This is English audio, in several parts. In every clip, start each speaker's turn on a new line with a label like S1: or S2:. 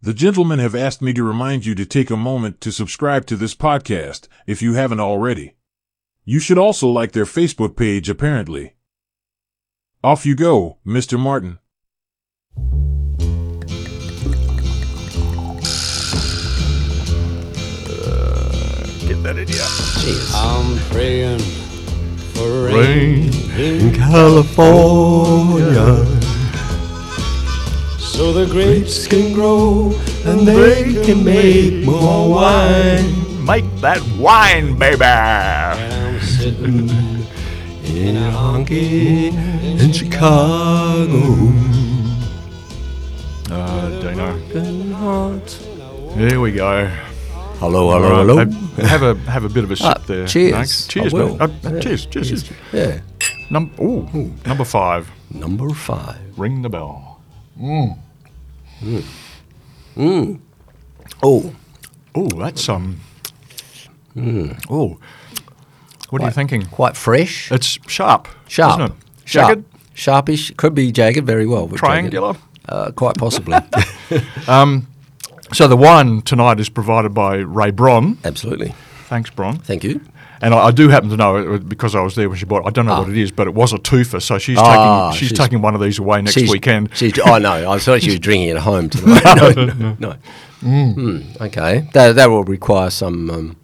S1: The gentlemen have asked me to remind you to take a moment to subscribe to this podcast if you haven't already. You should also like their Facebook page, apparently. Off you go, Mr. Martin.
S2: Get that idiot.
S3: I'm praying for
S2: Rain.
S3: rain,
S4: in
S3: here
S4: California.
S3: so the grapes can grow
S4: And they can make more wine
S2: Make that wine, baby.
S3: And I'm sitting
S4: in a honky in Chicago.
S2: Uh, Dino. Here we go.
S4: Hello,
S2: Right,
S4: hello, hello.
S2: have- Have a have a bit of a sip
S4: Ah,
S2: there.
S4: cheers.
S2: Max.
S4: I
S2: Cheers,
S4: will.
S2: man. Uh, uh, cheers, cheers, cheers.
S4: Yeah,
S2: Num- ooh, number five.
S4: number five.
S2: Ring the bell.
S4: Oh,
S2: Oh, that's um.
S4: Hmm.
S2: Oh, what are you thinking?
S4: quite fresh,
S2: It's sharp.
S4: sharp,
S2: Isn't Uh, it?
S4: sharp,
S2: Jagged,
S4: sharpish. Could be jagged, very well. but jagged.
S2: triangular.
S4: uh, quite possibly.
S2: So the wine tonight is provided by Ray Bron.
S4: Absolutely.
S2: Thanks, Bron.
S4: Thank you.
S2: And I, I do happen to know it was because I was there when she bought. it. I don't know what it is, but it was a twofer. So she's
S4: Ah,
S2: taking she's,
S4: she's-
S2: taking one of these away next
S4: she's,
S2: weekend.
S4: She's, oh no, I thought she was drinking at home tonight. no, no, no.
S2: Mm.
S4: Hmm, okay, that, that will require some um,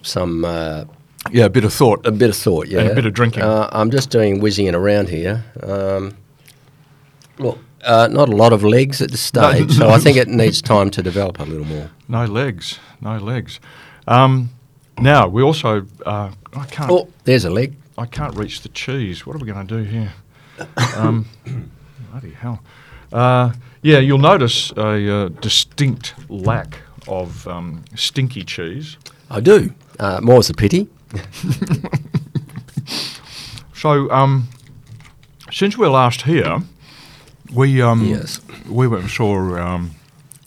S4: some uh,
S2: yeah, a bit of thought.
S4: a bit of thought, yeah,
S2: a bit of drinking.
S4: Uh, I'm just doing whizzing it around here. Um, look, uh, not a lot of legs at this stage, so I think it needs time to develop a little more.
S2: No legs, no legs. Um, now we also uh, I can't
S4: Oh, there's a leg.
S2: I can't reach the cheese. What are we going to do here? Um, bloody hell! Uh, yeah, you'll notice a uh, distinct lack of um, stinky cheese.
S4: I do. Uh, more's a pity.
S2: So, um, since we're last here, we um,
S4: Yes.
S2: we went and saw um,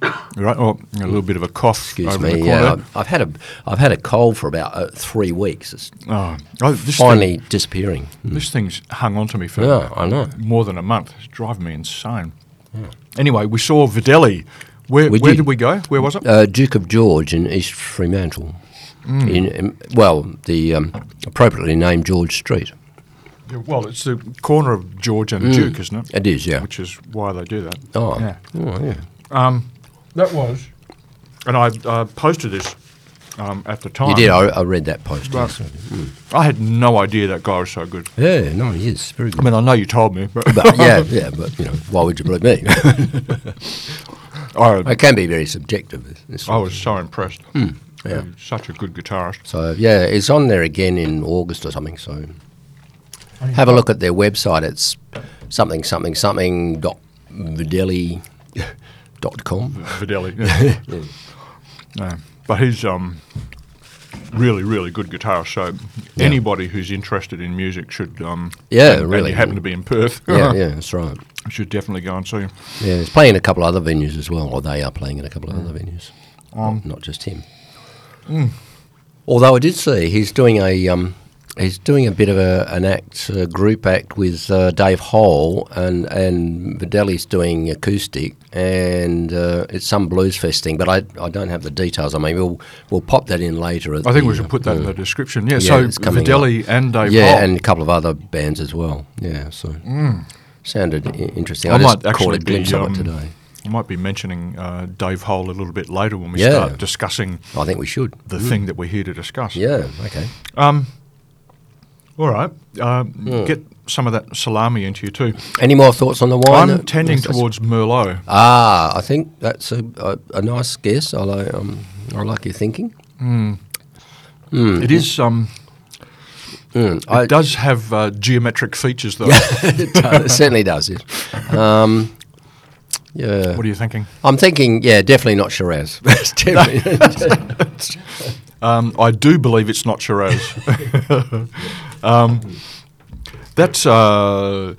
S2: right, oh, a little bit of a cough
S4: Excuse
S2: over in
S4: me.
S2: the
S4: Yeah,
S2: corner.
S4: I've, I've had a I've had a cold for about uh, three weeks. It's
S2: Oh, oh, this thing-
S4: finally disappearing.
S2: this thing's hung on to me for
S4: Yeah, I know.
S2: more than a month. It's driving me insane. Anyway, we saw Videlli. Where,
S4: We
S2: where
S4: did.
S2: did we go? Where was it?
S4: uh, Duke of George in East Fremantle.
S2: Mm.
S4: In, in- well, the um, appropriately named George Street.
S2: Yeah, well, it's the corner of George and Duke, isn't it?
S4: It is, Mm, yeah.
S2: Which is why they do that.
S4: Oh,
S2: yeah.
S4: oh, yeah.
S2: That was. And I uh, posted this um, at the time.
S4: You did. I, I read that post.
S2: Right.
S4: yes.
S2: I had no idea that guy was so good.
S4: Yeah, no, he is very
S2: I
S4: good.
S2: mean, I know you told me, but
S4: But yeah, yeah, but you know, why would you believe me?
S2: I,
S4: it can be very subjective. this- this
S2: I
S4: one.
S2: was so impressed.
S4: Hmm, yeah.
S2: He's Such a good guitarist.
S4: So yeah, it's on there again in August or something. So have a look at their website. It's something something something dot videlli dot com.
S2: Videlli. Yeah. Yeah. But he's um, really, really good guitarist. So anybody who's interested in music should. Um,
S4: Yeah,
S2: and, And
S4: really.
S2: you happen to be in Perth.
S4: Yeah, yeah, that's right.
S2: should definitely go and see him.
S4: Yeah, he's playing a couple of other venues as well, or they are playing in a couple of other venues,
S2: Um,
S4: not, not just him.
S2: hmm.
S4: Although I did see he's doing a um, he's doing a bit of a, an act, a group act with uh, Dave Hole, and and Videlli's doing acoustic, and uh, it's some blues fest thing. But I, I don't have the details. I mean, we'll we'll pop that in later. At
S2: I think
S4: the,
S2: we should
S4: uh,
S2: put that in the description. Yeah,
S4: Yeah,
S2: so
S4: it's coming
S2: Videlli and Dave
S4: yeah,
S2: Hall. Hmm.
S4: and a couple of other bands as well. Yeah, so sounded i- interesting.
S2: I
S4: I,
S2: might
S4: just
S2: actually
S4: caught a glimpse
S2: be,
S4: of
S2: um,
S4: it today.
S2: I might be mentioning uh, Dave Hole a little bit later when we
S4: Yeah.
S2: start discussing
S4: I think we should.
S2: the thing that we're here to discuss.
S4: Mm. Yeah. Okay.
S2: All right. Um,
S4: Hmm.
S2: Get some of that salami into you too.
S4: Any more thoughts on the wine?
S2: I'm tending
S4: Oh, Yes, that's-
S2: towards Merlot.
S4: Ah, I think that's a, a, a nice guess. I like, um, I like your thinking. Hmm.
S2: It is. Um,
S4: Mm,
S2: it does have uh, geometric features though.
S4: it, does, it certainly does. Yes. Um, yeah,
S2: What are you thinking?
S4: I'm thinking. Yeah, definitely not Shiraz. It's definitely-
S2: Um, I do believe it's not Shiraz. um, that's uh,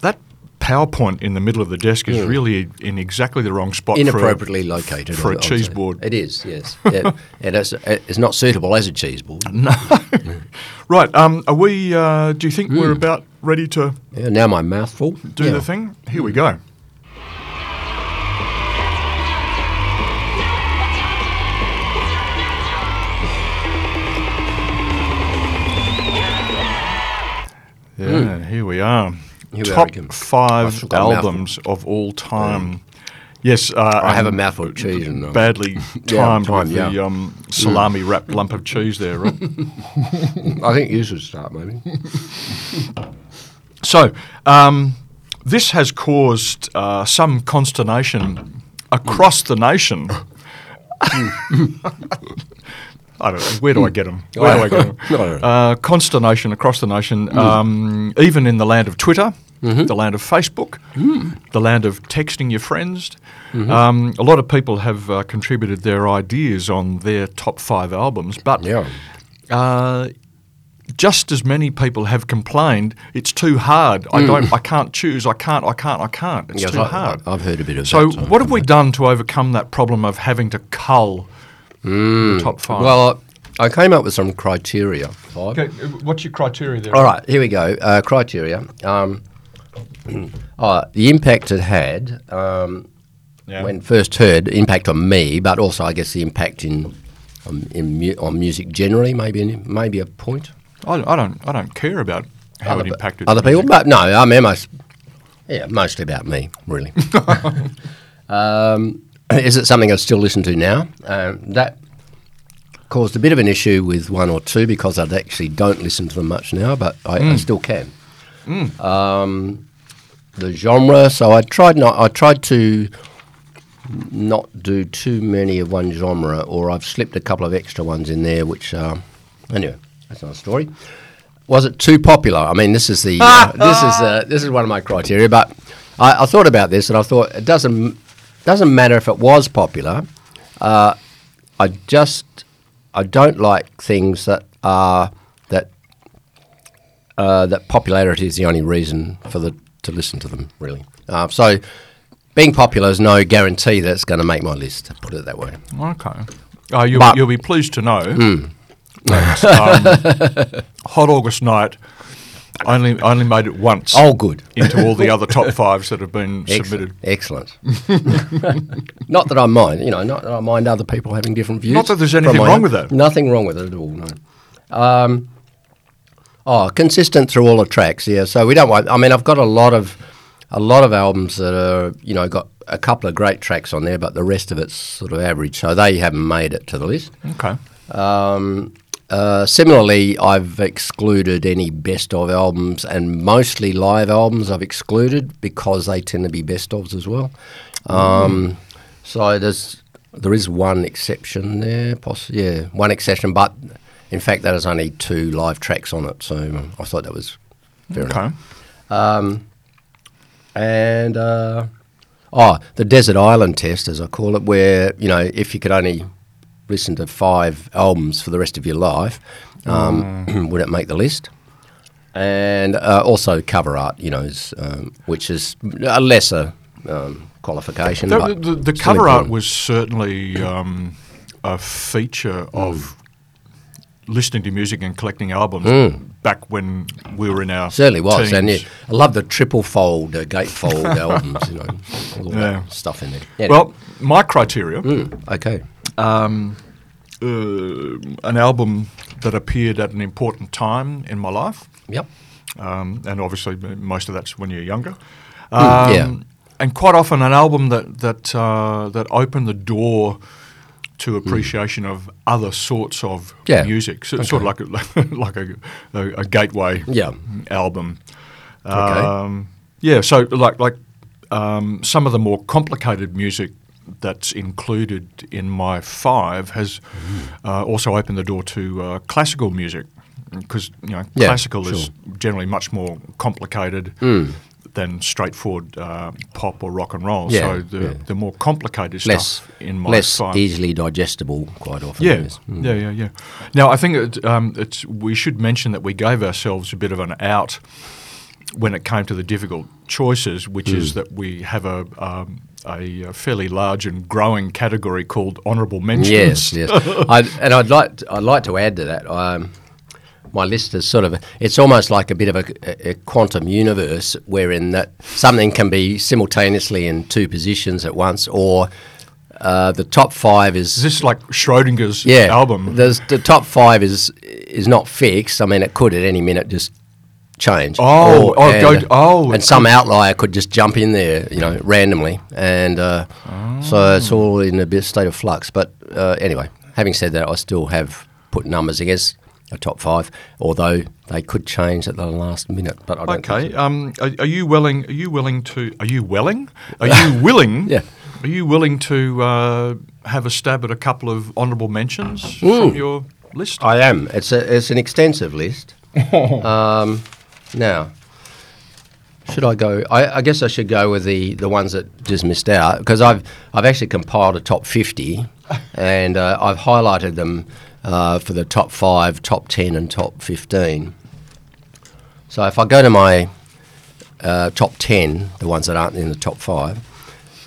S2: that PowerPoint in the middle of the desk is really in exactly the wrong spot. for a-
S4: Hmm. inappropriately located
S2: for
S4: I
S2: a
S4: would
S2: cheese
S4: say.
S2: board.
S4: It is. Yes. Yeah, it is, it's not suitable as a cheese board.
S2: Mm. Right. Um, are we? Uh, do you think we're
S4: Hmm.
S2: about ready to
S4: Yeah, now my mouthful.
S2: do
S4: yeah.
S2: the thing? Here we go. Yeah, here we are.
S4: Hmm. Here we are
S2: Top
S4: again. I
S2: five
S4: forgot a mouthful.
S2: albums of all time. Yes, uh,
S4: I have a
S2: um,
S4: mouthful of cheese and uh,
S2: Badly
S4: Yeah,
S2: timed
S4: time,
S2: with the
S4: yeah.
S2: um, salami wrapped lump of cheese there, right?
S4: I think you should start maybe.
S2: So, um, this has caused uh, some consternation across the nation. I don't know. Where do I get them? Where do I get them? Uh, consternation across the
S4: Mm.
S2: nation, um, even in the land of Twitter,
S4: Mm-hmm.
S2: the land of Facebook,
S4: Mm.
S2: the land of texting your friends.
S4: Mm-hmm.
S2: Um, a lot of people have uh, contributed their ideas on their top five albums, but
S4: Yeah.
S2: uh, just as many people have complained it's too hard. I don't. I can't choose. I can't. I can't. I can't. It's
S4: Mm. Yes,
S2: too
S4: I,
S2: hard.
S4: have heard a bit of
S2: so,
S4: that. so-
S2: what have we done to overcome that problem of having to cull the top five?
S4: Mm. Well, I came up with some criteria. Five.
S2: okay, uh, what's your criteria there?
S4: All right, here we go. Uh, criteria. Um, uh, the impact it had um,
S2: Yeah.
S4: when first heard, impact on me, but also I guess the impact in on, in mu- on music generally, maybe an- maybe a point.
S2: I, I don't. I don't care about how it
S4: pe-
S2: impacted
S4: other
S2: music.
S4: people, but no, I mean, most, yeah, mostly about me, really. um, is it something I still listen to now? Um, that caused a bit of an issue with one or two because I actually don't listen to them much now, but I,
S2: Hmm.
S4: I still can. Um, the genre, so I tried not, I tried to not do too many of one genre, or I've slipped a couple of extra ones in there, which are anyway. That's not a story. Was it too popular? I mean, this is the uh, this is uh, this is one of my criteria. But I, I thought about this, and I thought it doesn't doesn't matter if it was popular. Uh, I just I don't like things that are that uh, that popularity is the only reason for the to listen to them, really. Uh, so being popular is no guarantee that it's going to make my list. Put it that way.
S2: Okay. Uh, you'll,
S4: But- Hmm.
S2: you'll be pleased to know that um, Hot August Night only only made it once
S4: Oh, good.
S2: into all the other top fives that have been submitted.
S4: Excellent. Excellent. not that I mind, you know, not that I mind other people having different views.
S2: Not that there's
S4: from
S2: anything
S4: my
S2: wrong
S4: own.
S2: with that.
S4: Nothing wrong with it at all, no. Um, oh, consistent through all the tracks, yeah. So we don't want, I mean, I've got a lot of, a lot of albums that are, you know, got a couple of great tracks on there, but the rest of it's sort of average. So they haven't made it to the list.
S2: Okay.
S4: Um, uh, similarly, I've excluded any best of albums and mostly live albums I've excluded because they tend to be best ofs as well. Um, So there's there is one exception there, poss- yeah, one exception, but in fact that is only two live tracks on it, so um, I thought that was fair enough.
S2: Okay.
S4: And uh, oh, the desert island test, as I call it, where you know if you could only listen to five albums for the rest of your life, um,
S2: Mm.
S4: would it make the list? And uh, also cover art, you know, is, um, which is a lesser um, qualification.
S2: The,
S4: but
S2: the- the
S4: still
S2: cover art
S4: important.
S2: was certainly um, a feature
S4: Hmm.
S2: of listening to music and collecting albums back when we were in our
S4: Hmm. certainly was,
S2: teens.
S4: and yeah, I love the triple fold, uh, gatefold albums, you know, all
S2: Yeah.
S4: that stuff in there. Yeah.
S2: Well, my criteria.
S4: Hmm. okay,
S2: uh, an album that appeared at an important time in my life,
S4: yep,
S2: um, and obviously m- most of that's when you're younger.
S4: Mm, yeah.
S2: Um, And quite often, an album that that uh, that opened the door to appreciation of other sorts of
S4: Yeah.
S2: music, so, sort of like a, like a, a, a gateway
S4: Yeah.
S2: album.
S4: Okay.
S2: Um, yeah, so like like um, some of the more complicated music that's included in my five has uh, also opened the door to uh, classical music because you know
S4: Yeah,
S2: classical is
S4: sure. Hmm.
S2: generally much more complicated. Than straightforward uh, pop or rock and roll,
S4: Yeah,
S2: so the,
S4: yeah.
S2: the more complicated
S4: less
S2: stuff in my
S4: less
S2: five.
S4: easily digestible, quite often.
S2: Yeah,
S4: yes. Mm.
S2: yeah, yeah, yeah. Now I think it, um, it's we should mention that we gave ourselves a bit of an out when it came to the difficult choices, which
S4: Mm.
S2: is that we have a. Um, a uh, fairly large and growing category called honourable
S4: Yes,
S2: mentions.
S4: yes. I, and I'd like to, I'd like to add to that. Um, my list is sort of it's almost like a bit of a, a quantum universe wherein that something can be simultaneously in two positions at once, or uh, the top five is
S2: Is this like Schrodinger's
S4: yeah
S2: album?
S4: There's, the top five is is not fixed. I mean, it could at any minute just change.
S2: Oh, oh,
S4: and,
S2: go- oh,
S4: and some outlier could just jump in there, you know, randomly, and uh,
S2: Oh.
S4: so it's all in a bit state of flux. But uh, anyway, having said that, I still have put numbers against a top five, although they could change at the last minute. But I don't think
S2: Okay. Um, are, are you willing? Are you willing to? Are you willing? Are you willing?
S4: Yeah.
S2: Are you willing to uh, have a stab at a couple of honourable mentions from your list?
S4: I am. It's a, it's an extensive list. um, now, should I go? I, I guess I should go with the, the ones that just missed out because I've I've actually compiled a top fifty, and uh, I've highlighted them uh, for the top five, top ten, and top fifteen. So if I go to my uh, top ten, the ones that aren't in the top five.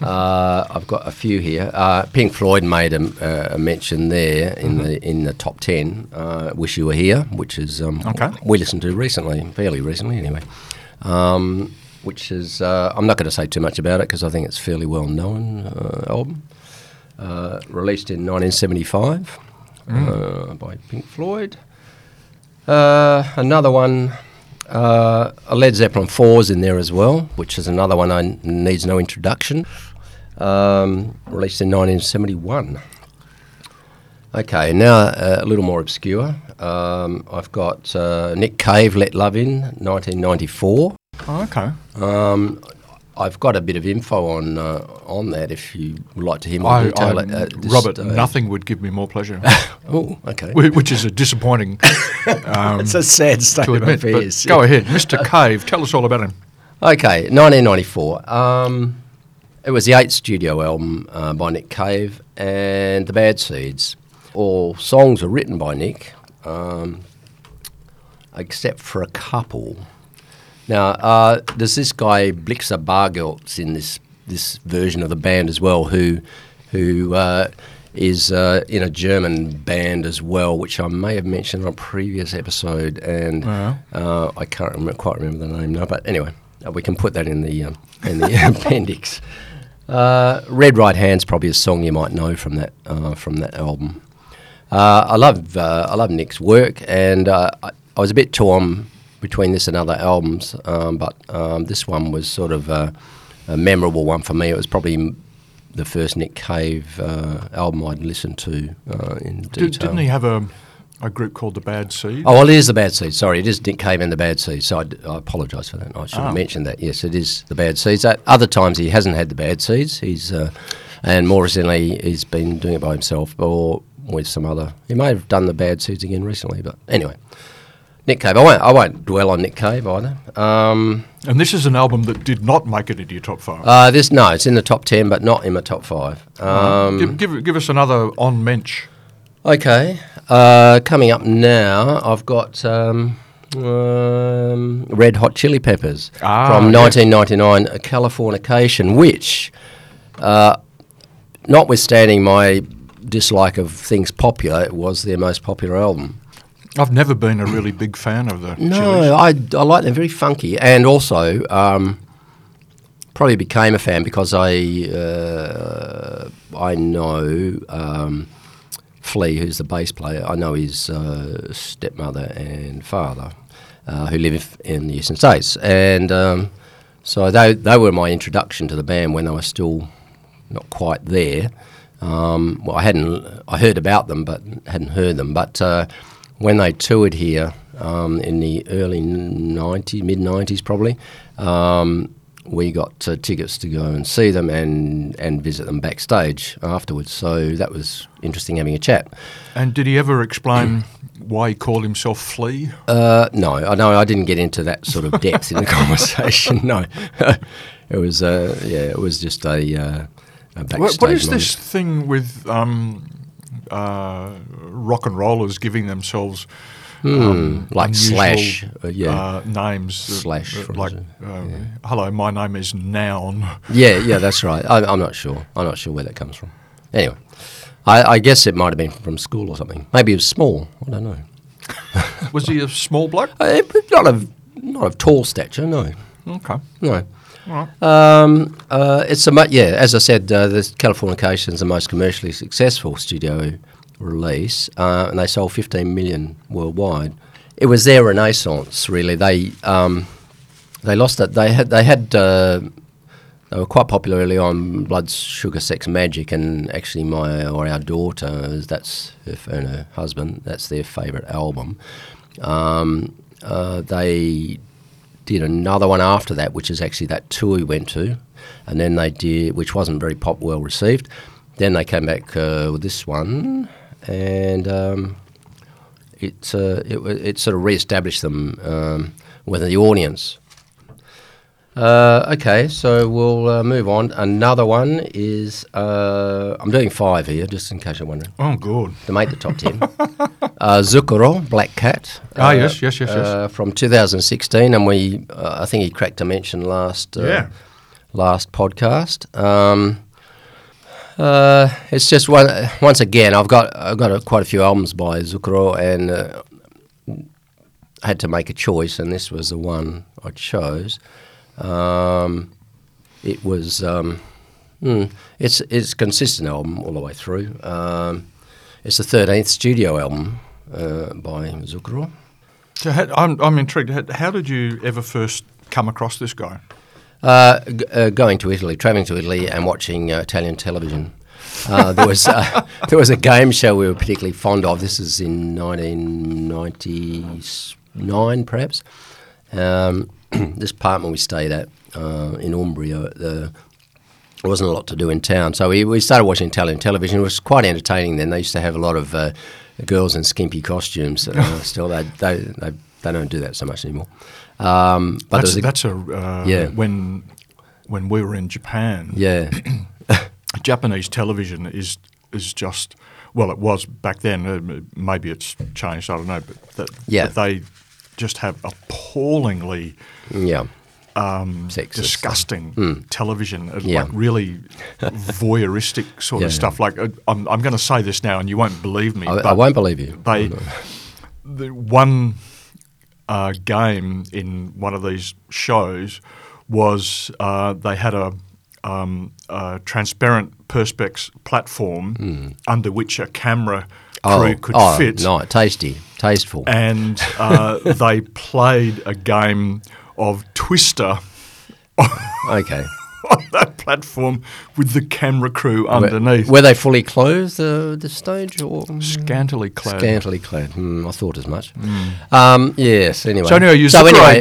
S4: Uh, I've got a few here. Uh, Pink Floyd made a, uh, a mention there in the in the top ten. Uh, Wish you were here, which is um,
S2: Okay.
S4: we listened to recently, fairly recently anyway. Um, which is uh, I'm not going to say too much about it because I think it's fairly well known uh, album. Uh, released in 1975 uh, by Pink Floyd. Uh, another one, uh, a Led Zeppelin 4's in there as well, which is another one I n- needs no introduction. Um, released in 1971. Okay, now uh, a little more obscure. Um, I've got uh, Nick Cave, Let Love In, 1994.
S2: Oh, okay.
S4: Um, I've got a bit of info on uh, on that if you would like to hear more
S2: I,
S4: detail.
S2: I-
S4: at- at uh, this
S2: Robert,
S4: stage.
S2: nothing would give me more pleasure,
S4: Oh, okay.
S2: whi- which is a disappointing
S4: It's a sad state
S2: to admit. But go ahead,
S4: Uh,
S2: Mr. Cave. Tell us all about him.
S4: Okay, 1994. Um, it was the eighth studio album uh, by Nick Cave and The Bad Seeds. All songs were written by Nick, um, except for a couple. Now, uh, there's this guy Blixer Bargeltz in this this version of the band as well, who who uh, is uh, in a German band as well, which I may have mentioned on a previous episode, and
S2: Yeah.
S4: uh, I can't remember, quite remember the name now. But anyway, uh, we can put that in the um, in the appendix. Uh, Red Right Hand's probably a song you might know from that uh, from that album. Uh, I love uh, I love Nick's work, and uh, I, I was a bit torn between this and other albums, um, but um, this one was sort of a, a memorable one for me. It was probably m- the first Nick Cave uh, album I'd listened to uh, in detail.
S2: Did, didn't he have a, a group called the Bad Seed?
S4: Oh, well, it is the bad seed. Sorry, it is Nick Cave and the bad seed. So I, d- I apologise for that. I should
S2: Oh.
S4: have mentioned that. Yes, it is the bad seeds. At other times, he hasn't had the bad seeds. He's uh, and more recently, he's been doing it by himself or with some other. He may have done the bad seeds again recently, but anyway, Nick Cave. I won't. I won't dwell on Nick Cave either. Um,
S2: And this is an album that did not make it into your top five.
S4: uh, this no, it's in the top ten, but not in my top five. Um,
S2: give, give, give us another on mensch.
S4: Okay. Uh, coming up now, I've got um, um, Red Hot Chili Peppers
S2: Ah,
S4: from
S2: yes.
S4: 1999, A Californication, which, uh, notwithstanding my dislike of things popular, it was their most popular album.
S2: I've never been a really big fan of the Chili's.
S4: No, I, I like them. Very funky, and also um, probably became a fan because I uh, I know um, Flea, who's the bass player. I know his uh, stepmother and father, uh, who live in the Eastern States, and um, so they they were my introduction to the band when they were still not quite there. Um, well, I hadn't. I heard about them, but hadn't heard them. But uh, when they toured here um, in the early '90s, mid '90s, probably, um, we got uh, tickets to go and see them and and visit them backstage afterwards. So that was interesting having a chat.
S2: And did he ever explain why he called himself Flea?
S4: Uh, no, I know I didn't get into that sort of depth in the conversation. No, it was uh, yeah, it was just a, uh, a backstage.
S2: What, what is
S4: moment.
S2: this thing with um, uh, rock and rollers giving themselves um,
S4: Hmm, like
S2: unusual,
S4: Slash, uh, yeah.
S2: uh, names? that-
S4: Slash,
S2: that
S4: for
S2: like,
S4: instance,
S2: uh, hello, my name is Noun.
S4: Yeah, yeah, that's right. I, I'm not sure. I'm not sure where that comes from. Anyway, I, I guess it might have been from school or something. Maybe it was small. I don't know.
S2: Was he a small bloke?
S4: Uh, it- not of not of tall stature. No,
S2: Okay.
S4: no.
S2: All
S4: Um, uh, it's a mu- yeah. As I said, uh, the Californication is the most commercially successful studio release, uh, and they sold 15 million worldwide. it was their renaissance, really. They um, they lost it. They had they had uh, they were quite popular early on. Blood, sugar, sex, magic, and actually my or our daughter that's her f- and her husband. That's their favourite album. Um, uh, they did another one after that, which is actually that tour we went to, and then they did, which wasn't very pop well received. Then they came back uh, with this one, and um, it, uh, it wa- it sort of re-established them um, within the audience. Uh, okay, so we'll uh, move on. Another one is uh, I'm doing five here, just in case you're wondering
S2: Oh, good.
S4: to make the top 10. uh, Zucchero, Black Cat.
S2: Ah,
S4: uh,
S2: yes, yes, yes, yes.
S4: uh, from 2016, and we, uh, I think he cracked a mention last, uh,
S2: Yeah.
S4: last podcast. Um, uh, it's just one, once again, I've got, I've got a, quite a few albums by Zucchero, and uh, had to make a choice, and this was the one I chose. Um, it was um, mm, it's it's a consistent album all the way through. Um, it's the thirteenth studio album uh, by Zucchero.
S2: So how, I'm, I'm intrigued. How, how did you ever first come across this guy?
S4: Uh, g- uh, going to Italy, traveling to Italy, and watching uh, Italian television. Uh, there was uh, there was a game show we were particularly fond of. This is in 1999, perhaps. Um, this apartment we stayed at uh, in Umbria, the, there wasn't a lot to do in town, so we, we started watching Italian television. It was quite entertaining then. They used to have a lot of uh, girls in skimpy costumes. Uh, still, they, they they they don't do that so much anymore. Um, but there
S2: that's,
S4: was a-
S2: that's a uh,
S4: Yeah.
S2: when when we were in Japan.
S4: yeah.
S2: Japanese television is is just well, it was back then. uh, Maybe it's changed. I don't know, but that,
S4: Yeah.
S2: but they just have appallingly
S4: Yeah.
S2: um,
S4: Sexist.
S2: disgusting television, uh,
S4: Hmm. Yeah.
S2: like really voyeuristic sort of
S4: Yeah.
S2: stuff. Like uh, I'm, I'm going to say this now, and you won't believe me.
S4: I, I
S2: but
S4: won't believe you.
S2: They the one uh, game in one of these shows was uh, they had a, um, a transparent perspex platform under which a camera crew could
S4: Hmm. oh,
S2: fit,
S4: No, tasty, tasteful.
S2: and uh, they played a game of Twister
S4: okay.
S2: on that platform with the camera crew
S4: Were-
S2: underneath.
S4: Were they fully clothed, uh, the stage, or
S2: Scantily clad.
S4: scantily clad? Hmm, I thought as much. Um, yes. Anyway.
S2: Mm. So anyway,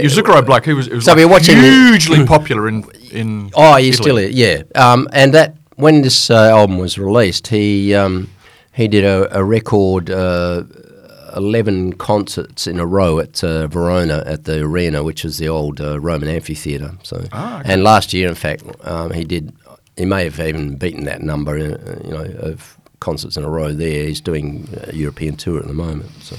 S2: Yuzukuro, so Black, who was, it was
S4: So
S2: like
S4: we're watching the- Hmm.
S2: hugely popular in in uh,
S4: Oh, he's
S2: Italy.
S4: still is, yeah. Um, and that when this uh, album was released, he um, he did a, a record uh, eleven concerts in a row at uh, Verona at the arena, which is the old uh, Roman amphitheatre. So,
S2: Ah, okay.
S4: and last year, in fact, um, he did. He may have even beaten that number, uh, you know, of concerts in a row. There, he's doing a European tour at the moment. So,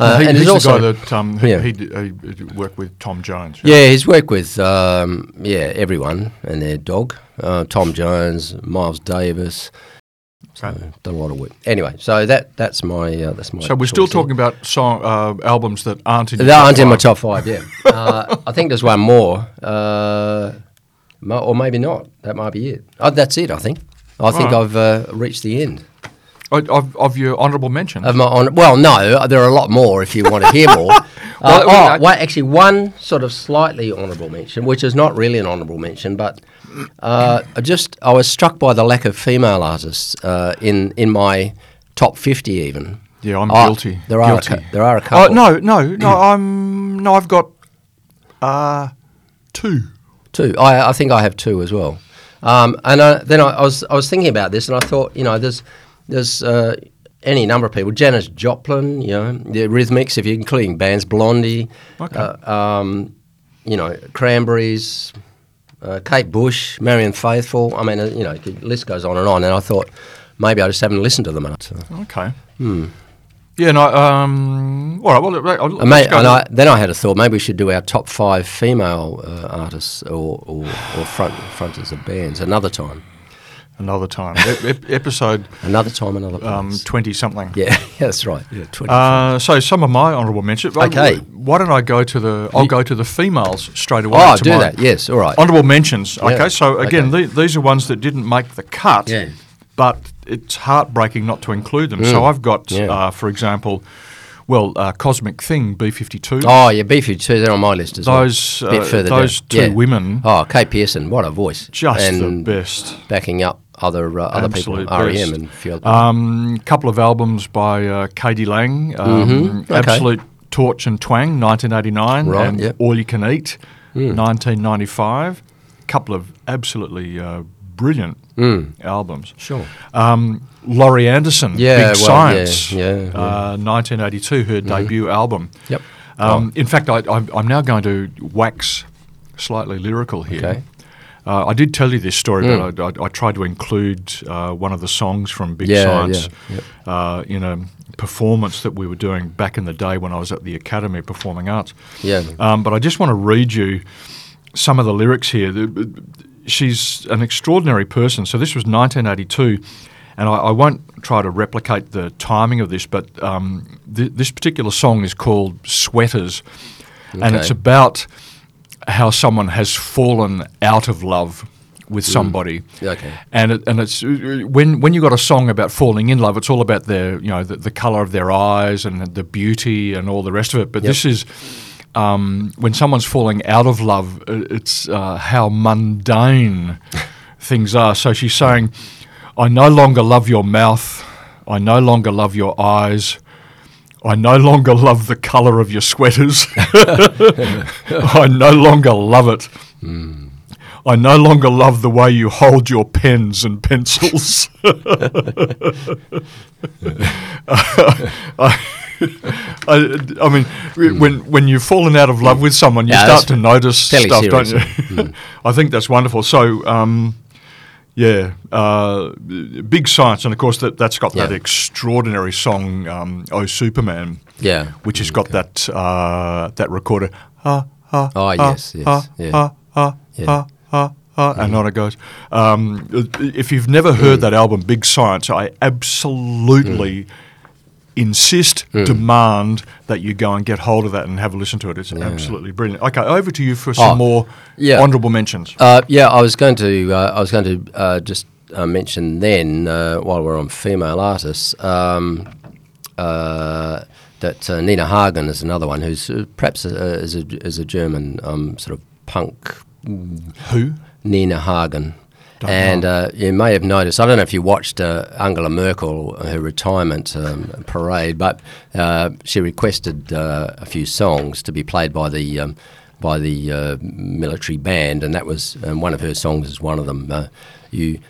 S4: uh,
S2: he,
S4: and
S2: he's
S4: there's also
S2: the guy that um, he,
S4: yeah.
S2: he, d- he d- worked with Tom Jones.
S4: yeah, he's worked with um, yeah everyone and their dog. Uh, Tom Jones, Miles Davis,
S2: Okay.
S4: uh, done a lot of work. Anyway, so that that's my uh, that's my.
S2: So we're still
S4: choice there.
S2: talking about song uh, albums that aren't in.
S4: They
S2: your top
S4: aren't in my
S2: five.
S4: top five. Yeah, uh, I think there's one more, uh, mo- or maybe not. That might be it. Oh, that's it. I think. I think
S2: Alright.
S4: I've uh, reached the end
S2: Uh, of, of your honourable mentions.
S4: of my. On- well, no, there are a lot more if you want to hear more. Uh,
S2: Well,
S4: oh,
S2: I-
S4: wa- actually, one sort of slightly honourable mention, which is not really an honourable mention, but uh, I just I was struck by the lack of female artists uh, in in my top fifty even.
S2: Yeah, I'm
S4: Ah,
S2: guilty.
S4: There are A
S2: Guilty.
S4: cou- there are a
S2: Oh
S4: couple.
S2: no, no, no. I'm no. I've got uh, two.
S4: Two. I, I think I have two as well. Um, and I, then I, I was I was thinking about this, and I thought, you know, there's there's uh, any number of people. Janis Joplin, you know, the Rhythmics, if you're including bands, Blondie,
S2: Okay.
S4: uh, um, you know, Cranberries, uh, Kate Bush, Marion Faithful. I mean, uh, you know, the list goes on and on. And I thought maybe I just haven't listened to them enough. So.
S2: Okay.
S4: hmm.
S2: Yeah. No. Um. All right. Well, let- I'll-
S4: And, may,
S2: let's go
S4: Uh, and
S2: to-
S4: I, then I had a thought. Maybe we should do our top five female uh, artists or, or, or front fronters of bands another time.
S2: another time. Ep- ep- episode
S4: Another time, another place.
S2: um, twenty something.
S4: yeah, that's right. Oh, Yeah, 20.
S2: Uh, so some of my honourable mentions. Well,
S4: Okay.
S2: Why don't I go to the? I'll go to the females straight away.
S4: oh,
S2: to
S4: do
S2: my
S4: that. Yes, all right.
S2: Honourable mentions.
S4: Yeah,
S2: Okay. So again,
S4: okay.
S2: the- these are ones that didn't make the cut.
S4: Yeah.
S2: But it's heartbreaking not to include them. So I've got,
S4: Mm. Yeah.
S2: uh, for example, well, uh, Cosmic Thing, B52.
S4: Oh, yeah, B 52, they're on my list as
S2: Those,
S4: well. Bit
S2: uh,
S4: further
S2: those
S4: down.
S2: two women-
S4: Oh, Kate Pearson, what a voice.
S2: Just
S4: and
S2: the best.
S4: Backing up other uh, other people,
S2: Absolute
S4: REM
S2: best.
S4: and a few other
S2: Um, couple of albums by uh, Katie Lang, um,
S4: Mhm, okay.
S2: Absolute Torch and Twang, 1989,
S4: Right,
S2: and
S4: yep. Hmm.
S2: All You Can Eat, 1995. Couple of absolutely uh, brilliant
S4: Hmm.
S2: albums.
S4: Sure.
S2: Um, Laurie Anderson,
S4: Yeah,
S2: Big
S4: well,
S2: Science,
S4: yeah, yeah, yeah. Mm-hmm.
S2: Uh, 1982, her debut album.
S4: Yep.
S2: Um, In fact, I, I'm, I'm now going to wax slightly lyrical here.
S4: Okay. Mm.
S2: Uh, I did tell you this story, but I, I, I tried to include uh, one of the songs from Big
S4: Yeah,
S2: Science
S4: yeah, yep.
S2: uh, in a performance that we were doing back in the day when I was at the Academy of Performing Arts.
S4: Yeah.
S2: Um, but I just want to read you some of the lyrics here. The- She's an extraordinary person. So this was 1982, and I, I won't try to replicate the timing of this, but um, th- this particular song is called Sweaters, and
S4: Okay.
S2: it's about how someone has fallen out of love with somebody.
S4: Mm. Yeah, okay.
S2: And it, and it's when when you got a song about falling in love, it's all about their you know the, the color of their eyes and the beauty and all the rest of it. But this is um, when someone's falling out of love, i- it's uh, how mundane things are. So she's saying, I no longer love your mouth. I no longer love your eyes. I no longer love the colour of your sweaters. I no longer love it.
S4: Hmm.
S2: I no longer love the way you hold your pens and pencils. I, I, I mean, w- when when you've fallen out of love with someone, you
S4: Hmm. Yeah,
S2: start
S4: that's
S2: to notice
S4: fairly
S2: stuff, don't you?
S4: serious. Hmm.
S2: I think that's wonderful. So, um, yeah, uh, big science, and of course that that's got that
S4: Yeah.
S2: extraordinary song, um, "Oh Superman,"
S4: Yeah. Hmm,
S2: which has got that uh, that recorder. Ah, ah,
S4: Oh,
S2: ah,
S4: yes, yes,
S2: ah,
S4: yeah.
S2: ah, ah,
S4: Yeah.
S2: ah, ah, ah, And on it goes. Um, if you've never heard that album, Big Science, I absolutely insist,
S4: Mm.
S2: demand that you go and get hold of that and have a listen to it. It's absolutely brilliant. Okay, over to you for some
S4: Oh,
S2: more
S4: yeah.
S2: honourable mentions.
S4: Uh, yeah, I was going to. Uh, I was going to uh, just uh, mention then, uh, while we're on female artists, um, uh, that uh, Nina Hagen is another one who's uh, perhaps uh, is a is a German um, sort of punk
S2: Who?
S4: Nina Hagen.
S2: Don't
S4: and uh, you may have noticed, I don't know if you watched uh, Angela Merkel, her retirement um, parade, but uh, she requested uh, a few songs to be played by the um, by the uh, military band, and that was um, one of her songs. Is one of them. Uh, you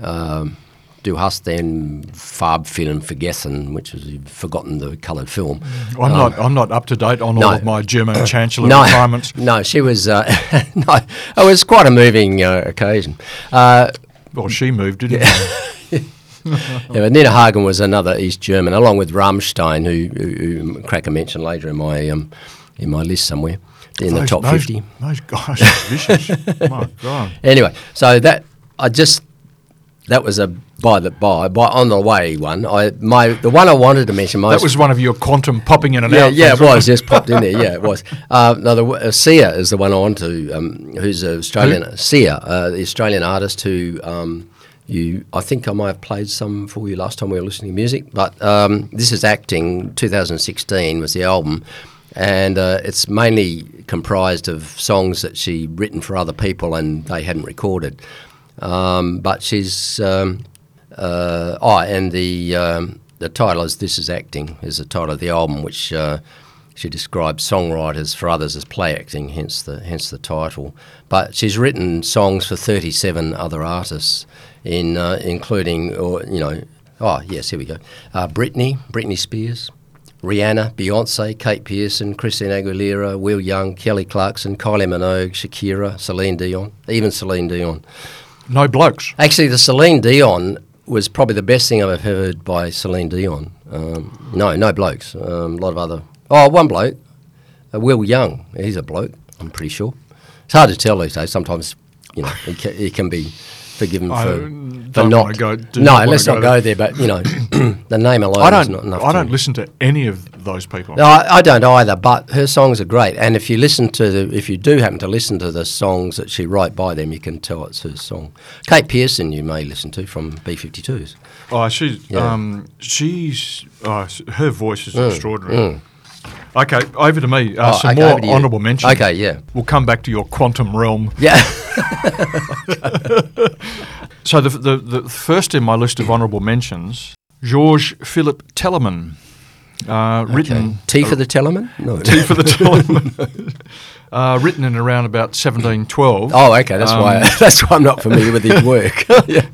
S4: um, Du hast den Farbfilm vergessen, which is you've forgotten the coloured film.
S2: I'm not. I'm not up to date on
S4: Um, no.
S2: all of my German chancellor
S4: no,
S2: requirements.
S4: No, she was. Uh, no, it was quite a moving uh, occasion. Uh,
S2: Well, she moved, didn't she?
S4: Yeah, but Nina Hagen was another East German, along with Rammstein, who, who, who crack a mention later in my um, in my list somewhere in the
S2: Those-
S4: top
S2: those-
S4: fifty.
S2: Those guys are vicious. my God.
S4: Anyway, so that I just that was a by the by by on the way one. I my the one I wanted to mention most.
S2: That was one of your quantum popping in and
S4: yeah,
S2: out.
S4: yeah, it
S2: things.
S4: was just popped in there. Yeah, it was. Uh, no, the uh, Sia is the one on to um, who's an Australian Sia, uh, the Australian artist who um, you I think I might have played some for you last time we were listening to music, but um, this is acting. 2016 was the album, and uh, it's mainly comprised of songs that she written for other people and they hadn't recorded. Um, but she's um, uh, oh, and the um, the title is "This Is Acting" is the title of the album, which uh, she describes songwriters for others as play acting, hence the hence the title. But she's written songs for 37 other artists, in uh, including or you know, oh yes, here we go, uh, Britney, Britney Spears. Rihanna, Beyonce, Kate Pearson, Christine Aguilera, Will Young, Kelly Clarkson, Kylie Minogue, Shakira, Celine Dion, even Celine Dion.
S2: No blokes.
S4: Actually, the Celine Dion was probably the best thing I've ever heard by Celine Dion. Um, no, no blokes. Um, A lot of other. Oh, one bloke, uh, Will Young. He's a bloke. I'm pretty sure. It's hard to tell these days. Sometimes, you know, he can, he can be forgiven
S2: I
S4: for,
S2: don't
S4: for
S2: wanna
S4: not.
S2: go- do
S4: no,
S2: not wanna
S4: let's
S2: go
S4: not
S2: there.
S4: go there. But you know, the name alone
S2: I
S4: is not
S2: don't.
S4: enough.
S2: I
S4: to-
S2: don't listen to any of those people.
S4: No, I, I don't either. But her songs are great, and if you listen to, the, if you do happen to listen to the songs that she wrote by them, you can tell it's her song. Kate Pearson, you may listen to from B52s.
S2: Oh, she's
S4: Yeah. Mm,
S2: um, she's oh, s- her voice is extraordinary. Okay, over to me. Uh,
S4: Oh,
S2: some
S4: okay, over to
S2: more
S4: you.
S2: honourable mentions.
S4: Okay, yeah.
S2: We'll come back to your quantum realm.
S4: Yeah,
S2: So the, the the first in my list of honourable mentions, George Philip Telemann, uh, written
S4: T for the Telemann. No.
S2: Tea for the Telemann, uh, written in around about 1712.
S4: Oh, okay. That's
S2: Um,
S4: why. That's why I'm not familiar with his work. yeah.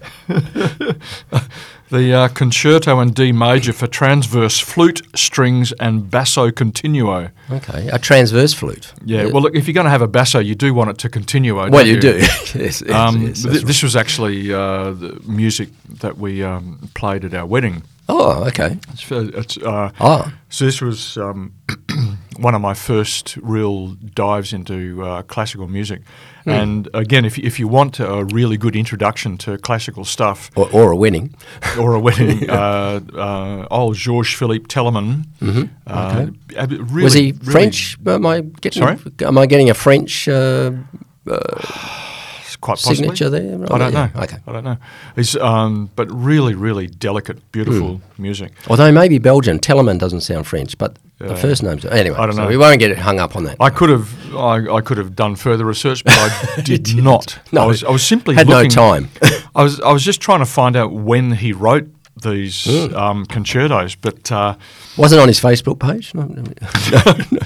S2: The uh, Concerto in D Major for transverse flute, strings, and basso continuo.
S4: Okay. A transverse flute.
S2: Yeah. Well, look, if you're going to have a basso, you do want it to continuo.
S4: Well,
S2: don't
S4: you do. yes, yes,
S2: Um,
S4: yes,
S2: th-
S4: that's
S2: This was actually uh, the music that we um, played at our wedding.
S4: right. Oh, okay.
S2: It's, fa- it's, uh,
S4: Oh,
S2: So this was um, one of my first real dives into uh, classical music.
S4: Hmm.
S2: And again, if, if you want a really good introduction to classical stuff
S4: or, or a wedding.
S2: or a wedding, uh, uh, old Georges Philippe Telemann. Uh, ab- really,
S4: Mm-hmm. Was he
S2: really-
S4: French? Am I getting?
S2: Sorry?
S4: Am I getting a French? Uh,
S2: quite possibly.
S4: signature there?
S2: I
S4: Right,
S2: don't
S4: yeah.
S2: know.
S4: Okay.
S2: I don't know. He's, um, but really, really delicate, beautiful
S4: Hmm.
S2: music.
S4: although maybe Belgian. Telemann doesn't sound French, but the first name's anyway.
S2: I don't
S4: so
S2: know.
S4: we won't get hung up on that.
S2: I could have I, I could have done further research, but I did not.
S4: No,
S2: I was, I was simply
S4: had no
S2: looking-
S4: time.
S2: I was I was just trying to find out when he wrote these
S4: Hmm.
S2: um, concertos, but uh,
S4: Wasn't on his Facebook page. No, no.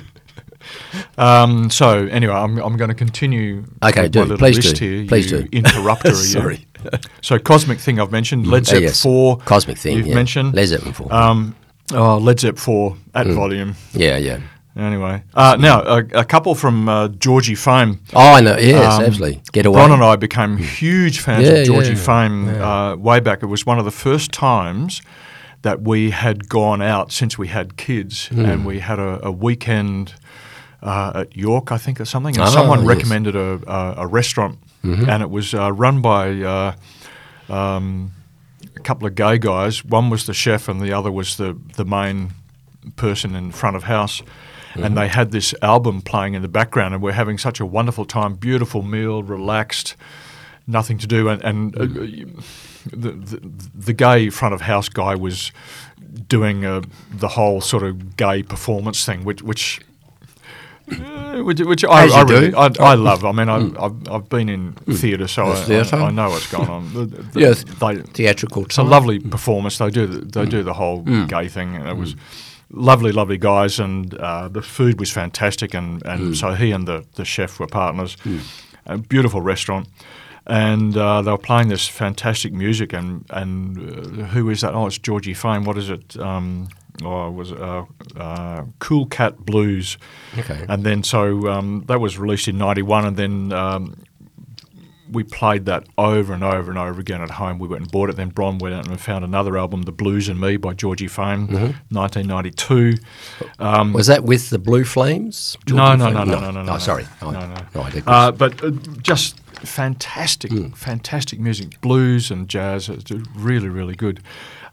S2: um, so anyway, I'm, I'm going to continue.
S4: Okay,
S2: with
S4: do.
S2: my little
S4: Please
S2: list
S4: do.
S2: Here,
S4: Please
S2: you
S4: do.
S2: Interrupter.
S4: Sorry.
S2: You. So cosmic thing I've mentioned. Led
S4: Oh,
S2: Zepp
S4: yes.
S2: four.
S4: Cosmic thing.
S2: you've
S4: yeah.
S2: mentioned.
S4: Les Zeppelin Hmm. four.
S2: Um, oh, Led Zepp four at volume.
S4: yeah, yeah.
S2: Anyway, uh, now a, a couple from uh, Georgie Fame.
S4: Oh, I know. Yes,
S2: Um,
S4: absolutely. Get away.
S2: Bron and I became huge fans
S4: Yeah,
S2: of Georgie
S4: yeah,
S2: Fame Uh, way back. It was one of the first times that we had gone out since we had kids,
S4: Hmm.
S2: and we had a, a weekend uh, at York, I think, or something. And
S4: Ah,
S2: someone
S4: yes. Mm-hmm.
S2: recommended a, a, a restaurant, and it was uh, run by. Uh, um, a couple of gay guys. One was the chef, and the other was the the main person in front of house.
S4: Mm-hmm.
S2: And they had this album playing in the background, and we're having such a wonderful time. Beautiful meal, relaxed, nothing to do, and, and uh, you-
S4: Mm.
S2: the, the the gay front of house guy was doing uh, the whole sort of gay performance thing, which which. uh, Which, which I,
S4: As you
S2: I really
S4: do. Mm.
S2: I, I love. I mean, I, I've, I've been in theatre, so I,
S4: theatre.
S2: I, I know what's going on. The- the-
S4: Yes.
S2: they,
S4: Theatrical.
S2: it's a
S4: time.
S2: lovely performance. They do the, they do the whole gay thing, and it was lovely, lovely guys, and uh, the food was fantastic. And, and so he and the, the chef were partners. A beautiful restaurant, and uh, they were playing this fantastic music. And and uh, who is that? Oh, it's Georgie Fame. What is it? Um, Oh, was it, uh, uh, Cool Cat Blues,
S4: Okay.
S2: and then so um, that was released in '91, and then um, we played that over and over and over again at home. We went and bought it. Then Bron went out and found another album, The Blues and Me by Georgie Fame,
S4: Mm-hmm.
S2: 1992.
S4: Was that with the Blue Flames?
S2: No,
S4: Georgie
S2: no,
S4: Flames?
S2: no, no, no, no,
S4: Oh,
S2: no.
S4: sorry. I-
S2: No,
S4: I
S2: no.
S4: Mm. digress.
S2: Uh, but uh, just fantastic, fantastic music, blues and jazz. It's really, really good.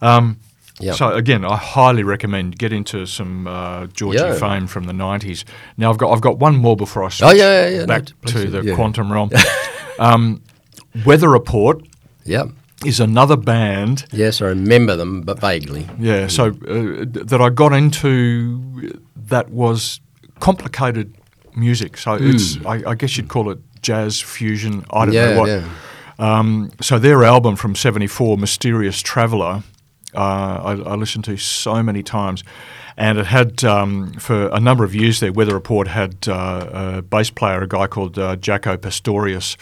S2: Um,
S4: Yeah.
S2: So again, I highly recommend get into some uh, Georgie
S4: Yeah.
S2: Fame from the '90s. Now I've got I've got one more before I switch
S4: Oh, yeah, yeah, yeah, no,
S2: back
S4: please
S2: to
S4: do,
S2: the
S4: yeah.
S2: quantum realm. um, Weather Report
S4: yeah.
S2: is another band
S4: Yes, I remember them, but vaguely.
S2: Yeah, so uh, th- that I got into that was complicated music. So it's I, I guess you'd call it jazz fusion. I don't
S4: Hmm. Yeah,
S2: know what.
S4: yeah.
S2: Um, so their album from '74, Mysterious Traveller, uh, I, I listened to so many times, and it had um, for a number of years there. Weather Report had uh, a bass player, a guy called uh, Jaco Pastorius,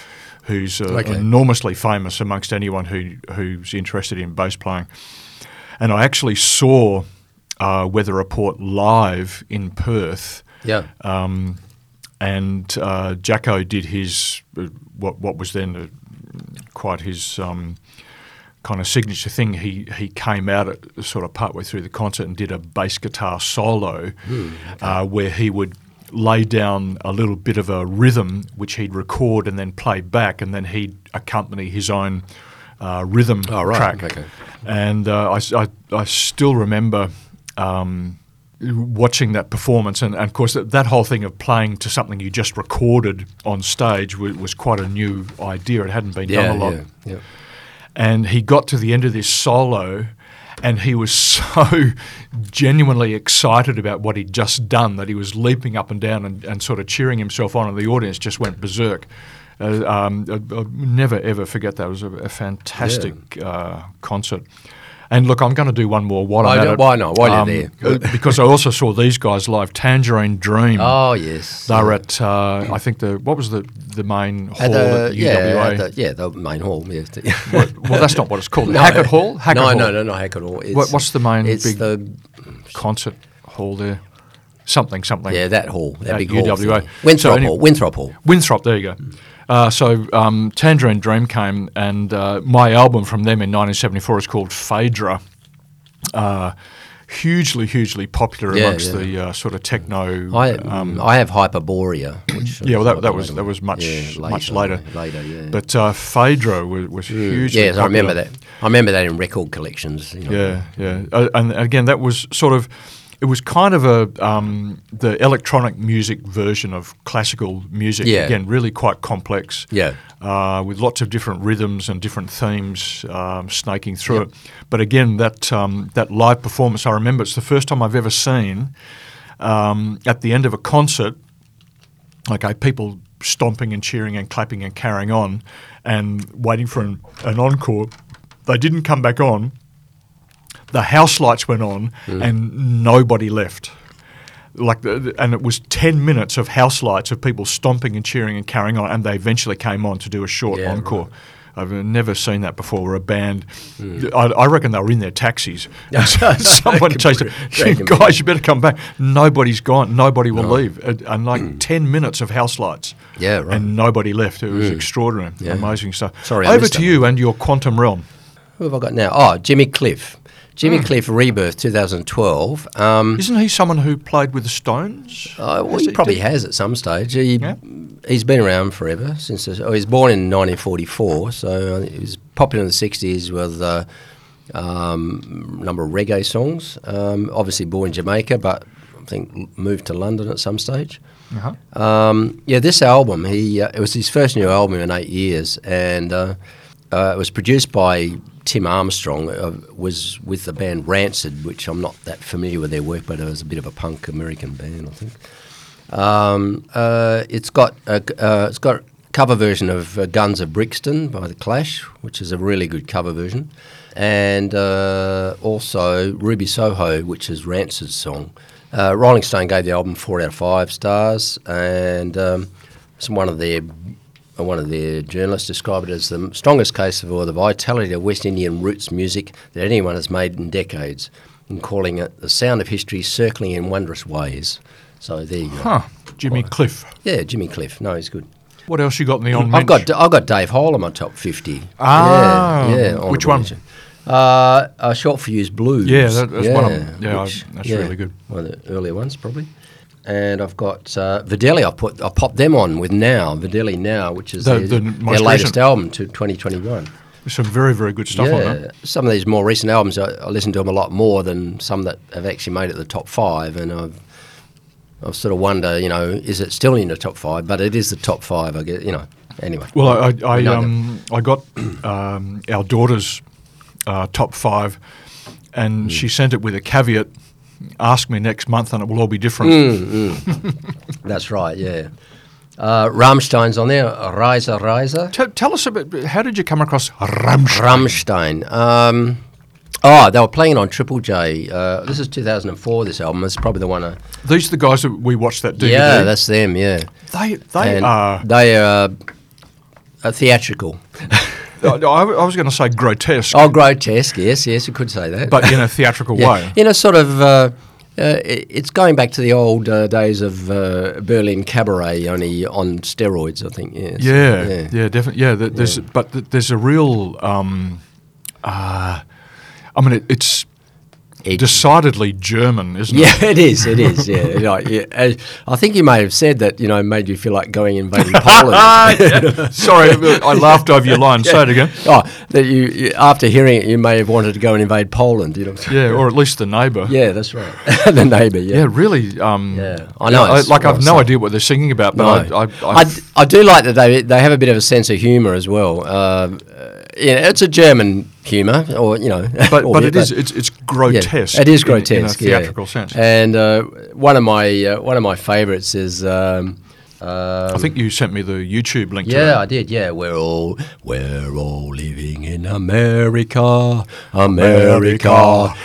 S2: who's uh,
S4: Okay.
S2: enormously famous amongst anyone who who's interested in bass playing. And I actually saw uh, Weather Report live in Perth.
S4: Yeah.
S2: Um, and uh, Jacko did his uh, what what was then uh, quite his um, kind of signature thing. He he came out at, sort of partway through the concert and did a bass guitar solo,
S4: Hmm,
S2: uh, where he would lay down a little bit of a rhythm which he'd record and then play back, and then he'd accompany his own uh, rhythm
S4: Oh, right,
S2: track.
S4: okay.
S2: And uh, I, s- I- I still remember um, watching that performance, and, and of course, that, that whole thing of playing to something you just recorded on stage was, was quite a new idea. It hadn't been
S4: Yeah,
S2: done a lot.
S4: yeah, yeah.
S2: And he got to the end of this solo, and he was so genuinely excited about what he'd just done that he was leaping up and down and, and sort of cheering himself on, and the audience just went berserk. Uh, um, I- I'll never ever forget that. It was a, a fantastic uh, concert. And look, I'm going to do one more while
S4: Why
S2: I'm at
S4: not-
S2: it.
S4: why not? While you're there.
S2: uh, because I also saw these guys live, Tangerine Dream.
S4: Oh yes,
S2: They were at, uh, I think the what was the the main hall
S4: At
S2: at,
S4: the,
S2: UWA?
S4: yeah, at the, yeah, the main hall. Yes.
S2: well, that's not what it's called. Hackett Hall. Hackett
S4: no,
S2: Hall.
S4: no, no, not Hackett Hall. It's,
S2: What, what's the main
S4: it's
S2: big
S4: the
S2: concert hall there? Something, something.
S4: yeah that hall, that
S2: At
S4: big hall. thing.
S2: UWA. So
S4: Winthrop
S2: any-
S4: Hall, Winthrop Hall.
S2: Winthrop, there you go.
S4: Mm.
S2: Uh, so um, Tangerine Dream came, and uh, my album from them in 1974 is called Phaedra. Uh, hugely, hugely popular
S4: Yeah,
S2: amongst
S4: yeah.
S2: the uh, sort of techno. uh,
S4: I um, I have Hyperborea. Which
S2: yeah, well, that,
S4: is
S2: that was
S4: later.
S2: that was much
S4: Yeah,
S2: much later.
S4: Later, yeah.
S2: But uh, Phaedra was, was hugely.
S4: yes, I remember
S2: popular.
S4: that. I remember that in record collections. You know.
S2: Yeah, yeah. Uh, and again, that was sort of, it was kind of a um, the electronic music version of classical music.
S4: Yeah.
S2: Again, really quite complex.
S4: Yeah.
S2: Uh, with lots of different rhythms and different themes um, snaking through it. But again, that um, that live performance, I remember it's the first time I've ever seen. Um, at the end of a concert, okay, people stomping and cheering and clapping and carrying on and waiting for an, an encore. They didn't come back on. The house lights went on
S4: Mm.
S2: and nobody left. Like, the, the- and it was ten minutes of house lights of people stomping and cheering and carrying on, and they eventually came on to do a short
S4: Yeah,
S2: encore. I've never seen that before. Where a band,
S4: Hmm.
S2: I, I reckon they were in their taxis. And so- Someone chased them.
S4: Great
S2: You guys, you better come back. Nobody's gone. Nobody will leave. And, and like ten minutes of house lights.
S4: Hmm. Yeah, right. Hmm.
S2: And nobody left. It was extraordinary,
S4: Yeah.
S2: amazing stuff.
S4: Sorry, I
S2: over
S4: missed
S2: to
S4: that
S2: you and your quantum realm.
S4: Who have I got now? Oh, Jimmy Cliff. Jimmy
S2: Hmm.
S4: Cliff Rebirth 2012. Um,
S2: Isn't he someone who played with the Stones?
S4: Uh, well,
S2: Has
S4: he probably
S2: did-
S4: has at some stage. He,
S2: Yeah.
S4: He's been around forever since. The, oh, he was born in 1944, so he was popular in the 60s with uh, um, a number of reggae songs. Um, obviously, born in Jamaica, but I think l- moved to London at some stage.
S2: Uh-huh.
S4: Um, yeah, this album, he uh, it was his first new album in eight years, and uh, uh, it was produced by Tim Armstrong. Uh, was with the band Rancid, which I'm not that familiar with their work, but it was a bit of a punk American band, I think. Um, uh, it's got a, uh, it's got a cover version of uh, Guns of Brixton by the Clash, which is a really good cover version, and uh, also Ruby Soho, which is Rancid's song. Uh, Rolling Stone gave the album four out of five stars, and um, it's one of their uh, one of their journalists described it as the strongest case of all the vitality of West Indian roots music that anyone has made in decades, and calling it the sound of history circling in wondrous ways. So there you go.
S2: Huh. Jimmy Cliff.
S4: Yeah, Jimmy Cliff. No, he's good.
S2: What else you got in the on?
S4: I've got I've got Dave Hole on my top fifty.
S2: Ah,
S4: yeah, yeah, honourable
S2: which one?
S4: mention. Uh, uh, short for You's Blues.
S2: Yeah, that- that's one of them. Yeah, I- that's really good.
S4: One of the earlier ones, probably. And I've got uh, Videlli. I put I popped them on with Now Videlli Now, which is their,
S2: The- the
S4: their
S2: most
S4: latest
S2: recent.
S4: album to 2021.
S2: some very very good stuff
S4: yeah,
S2: on that.
S4: some of these more recent albums I, I listen to them a lot more than some that have actually made it the top five, and I've I've sort of wonder, you know, is it still in the top five? But it is the top five, I guess. You know, anyway.
S2: Well, I, I, I,
S4: know them.
S2: um, I got um, our daughter's uh, top five, and
S4: Hmm.
S2: she sent it with a caveat: ask me next month, and it will all be different.
S4: Hmm. That's right, yeah. Uh, Rammstein's on there, Riser Riser.
S2: T- tell us a bit. How did you come across Ramsch?
S4: Rammstein. Um, oh, they were playing on Triple J. Uh, this is 2004, this album. It's probably the one I.
S2: These are the guys that we watched that DVD.
S4: Yeah, that's them, yeah.
S2: they they
S4: And
S2: are.
S4: They are uh, theatrical.
S2: I, I was going to say grotesque,
S4: Oh, grotesque, yes, yes, you could say that.
S2: but in a theatrical way.
S4: In a sort of, uh, uh, i- it's going back to the old uh, days of uh, Berlin cabaret, only on steroids, I think. Yes.
S2: Yeah, yeah, definitely. Yeah, th- there's but th- there's a real. Um, uh, I mean, it, it's
S4: edgy.
S2: Decidedly German, isn't it?
S4: Yeah, it is. It is. Yeah, You know, yeah. As- I think you may have said that. You know, made you feel like going invading Poland.
S2: Ah, yeah. Sorry, I laughed over your line. Say it again.
S4: oh, that you, you after hearing it, you may have wanted to go and invade Poland. You know.
S2: Yeah, or at least the neighbour.
S4: Yeah, that's right. the neighbour. Yeah.
S2: Yeah, really. Um,
S4: Yeah. I know, it's-
S2: like I've
S4: well,
S2: no
S4: so-
S2: idea what they're singing about, but
S4: No.
S2: I, I,
S4: I,
S2: I,
S4: d- I do like that they they have a bit of a sense of humour as well. Uh, yeah, it's a German humour, or you know,
S2: but, but
S4: albeit,
S2: it is it's, it's grotesque.
S4: Yeah, it is
S2: in-
S4: grotesque.
S2: in, a
S4: yeah.
S2: theatrical sense.
S4: And uh, one of my uh, one of my favourites is. Um, um,
S2: I think you sent me the YouTube link.
S4: Yeah,
S2: to
S4: I did. Yeah, we're all we're all living in America, America,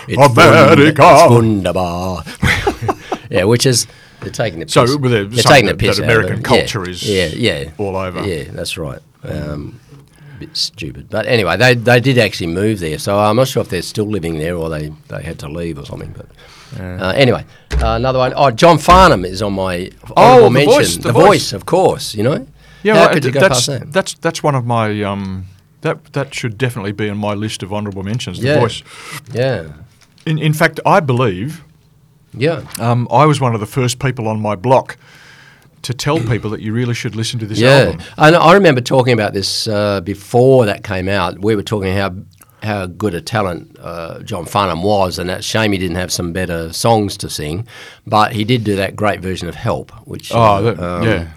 S4: it's wund-
S2: America.
S4: it's wunderbar. yeah, which is they're taking the piss.
S2: So they're
S4: they're taking
S2: saying
S4: the
S2: that-
S4: piss.
S2: that
S4: out of
S2: American
S4: it.
S2: culture
S4: yeah,
S2: is
S4: yeah, yeah,
S2: all over.
S4: Yeah, that's right. Um, bit stupid, but anyway, they they did actually move there, so I'm not sure if they're still living there or they they had to leave or something, but. Uh, anyway, uh, another one. Oh, John Farnham is on my honourable
S2: Oh, The
S4: mention.
S2: Voice, The
S4: the
S2: Voice.
S4: voice, of course. You know,
S2: Yeah,
S4: How
S2: right,
S4: could you go
S2: that's,
S4: past that?
S2: that's that's one of my um, that that should definitely be in my list of honourable mentions. The
S4: Yeah.
S2: voice.
S4: Yeah,
S2: In, in fact, I believe
S4: yeah,
S2: um, I was one of the first people on my block to tell people that you really should listen to this
S4: yeah.
S2: album.
S4: And I remember talking about this uh, before that came out. We were talking how how good a talent uh, John Farnham was, and that's a shame he didn't have some better songs to sing. But he did do that great version of "Help," which
S2: Oh,
S4: uh,
S2: that,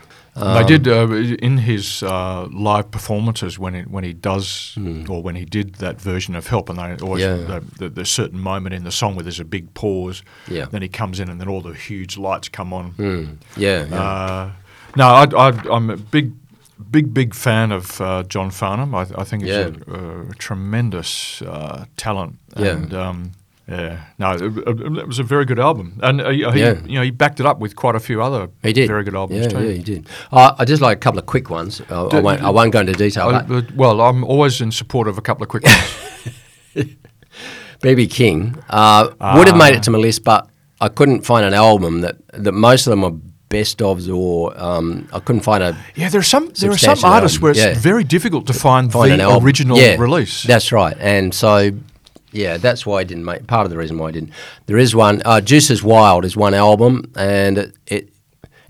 S2: yeah. they did
S4: um,
S2: uh, in his uh, live performances when it, when he does or when he did that version of Help, and they always
S4: Hmm. Yeah.
S2: the, the, the certain moment in the song where there's a big pause.
S4: Yeah. Hmm.
S2: Then he comes in, and then all the huge lights come on.
S4: yeah, yeah.
S2: Uh, no, I, I, I'm a big, big, big fan of uh, John Farnham. I, I think he's
S4: Yeah.
S2: a, a tremendous uh, talent.
S4: Yeah.
S2: And, um, yeah, no, it, it- it was a very good album, and uh, he,
S4: Yeah.
S2: you know, he backed it up with quite a few other
S4: he did
S2: very good albums
S4: Yeah,
S2: too.
S4: yeah, he did. I, I just like a couple of quick ones. I, I,
S2: Do-
S4: won't, I won't go into detail.
S2: I-
S4: but
S2: but- well, I'm always in support of a couple of quick ones.
S4: BB King uh, would have made
S2: Ah.
S4: it to my list, but I couldn't find an album that that most of them are best ofs, or um, I couldn't find a
S2: yeah, there are some there are some
S4: Substantial
S2: artists where it's
S4: album, yeah.
S2: very difficult to find,
S4: find an
S2: the
S4: album.
S2: original
S4: Yeah,
S2: release.
S4: That's right. And so, yeah, that's why I didn't make. Part of the reason why I didn't. There is one. Uh, Juices Wild is one album, and it, it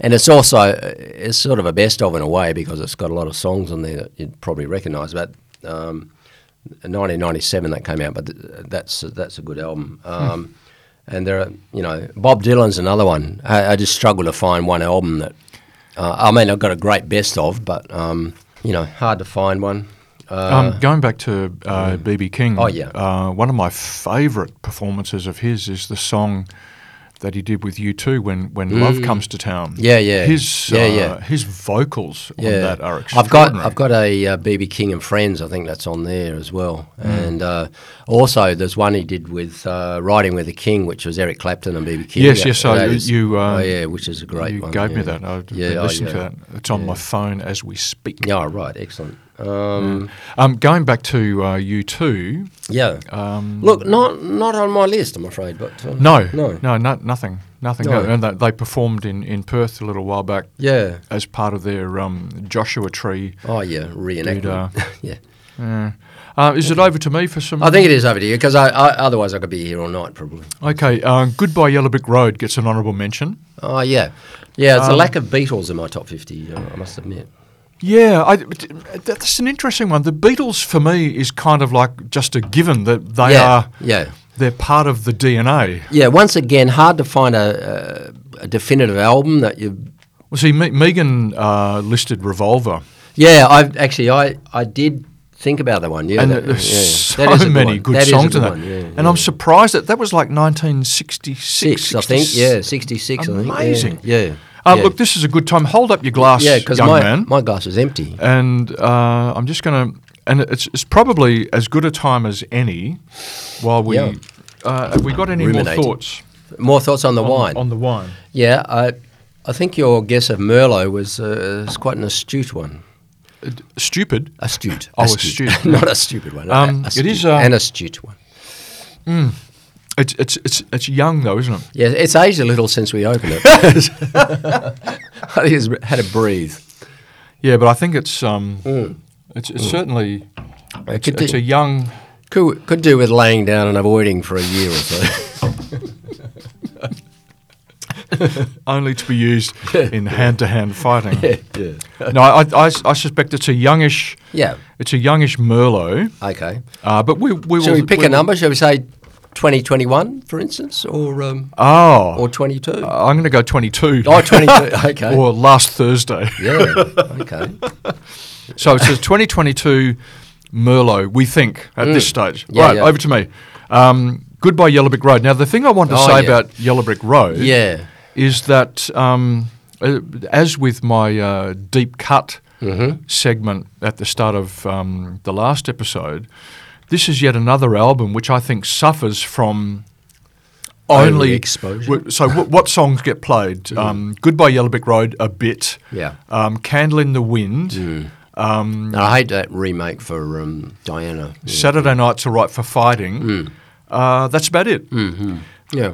S4: and it's also uh, it's sort of a best of in a way because it's got a lot of songs on there that you'd probably recognise. But um, 1997 that came out, but th- that's that's a good album. Um, And there are, you know, Bob Dylan's another one. I, I just struggle to find one album that. Uh, I mean, I've got a great best of, but um, you know, hard to find one. Uh,
S2: um, going back to uh, BB King.
S4: Oh, yeah.
S2: Uh, one of my favourite performances of his is the song that he did with U2 when when Love Comes to Town.
S4: Mm. Yeah, yeah.
S2: His
S4: Yeah,
S2: uh,
S4: yeah.
S2: his vocals on that are
S4: I've got
S2: extraordinary.
S4: I've got a uh, BB King and Friends. I think that's on there as well.
S2: Hmm.
S4: And uh, also, there's one he did with uh, Riding with the King, which was Eric Clapton and BB King.
S2: Yes,
S4: Yeah,
S2: yes, so
S4: that
S2: you-
S4: is-
S2: you, uh,
S4: oh, yeah, which is a great
S2: you
S4: one.
S2: gave me
S4: yeah.
S2: that. I
S4: Yeah, oh,
S2: listened
S4: yeah.
S2: to that. It's on my phone as we speak.
S4: Yeah, right. Excellent. Um,
S2: Um, going back to uh, U2.
S4: yeah.
S2: Um,
S4: Look, not not on my list, I'm afraid. But um,
S2: No,
S4: no,
S2: no, no nothing, nothing.
S4: No.
S2: And they, they performed in, in Perth a little while back
S4: yeah.
S2: as part of their um, Joshua Tree.
S4: Oh yeah, reenactment.
S2: uh,
S4: yeah.
S2: Yeah. Uh, is it over to me for some?
S4: I think it is over to you because I, I, otherwise I could be here all night probably.
S2: Okay, uh, Goodbye Yellow Brick Road gets an honourable mention.
S4: Oh yeah, yeah. It's a
S2: Um,
S4: lack of Beatles in my top fifty. uh, I I must admit.
S2: Yeah, I, but, uh, that's an interesting one. The Beatles for me is kind of like just a given that they
S4: yeah,
S2: are
S4: yeah.
S2: they're part of the DNA.
S4: Yeah, once again, hard to find a, a, a definitive album that you.
S2: Well, see, Me- Megan uh, listed Revolver,
S4: Yeah, I actually I, I did think about that one. Yeah,
S2: and
S4: that,
S2: there's
S4: yeah.
S2: so
S4: That is a
S2: many
S4: one.
S2: good
S4: That is a
S2: songs in that.
S4: one, yeah,
S2: And I'm surprised that that was like 1966,
S4: six, I think. Yeah, sixty-six.
S2: Amazing.
S4: I think. Yeah. Yeah.
S2: Uh,
S4: yeah.
S2: Look, this is a good time. Hold up your glass,
S4: yeah, because
S2: young
S4: my
S2: man.
S4: my glass is empty.
S2: and uh, I'm just going to, and it's, it's probably as good a time as any. While we,
S4: Yeah.
S2: uh, have we got any
S4: Ruminating.
S2: more thoughts
S4: More thoughts on the
S2: on,
S4: wine?
S2: on the wine?
S4: yeah, I I think your guess of Merlot was uh, is quite an astute one.
S2: Uh, d- Stupid.
S4: Astute.
S2: Oh, astute.
S4: Not a stupid one.
S2: Um,
S4: a-
S2: it is,
S4: astute.
S2: uh,
S4: an astute one.
S2: It's it's it's it's young though, isn't it?
S4: Yeah, it's aged a little since we opened it. I think it's had a breathe.
S2: Yeah, but I think it's um,
S4: Mm.
S2: it's, it's certainly it's,
S4: could
S2: it's
S4: do.
S2: a young.
S4: Could, could do with laying down and avoiding for a year or so.
S2: only to be used in hand-to-hand fighting.
S3: Yeah.
S2: No, I, I, I suspect it's a youngish,
S4: Yeah.
S2: it's a youngish Merlot.
S4: Okay.
S2: Uh, but we we
S4: Shall
S2: will
S4: we pick
S2: we
S4: a
S2: will-
S4: number? Shall we say 2021, for instance, or um,
S2: Oh,
S4: or 22?
S2: I'm going to go 22.
S4: oh, 22. Okay.
S2: Or last Thursday.
S4: yeah. Okay.
S2: So it's a 2022 Merlot, we think, at this stage.
S4: Mm. Yeah,
S2: right,
S4: yeah.
S2: over to me. Um, goodbye, Yellow Brick Road. Now, the thing I want to
S4: Oh,
S2: say
S4: yeah.
S2: about Yellow Brick Road
S4: Yeah.
S2: is that, um, uh, as with my uh, deep cut
S4: Mm-hmm.
S2: segment at the start of um, the last episode, this is yet another album which I think suffers from only,
S4: Only exposure. Mm.
S2: w- so, w- what songs get played? Um, Goodbye, Yellow Brick Road, a bit.
S4: Yeah. Mm.
S2: Um, Candle in the Wind. Um,
S4: And I hate that remake for um, Diana.
S2: Saturday nights are right for fighting. Uh, that's about it.
S4: Yeah. Hmm.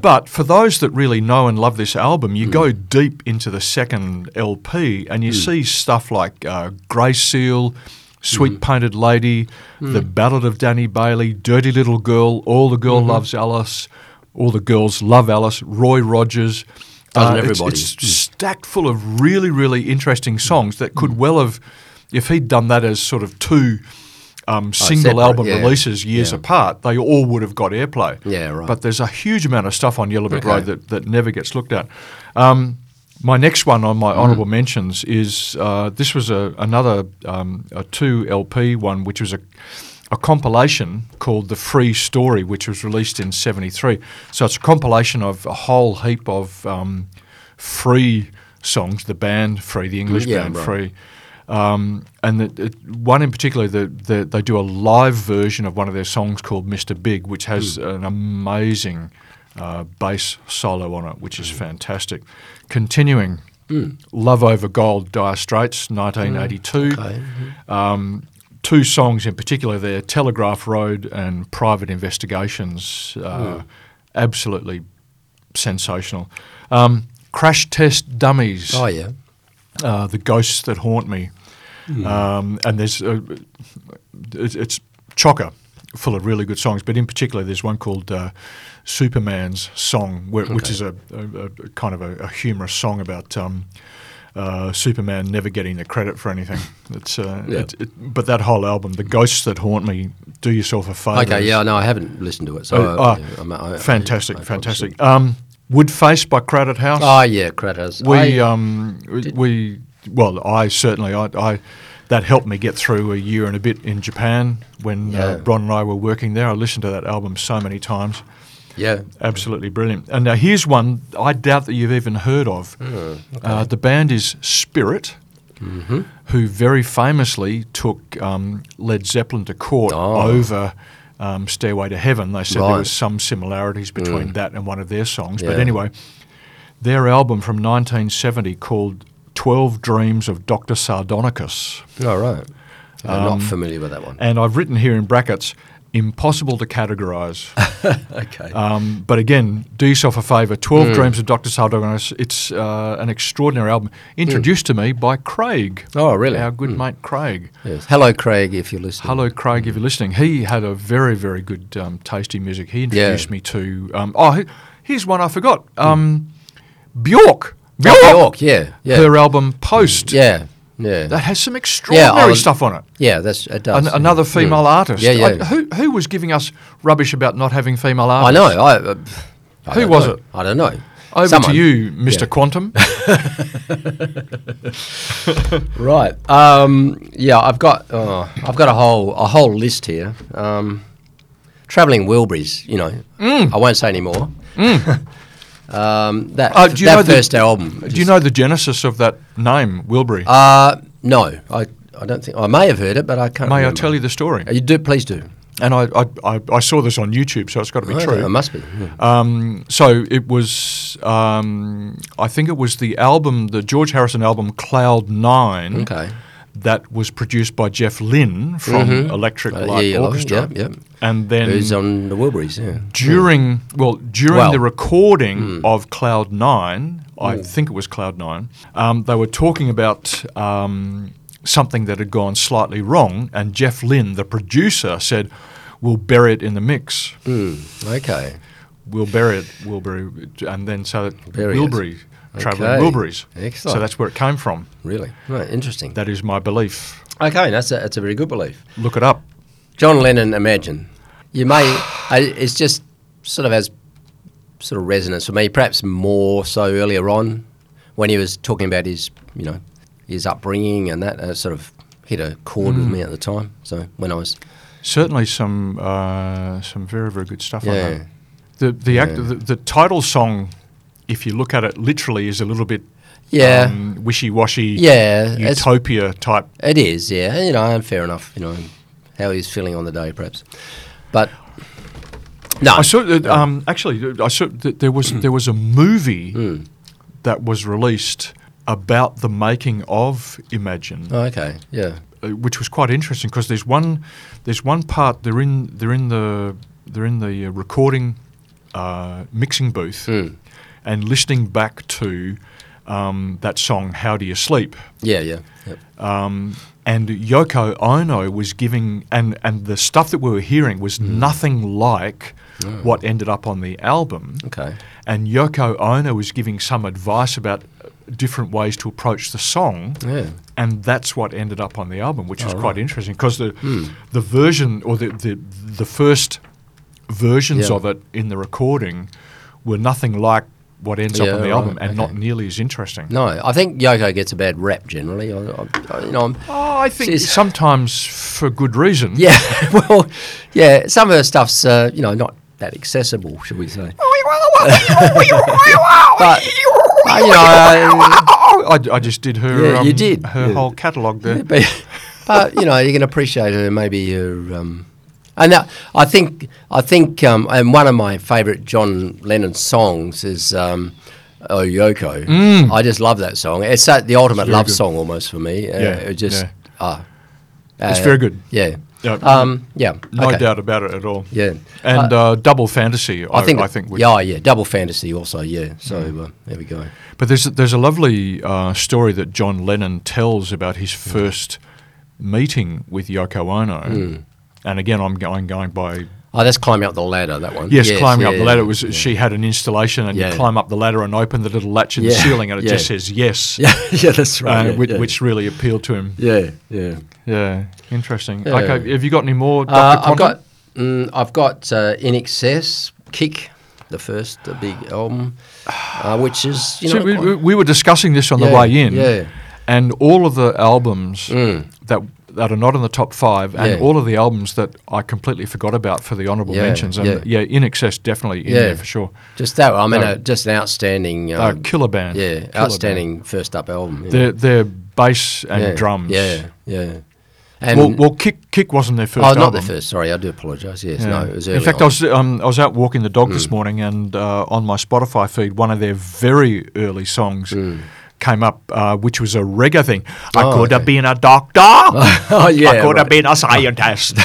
S2: But for those that really know and love this album, you go deep into the second LP and you see stuff like uh, Grey Seal, Sweet
S4: Hmm.
S2: Painted Lady, The Ballad of Danny Bailey, Dirty Little Girl, All the
S4: Hmm.
S2: Girl Loves Alice, All the Girls Love Alice, Roy Rogers. Uh,
S4: Doesn't
S2: it's-
S4: everybody? Hmm.
S2: It's, stacked full of really, really interesting songs that
S4: Hmm.
S2: could well have, if he'd done that as sort of two um, single
S4: Uh, separate,
S2: album
S4: yeah.
S2: releases years
S4: Yeah.
S2: apart, they all would have got airplay.
S4: Yeah, right.
S2: But there's a huge amount of stuff on Yellow Brick
S4: Okay.
S2: Road that, that never gets looked at. Um, my next one on my
S4: Mm-hmm.
S2: honourable mentions is uh, this was a, another um, a two LP one, which was a, a compilation called The Free Story, which was released in '73. So it's a compilation of a whole heap of um, free songs, the band Free, the English
S4: Yeah,
S2: band
S4: right.
S2: Free. Um, and the, it, one in particular, the, the, they do a live version of one of their songs called Mr. Big, which has an amazing uh, bass solo on it, which is fantastic. Continuing, Love Over Gold, Dire Straits,
S4: Hmm.
S2: 1982. Um, two songs in particular there, Telegraph Road and Private Investigations. Uh, Absolutely sensational. Um, Crash Test Dummies
S4: oh, yeah.
S2: uh, the ghosts that haunt me,
S4: Hmm.
S2: um, and there's uh, it's, it's chocker full of really good songs, but in particular there's one called uh, Superman's Song, where, which is a, a, a a kind of a, a humorous song about. Um, uh, Superman never getting the credit for anything. It's, uh,
S4: Yeah.
S2: it, it, but that whole album, "The Ghosts That Haunt Me," do yourself a favour.
S4: Okay. Yeah. No, I haven't listened to it. So.
S2: Uh,
S4: I-
S2: ah,
S4: yeah, I'm- I- I-
S2: fantastic,
S4: I probably
S2: fantastic.
S4: should.
S2: Um, Woodface by Crowded House.
S4: Oh, yeah. Kratos.
S2: We
S4: I-
S2: um we- we well I certainly I, I that helped me get through a year and a bit in Japan when
S4: Yeah.
S2: uh, Bron and I were working there. I listened to that album so many times.
S4: yeah.
S2: Absolutely brilliant. And now here's one I doubt that you've even heard of.
S4: Hmm,
S2: uh, the band is Spirit,
S4: Mm-hmm.
S2: who very famously took um, Led Zeppelin to court
S4: Oh.
S2: over um, Stairway to Heaven. They said there
S4: Right. Mm.
S2: was some similarities between that and one of their songs. But
S4: Yeah.
S2: anyway, their album from 1970 called 12 Dreams of Dr. Sardonicus.
S4: All right. I'm
S2: um,
S4: not familiar with that one.
S2: And I've written here in brackets, impossible to categorize.
S4: Okay.
S2: Um, but again, do yourself a favour. Twelve
S4: Mm.
S2: Dreams of Dr. Sardonis. It's uh, an extraordinary album, introduced to me by Craig.
S4: Oh, really? Mm.
S2: Our good mate Craig.
S4: yes. Hello, Craig, if you're listening.
S2: Hello, Craig,
S4: Mm.
S2: if you're listening. He had a very, very good um, taste in music. He introduced me to. Um, oh, he- here's one I forgot. Um, Bjork. Bjork.
S4: Mm. Oh, York. Yeah. Yeah. Mm.
S2: Her album Post.
S4: yeah. Yeah.
S2: That has some extraordinary
S4: was-
S2: stuff on it.
S4: yeah. That's it. Does
S2: An,
S4: yeah. Mm.
S2: another female artist.
S4: Yeah, yeah.
S2: I- who, who was giving us rubbish about not having female
S4: I
S2: artists?
S4: know. I, uh, I
S2: Who
S4: don't
S2: was
S4: know.
S2: it?
S4: I don't know.
S2: Over
S4: Someone.
S2: to you, Mr. Quantum.
S4: Right. Um, yeah, I've got oh, I've got a whole a whole list here. Um, Traveling Wilburys, you know.
S2: Mm.
S4: I won't say any more. um, that
S2: Uh, Mm. do you know
S4: that
S2: the-
S4: first album.
S2: Do you know the genesis of that name, Wilbury?
S4: Uh, no, I, I don't think I may have heard it, but I can't.
S2: May I
S4: remember.
S2: tell you the story?
S4: Uh, You do, please do.
S2: And I, I, I, I saw this on YouTube, so it's got to be
S4: I don't know, It
S2: true.
S4: must be. yeah.
S2: Um, so it was, um, I think it was the album, the George Harrison album Cloud Nine,
S4: Okay.
S2: that was produced by Jeff Lynne from Electric
S4: Uh,
S2: Light
S4: yeah, yeah,
S2: Orchestra.
S4: yeah, yeah.
S2: And then
S4: Who's on the Wilburys? Yeah.
S2: during well during
S4: Hmm. Well. hmm.
S2: the recording of Cloud Nine, I think it was Cloud Nine. Um, they were talking about um, something that had gone slightly wrong, and Jeff Lynne, the producer, said, "We'll bury it in the mix.
S4: Mm, okay.
S2: We'll bury it. We'll bury." it." And then so
S4: Bury it.
S2: Wilbury traveling
S4: Okay.
S2: Wilburys.
S4: Excellent.
S2: So that's where it came from.
S4: Really? Right, interesting.
S2: That is my belief.
S4: Okay, that's a, that's a very good belief.
S2: Look it up.
S4: John Lennon, Imagine. You may, I, it's just sort of has sort of resonance for me, perhaps more so earlier on when he was talking about his, you know, his upbringing and that uh, sort of hit a chord
S2: Mm.
S4: with me at the time. So when I was,
S2: Certainly, some uh, some very very good stuff. on
S4: yeah,
S2: that. The the, act,
S4: Yeah.
S2: the the title song, if you look at it literally, is a little bit
S4: yeah,
S2: um, wishy washy,
S4: yeah, it's,
S2: utopia type.
S4: it is, yeah, you know, and fair enough, you know, how he's feeling on the day, perhaps, but no,
S2: I saw that, um, actually I saw that there was there was a movie
S4: Hmm.
S2: that was released about the making of Imagine.
S4: oh, okay, yeah,
S2: uh, which was quite interesting because there's one there's one part they're in they're in the they're in the uh, recording uh, mixing booth
S4: Mm.
S2: and listening back to um, that song "How Do You Sleep."
S4: yeah, yeah, yep.
S2: Um, and Yoko Ono was giving, and, and the stuff that we were hearing was nothing like what ended up on the album.
S4: okay,
S2: And Yoko Ono was giving some advice about uh, different ways to approach the song
S4: yeah,
S2: and that's what ended up on the album, which was quite interesting because the
S4: Hmm.
S2: the version or the the, the first versions
S4: Yeah.
S2: of it in the recording were nothing like what ends up
S4: Yeah,
S2: on the
S4: right,
S2: album, and not
S4: okay.
S2: nearly as interesting.
S4: no, I think Yoko gets a bad rap generally. I, I, I- you know, I'm,
S2: Oh, I think
S4: She's-
S2: sometimes for good reason.
S4: yeah, well, yeah, some of her stuff's uh, you know not that accessible, should we say? But uh, you know,
S2: Oh,
S4: uh,
S2: I, I just did her.
S4: Yeah, you
S2: um,
S4: did.
S2: her
S4: Yeah.
S2: whole catalogue there.
S4: but, but you know you can appreciate her maybe her um, and that, I think I think um, and one of my favourite John Lennon songs is um, Oh Yoko.
S2: Mm.
S4: I just love that song. It's uh, the ultimate love song almost for me. Uh,
S2: Yeah,
S4: it just
S2: yeah.
S4: ah,
S2: It's
S4: uh,
S2: very good.
S4: Yeah.
S2: Yeah,
S4: Um, yeah.
S2: no
S4: okay.
S2: doubt about it at all.
S4: Yeah.
S2: And uh, double fantasy. I,
S4: I think.
S2: I think Mm. would
S4: yeah, oh, yeah. Double fantasy also. Yeah. So uh, there we go.
S2: But there's there's a lovely uh, story that John Lennon tells about his
S4: Mm.
S2: first meeting with Yoko Ono,
S4: Mm.
S2: and again I'm going going by
S4: Oh, that's climbing up the ladder. That one.
S2: yes, climbing up
S4: yeah,
S2: the ladder.
S4: yeah.
S2: It was she had an installation, and
S4: Yeah.
S2: you climb up the ladder and open the little latch in the
S4: Yeah,
S2: ceiling, and it just
S4: yeah.
S2: says yes,
S4: Yeah. Yeah. That's right.
S2: uh,
S4: yeah,
S2: which,
S4: yeah.
S2: which really appealed to him.
S4: Yeah. Yeah.
S2: Yeah, interesting.
S4: Yeah.
S2: Okay, have you got any more?
S4: Uh,
S2: Dr.
S4: I've
S2: Conte?
S4: got mm, I've got uh, In Excess, Kick, the first uh, big album, uh, which is you
S2: See,
S4: know
S2: we, we- we were discussing this on the
S4: Yeah,
S2: way in,
S4: yeah. Mm.
S2: and all of the albums that that are not in the top five, and
S4: Yeah.
S2: all of the albums that I completely forgot about for the honourable
S4: Yeah,
S2: mentions, and
S4: yeah.
S2: yeah. in excess definitely in
S4: Yeah.
S2: there for sure.
S4: just that. I mean,
S2: No.
S4: uh, just an outstanding.
S2: Uh,
S4: Um,
S2: killer band,
S4: yeah,
S2: killer
S4: outstandand first up album. you know.
S2: Band. Their their bass and
S4: yeah.
S2: drums.
S4: Yeah, yeah. And
S2: well, well, kick kick wasn't their first.
S4: oh,
S2: album.
S4: not the first. Sorry, I do apologise. Yes, no, it was early
S2: in fact,
S4: on. Mm.
S2: I was um, I was out walking the dog this morning, and uh, on my Spotify feed, one of their very early songs came up, uh, which was a reggae thing.
S4: Mm.
S2: I
S4: Oh,
S2: could have
S4: okay.
S2: been a doctor.
S4: Oh, yeah,
S2: I
S4: right.
S2: could have been a scientist.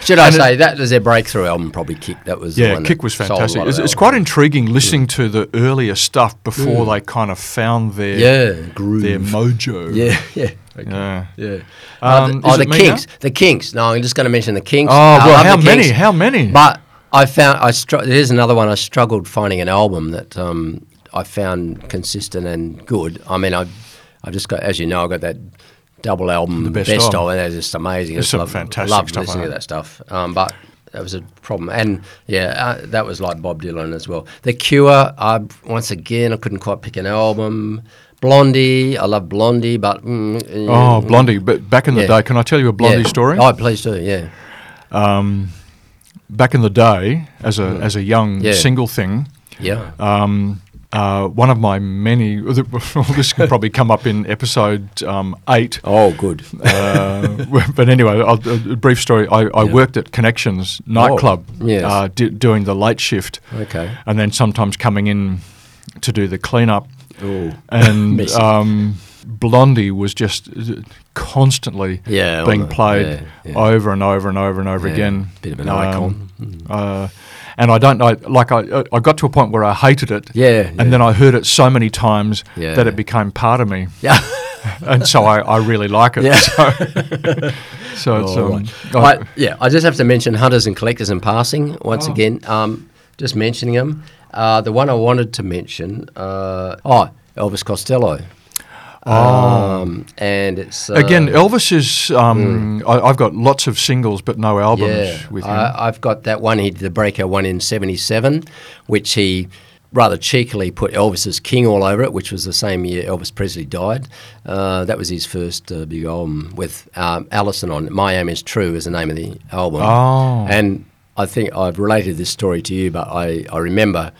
S4: Should I say that was their breakthrough album? Probably Kick. That was the
S2: yeah,
S4: one
S2: Kick
S4: that
S2: was
S4: sold a
S2: fantastic.
S4: lot of
S2: It's, it's
S4: albums. Mm.
S2: quite intriguing listening to the earlier stuff before they kind of found their
S4: yeah groove.
S2: their mojo.
S4: yeah, yeah.
S2: Yeah.
S4: Yeah.
S2: Um,
S4: oh,
S2: is
S4: the
S2: it me
S4: Kinks. The Kinks. No, I'm just going to mention the Kinks.
S2: now?
S4: I
S2: Oh well,
S4: love the
S2: how many?
S4: Kinks.
S2: How many?
S4: But I found I str- there's another one. I struggled finding an album that um, I found consistent and good. I mean, I I just got as you know, I got that double album, the
S2: best
S4: best
S2: of.
S4: album, and that's just amazing. I just
S2: some
S4: love,
S2: fantastic
S4: loved
S2: stuff,
S4: listening to
S2: eh?
S4: that stuff. Um, but that was a problem, and yeah, uh, that was like Bob Dylan as well. The Cure. I once again I couldn't quite pick an album. Blondie. I love Blondie, but mm,
S2: oh,
S4: mm,
S2: Blondie. But back in the
S4: Yeah.
S2: day, can I tell you a Blondie
S4: yeah.
S2: story?
S4: Oh, please do. Yeah.
S2: Back in the day, as a as a young
S4: Mm. Yeah.
S2: single thing,
S4: Yeah.
S2: um, uh, one of my many. This can probably come up in episode um, eight.
S4: oh, good.
S2: uh, but anyway, I'll, uh, a brief story. I, I worked at Connections nightclub,
S4: Oh, yes.
S2: uh, d- doing the late shift,
S4: Okay.
S2: and then sometimes coming in to do the cleanup.
S4: Ooh.
S2: And
S4: Messy.
S2: um, Blondie was just uh, constantly
S4: Yeah,
S2: being
S4: on the-
S2: played
S4: yeah, yeah.
S2: over and over and over and over
S4: Yeah,
S2: again.
S4: bit of an icon. Hmm.
S2: uh, and I don't know, like I, I got to a point where I hated it.
S4: Yeah,
S2: And
S4: yeah.
S2: then I heard it so many times
S4: Yeah.
S2: that it became part of me
S4: Yeah.
S2: and so I, I really like it.
S4: Yeah.
S2: So, so it's um, I- Oh.
S4: I, yeah, I just have to mention hunters and collectors in passing once again. Um, just mentioning them. Uh, the one I wanted to mention, uh, oh, Elvis Costello. Um, and it's uh,
S2: Oh.
S4: Hmm.
S2: Again, Elvis is. Um, I, I've got lots of singles, but no albums
S4: yeah,
S2: with him.
S4: I, I've got that one. He did the breakout one in '77, which he rather cheekily put Elvis as King all over it, which was the same year Elvis Presley died. Uh, that was his first uh, big album with um, Allison on. it. My Aim Is True is the name of the album.
S2: Oh.
S4: And I think I've related this story to you, but I, I remember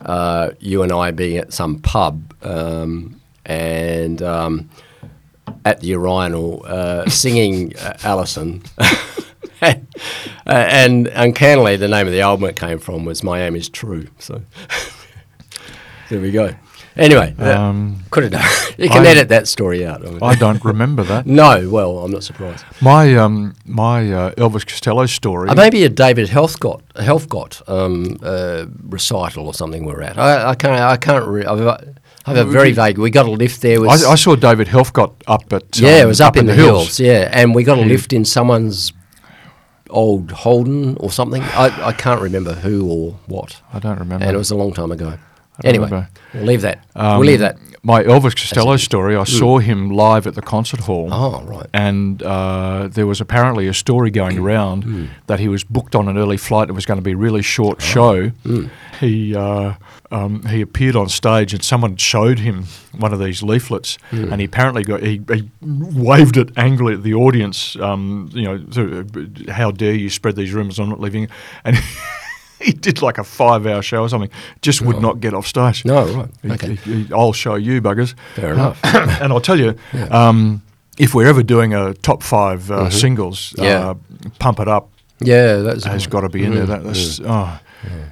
S4: uh, you and I being at some pub um, and um, at the urinal uh, singing uh, Allison. and, and uncannily, the name of the album it came from was My Aim Is True. So there we go. Anyway,
S2: Um,
S4: could have done. you can
S2: I-
S4: edit that story out. Uh, I mean.
S2: I don't remember that.
S4: no, well, I'm not surprised.
S2: My um, my uh, Elvis Costello story.
S4: Uh, maybe a David Heathcott, Heathcott um, uh, recital or something we're at. I, I can't. I can't. Re- I've, I have a very vague. We got a lift there. Was,
S2: I, I saw David Helfgott up at
S4: yeah, it
S2: um,
S4: was up, in, the hills. Yeah, and we got a lift in someone's old Holden or something. I, I can't remember who or what,
S2: I don't remember.
S4: and it was a long time ago. Anyway,
S2: remember.
S4: we'll leave that.
S2: Um,
S4: we'll leave that. Hmm.
S2: My Elvis Costello story. I saw him live at the concert hall.
S4: Oh right.
S2: And uh, there was apparently a story going around that he was booked on an early flight. It was going to be a really short show. He uh, um, he appeared on stage and someone showed him one of these leaflets, and he apparently got he, he waved it angrily at the audience. Um, you know, sort of, how dare you spread these rumours? I'm not leaving. And he did like a five-hour show or something. Just would not get off stage.
S4: No right.
S2: He-
S4: Okay.
S2: he- he- I'll show you buggers.
S4: Fair enough.
S2: and I'll tell you, um, if we're ever doing a top five uh, singles,
S4: Mm-hmm. Yeah. Mm-hmm.
S2: uh, Pump It Up
S4: Yeah, that's
S2: has got to be in there. That, that's, oh.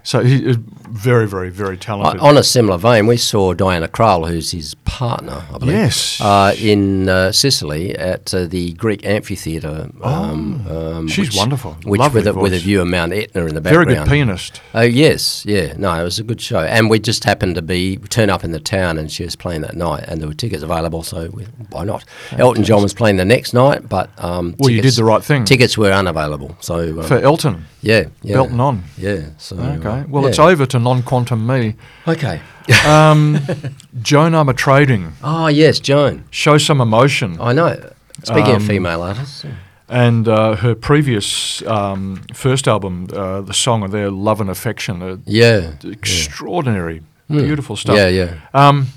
S2: So he is very, very, very talented.
S4: On a similar vein, we saw Diana Krall, who's his partner, I believe.
S2: Yes.
S4: Uh, in uh, Sicily at uh, the Greek amphitheatre. Um, um,
S2: Oh, She's
S4: which,
S2: wonderful.
S4: Which
S2: Lovely
S4: with a, with a
S2: voice.
S4: view of Mount Etna in the
S2: very
S4: background.
S2: good pianist.
S4: Oh yes, yeah. No, it was a good show, and we just happened to be turn up in the town, and she was playing that night, and there were tickets available, so we, why not? Elton John was playing the next night, but um,
S2: Well, you did
S4: tickets-
S2: the right thing.
S4: Tickets were unavailable, so um,
S2: For Elton,
S4: yeah, yeah,
S2: Elton on.
S4: yeah. So
S2: Okay.
S4: uh,
S2: Well, it's
S4: yeah.
S2: over to non quantum me.
S4: Okay.
S2: Um, Joan Armour Trading,
S4: Oh yes, Joan.
S2: Show Some Emotion.
S4: I know. Speaking
S2: Um,
S4: of female artists,
S2: And uh, her previous um, first album, uh, the song of their love and affection, uh,
S4: yeah, Hmm.
S2: extraordinary, beautiful stuff.
S4: yeah, yeah.
S2: Um,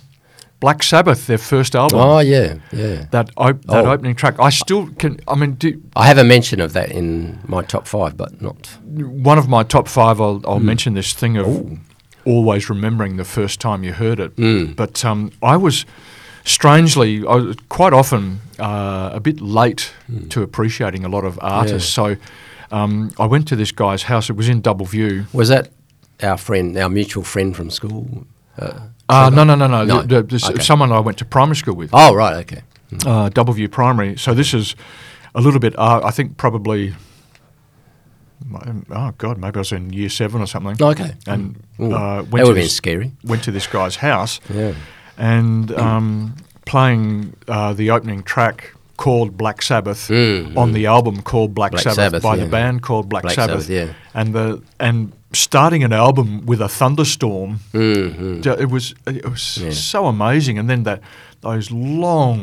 S2: Black Sabbath, their first album.
S4: Oh yeah, yeah.
S2: That op- that
S4: Oh.
S2: opening track, I still can. I mean, do,
S4: I have a mention of that in my top five, but not.
S2: one of my top five. I'll,
S4: Hmm.
S2: I'll mention this thing of
S4: Oh.
S2: always remembering the first time you heard it.
S4: Hmm.
S2: But um, I was strangely, I was quite often uh, a bit late
S4: Hmm.
S2: to appreciating a lot of artists. So um, I went to this guy's house. It was in Double View.
S4: Was that our friend, our mutual friend from school? Uh,
S2: Uh, no, no, no, no.
S4: No.
S2: The- the- this-
S4: Okay.
S2: Someone I went to primary school with.
S4: oh right, okay.
S2: uh, Doubleview Primary. So this is a little bit. Uh, I think probably. Oh God, maybe I was in year seven or something.
S4: Okay.
S2: And
S4: Ooh,
S2: uh,
S4: that
S2: went
S4: would
S2: to
S4: have been
S2: this,
S4: scary.
S2: went to this guy's house.
S4: Yeah.
S2: And um, playing uh, the opening track called Black Sabbath on the album called Black,
S4: Mm. Black
S2: Sabbath,
S4: Sabbath,
S2: by
S4: yeah.
S2: the band called Black,
S4: Black
S2: Sabbath.
S4: Sabbath, yeah.
S2: And the and starting an album with a thunderstorm.
S4: Mm-hmm.
S2: Ju- It was it was so amazing, and then that those long,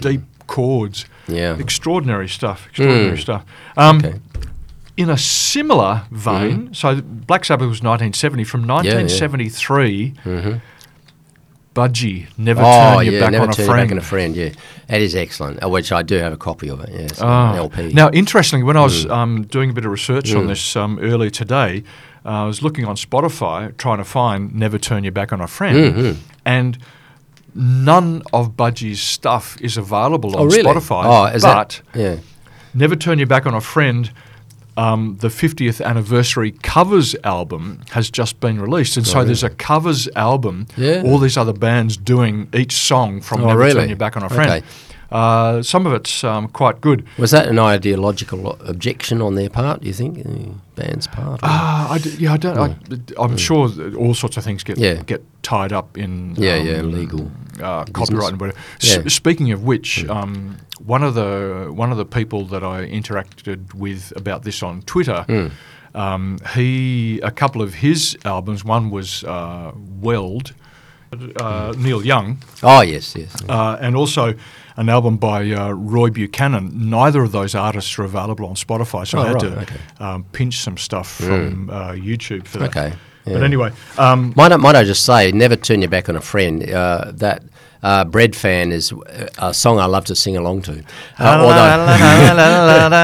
S2: deep chords,
S4: Mm-hmm. Yeah. Mm.
S2: extraordinary stuff, extraordinary stuff. Um,
S4: Okay.
S2: In a similar vein,
S4: Mm-hmm.
S2: so Black Sabbath was 1970. From 1973, Budgie, Never
S4: Mm-hmm. Oh
S2: Turn Your
S4: yeah,
S2: Back
S4: never
S2: on a
S4: turn
S2: Friend.
S4: your back on a friend. Yeah, that is excellent. uh, Which I do have a copy of it. Yeah, it's
S2: Ah.
S4: an LP.
S2: Now, interestingly, when I was
S4: Mm.
S2: um, doing a bit of research on this um, earlier today, uh, I was looking on Spotify trying to find "Never Turn Your Back on a Friend,"
S4: Mm-hmm.
S2: and none of Budgie's stuff is available on
S4: oh really?
S2: Spotify.
S4: Oh, is
S2: but
S4: that? Yeah.
S2: "Never Turn Your Back on a Friend." Um, the 50th anniversary covers album has just been released, and so there's a covers album.
S4: Oh, Yeah.
S2: All these other bands doing each song from
S4: Oh,
S2: "Never
S4: really?
S2: Turn Your Back on a Friend."
S4: Okay. Mm.
S2: Uh, some of it's um, quite good.
S4: Was that an ideological objection on their part? Do you think the band's part?
S2: Ah, I d- yeah, I don't. I, am sure that all sorts of things get
S4: Mm. Yeah.
S2: get tied up in
S4: yeah,
S2: um,
S4: yeah, legal.
S2: uh, copyright and whatever. S-
S4: Yeah. Hmm.
S2: speaking of which, um,
S4: Hmm.
S2: one of the one of the people that I interacted with about this on Twitter Um, he a couple of his albums. One was uh, Weld, uh,
S4: Hmm.
S2: Neil Young,
S4: Oh yes, yes.
S2: uh, and also an album by uh, Roy Buchanan. Neither of those artists are available on Spotify, so
S4: Oh,
S2: I had
S4: right,
S2: to
S4: okay. Hmm.
S2: um, pinch some stuff from uh, YouTube for that.
S4: Okay,
S2: But
S4: yeah.
S2: anyway, um,
S4: Might I, might I just say, never turn your back on a friend. Uh, that uh, bread fan is uh, a song I love to sing along to. Uh, although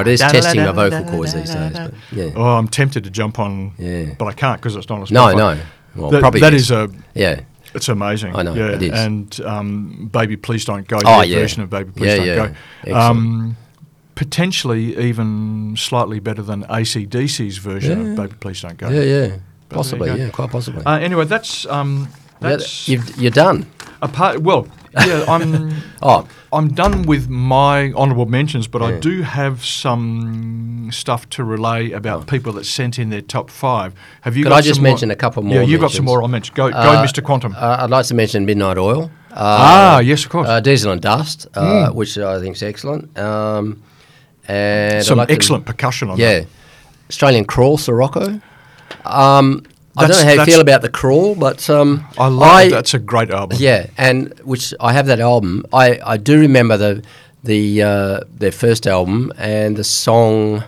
S4: it is testing my vocal cords these days. But yeah.
S2: I'm tempted to jump on,
S4: Yeah.
S2: but I can't because it's not on
S4: No,
S2: Spotify.
S4: no. Well,
S2: That-
S4: probably
S2: that
S4: yes.
S2: is a
S4: yeah.
S2: It's amazing.
S4: I know,
S2: yeah.
S4: it is.
S2: And um, Baby Please Don't Go,
S4: Oh,
S2: their
S4: yeah.
S2: version of Baby Please
S4: Yeah,
S2: Don't
S4: yeah.
S2: Go. Um, potentially even slightly better than ACDC's version
S4: Yeah.
S2: of Baby Please Don't Go.
S4: Yeah, yeah.
S2: there you
S4: Possibly,
S2: go.
S4: yeah, quite possibly.
S2: Uh, anyway, that's um,
S4: Yeah,
S2: that's
S4: you've, you're done.
S2: a part. Well, yeah, I'm
S4: Oh,
S2: I'm done with my honourable mentions, but I do have some stuff to relay about people that sent in their top five. Have you?
S4: Oh. Could
S2: got
S4: I just
S2: some more-
S4: mention a couple more
S2: Yeah, you got some
S4: mentions?
S2: more. I'll mention. Go, go,
S4: Uh,
S2: Mr. Quantum.
S4: uh, I'd like to mention Midnight Oil. Uh,
S2: ah, yes, of course. Hmm.
S4: uh, Diesel and Dust, uh, which I think is excellent. Um, and I'd
S2: some
S4: like to-
S2: excellent percussion on that.
S4: yeah. Australian Crawl, Sirocco. Um, I don't
S2: That's-
S4: know how you
S2: that's-
S4: feel about the Crawl, but um,
S2: I love
S4: I-
S2: That's a great album.
S4: Yeah, and which I have that album. I, I do remember the the uh, their first album and the song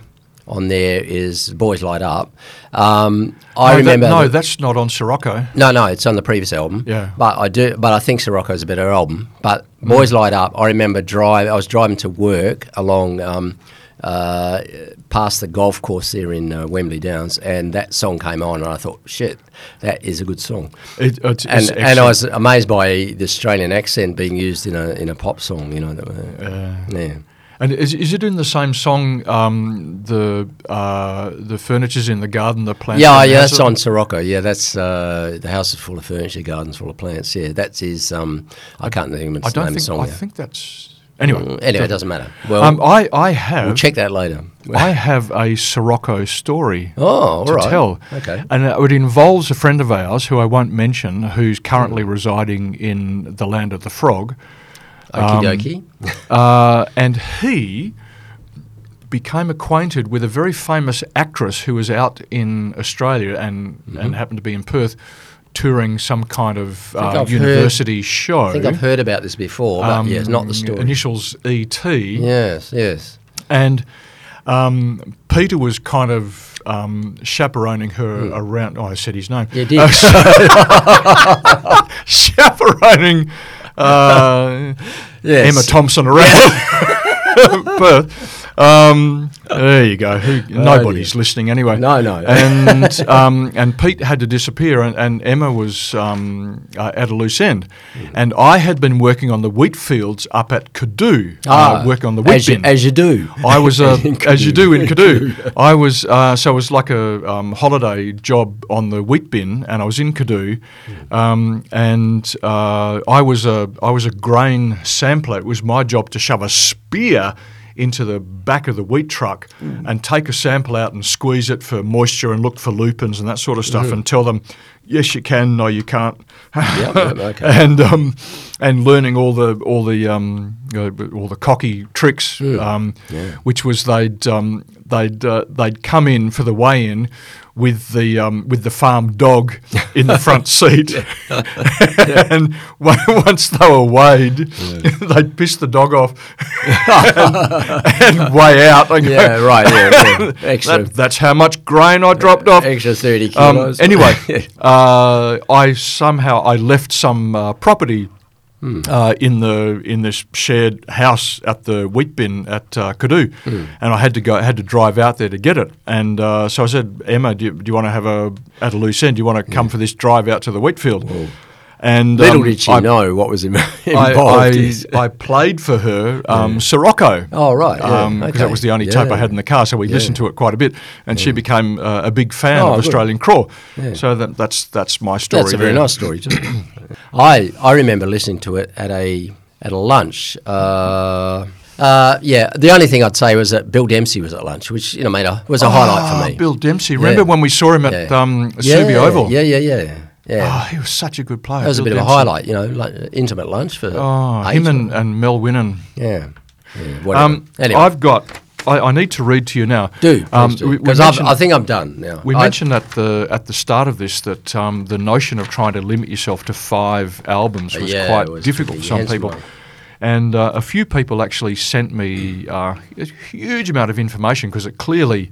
S4: on there is "Boys Light Up." Um, I
S2: No, Oh, that-
S4: remember.
S2: no,
S4: the-
S2: that's not on Sirocco.
S4: no, no, it's on the previous album.
S2: Yeah.
S4: but I do. But I think Sirocco's a better album. But
S2: Mm.
S4: "Boys Light Up," I remember drive. I was driving to work along. Um, uh, past the golf course there in uh, Wembley Downs, and that song came on, and I thought, "Shit, that is a good song."
S2: It, it's, it's
S4: and and I
S2: excellent.
S4: was amazed by the Australian accent being used in a in a pop song. You know, that, uh, yeah.
S2: And is, is it in the same song? Um, the uh, the furniture's in the garden, the plants.
S4: Yeah,
S2: in the
S4: yeah,
S2: house?
S4: that's on Sirocco. Yeah, that's uh, the house is full of furniture, gardens full of plants. Yeah, that's his. Um, I can't think of
S2: I
S4: his name
S2: don't
S4: of the
S2: think.
S4: song.
S2: I
S4: now.
S2: think that's anyway.
S4: anyway, it doesn't matter. Well,
S2: Um, I I have
S4: we'll check that later.
S2: I have a Sirocco story.
S4: Oh, all
S2: to
S4: right.
S2: tell.
S4: Okay.
S2: And uh, it involves a friend of ours who I won't mention, who's
S4: Hmm.
S2: currently residing in the land of the frog. um,
S4: Okie dokie.
S2: Uh, and he became acquainted with a very famous actress who was out in Australia and,
S4: Mm-hmm.
S2: and happened to be in Perth touring some kind of
S4: think
S2: uh,
S4: I've heard-
S2: university show.
S4: I think I've heard about this before, but yeah, it's not the
S2: um,
S4: story.
S2: Initials E.T.
S4: yes, yes.
S2: And um, Peter was kind of um, chaperoning her
S4: Hmm.
S2: around. Oh, I said his name.
S4: You did.
S2: Uh, chaperoning uh,
S4: Yes.
S2: Emma Thompson around Perth. Um, there you go. Who, nobody's listening anyway.
S4: Oh, No, no.
S2: And um, and Pete had to disappear, and, and Emma was um, uh, at a loose end.
S4: Hmm.
S2: And I had been working on the wheat fields up at Kudu, uh, working on the wheat
S4: Ah, as you,
S2: bin.
S4: as you do.
S2: I was, uh,
S4: In
S2: as you do in
S4: Kudu.
S2: Kudu, I was, uh, so it was like a um, holiday job on the wheat bin, and I was in Kudu,
S4: Hmm.
S2: um, and uh, I was a, I was a grain sampler. It was my job to shove a spear into the back of the wheat truck
S4: Hmm.
S2: and take a sample out and squeeze it for moisture and look for lupins and that sort of stuff, and tell them, yes, you can, no, you can't.
S4: Hmm. Yep, yep, okay.
S2: and um, and learning all the all the um, uh, all the cocky tricks, um, which was they'd um, they'd uh, they'd come in for the weigh in with the um, with the farm dog in the front seat, and on- once they were weighed, they'd piss the dog off and, and weigh out. and go,
S4: Yeah, right. Yeah, yeah. extra,
S2: that, that's how much grain I dropped off.
S4: extra thirty
S2: Um,
S4: kilos.
S2: anyway, uh, I somehow I left some uh, property
S4: Hmm.
S2: uh, in the in this shared house at the wheat bin at uh, Kudu,
S4: Hmm.
S2: and I had to go had to drive out there to get it. And uh, so I said, Emma, do you, do you want to have a at a loose end? Do you want to come for this drive out to the wheat field? And
S4: Hmm. Oh. Little
S2: um,
S4: did she
S2: I,
S4: know what was im-
S2: I,
S4: involved.
S2: I,
S4: yes.
S2: I played for her um, Sirocco.
S4: Oh, right, yeah,
S2: um, 'cause
S4: okay,
S2: that was the only
S4: yeah.
S2: tape I had in the car, so we listened to it quite a bit, and she became uh, a big fan
S4: Oh,
S2: of
S4: good.
S2: Australian Crawl. So that, that's that's my story.
S4: That's a very
S2: there.
S4: nice story. Too. I I remember listening to it at a at a lunch. Uh, uh, yeah, the only thing I'd say was that Bill Dempsey was at lunch, which you know made a was a highlight
S2: Ah,
S4: for me.
S2: Bill Dempsey. Remember when we saw him at
S4: Yeah.
S2: um,
S4: yeah,
S2: Subi Oval?
S4: Yeah, yeah, yeah, yeah.
S2: Oh, he was such a good player.
S4: that was a
S2: Bill
S4: bit of a
S2: Dempsey.
S4: highlight, you know, like, uh, intimate lunch for
S2: Oh,
S4: eight
S2: him
S4: or-
S2: and, and Mel Winnan.
S4: yeah, yeah whatever.
S2: Um,
S4: anyway,
S2: I've got I, I need to read to you now.
S4: Do
S2: Um,
S4: because
S2: we- we mentioned-
S4: I think I'm done now.
S2: We
S4: I-
S2: mentioned at the at the start of this that um, the notion of trying to limit yourself to five albums was
S4: Yeah,
S2: quite
S4: it was
S2: difficult for some
S4: pretty
S2: people.
S4: handsome.
S2: And uh, a few people actually sent me uh, a huge amount of information because it clearly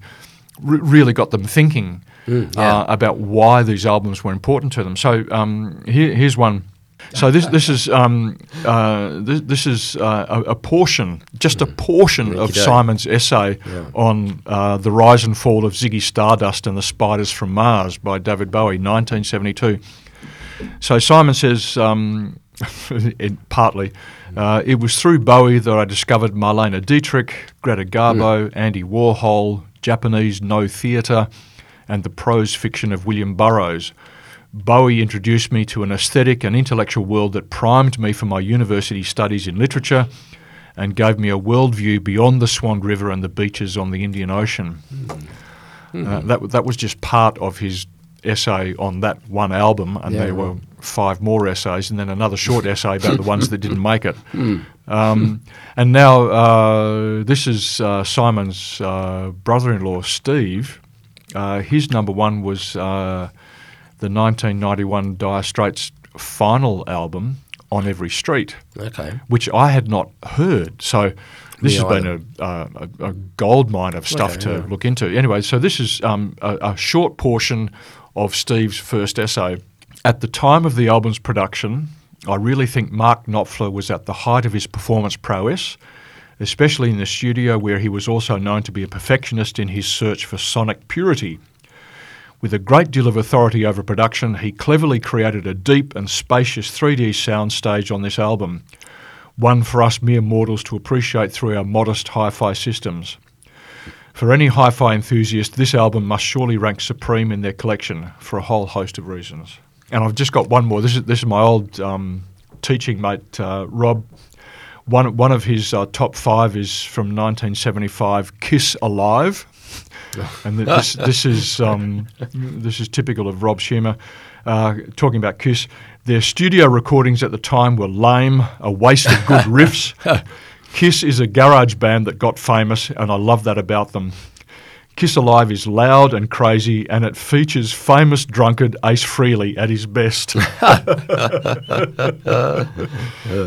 S2: re- really got them thinking
S4: yeah.
S2: uh, about why these albums were important to them. So um, here, here's one. So this this is um, uh, this, this is uh, a, a portion, just a portion of
S4: Okey-doke.
S2: Simon. Simon's essay on uh, the rise and fall of Ziggy Stardust and the Spiders from Mars by David Bowie, 1972. So Simon says, um, it, partly, uh, it was through Bowie that I discovered Marlena Dietrich, Greta Garbo, Andy Warhol, Japanese no theatre, and the prose fiction of William Burroughs. Bowie introduced me to an aesthetic and intellectual world that primed me for my university studies in literature and gave me a worldview beyond the Swan River and the beaches on the Indian Ocean. Uh, that, w- that was just part of his essay on that one album, and
S4: Yeah,
S2: there
S4: right.
S2: were five more essays, and then another short essay about the ones that didn't make it. Um, and now uh, this is uh, Simon's uh, brother-in-law, Steve. Uh, his number one was uh, the 1991 Dire Straits final album, On Every Street
S4: Okay.
S2: which I had not heard. So
S4: Me
S2: this has been a, uh, a, a gold mine of stuff
S4: Okay,
S2: to
S4: yeah.
S2: look into. Anyway, so this is um, a, a short portion of Steve's first essay. At the time of the album's production, I really think Mark Knopfler was at the height of his performance prowess, especially in the studio where he was also known to be a perfectionist in his search for sonic purity. With a great deal of authority over production, he cleverly created a deep and spacious 3D soundstage on this album, one for us mere mortals to appreciate through our modest hi fi systems. For any hi fi enthusiast, this album must surely rank supreme in their collection for a whole host of reasons. And I've just got one more. This is, this is my old um, teaching mate, uh, Rob. One, one of his uh, top five is from 1975 Kiss Alive. And th- this, this is um, this is typical of Rob Schumer uh, talking about Kiss. Their studio recordings at the time were lame, a waste of good riffs. Kiss is a garage band that got famous, and I love that about them. Kiss Alive is loud and crazy, and it features famous drunkard Ace Frehley at his best.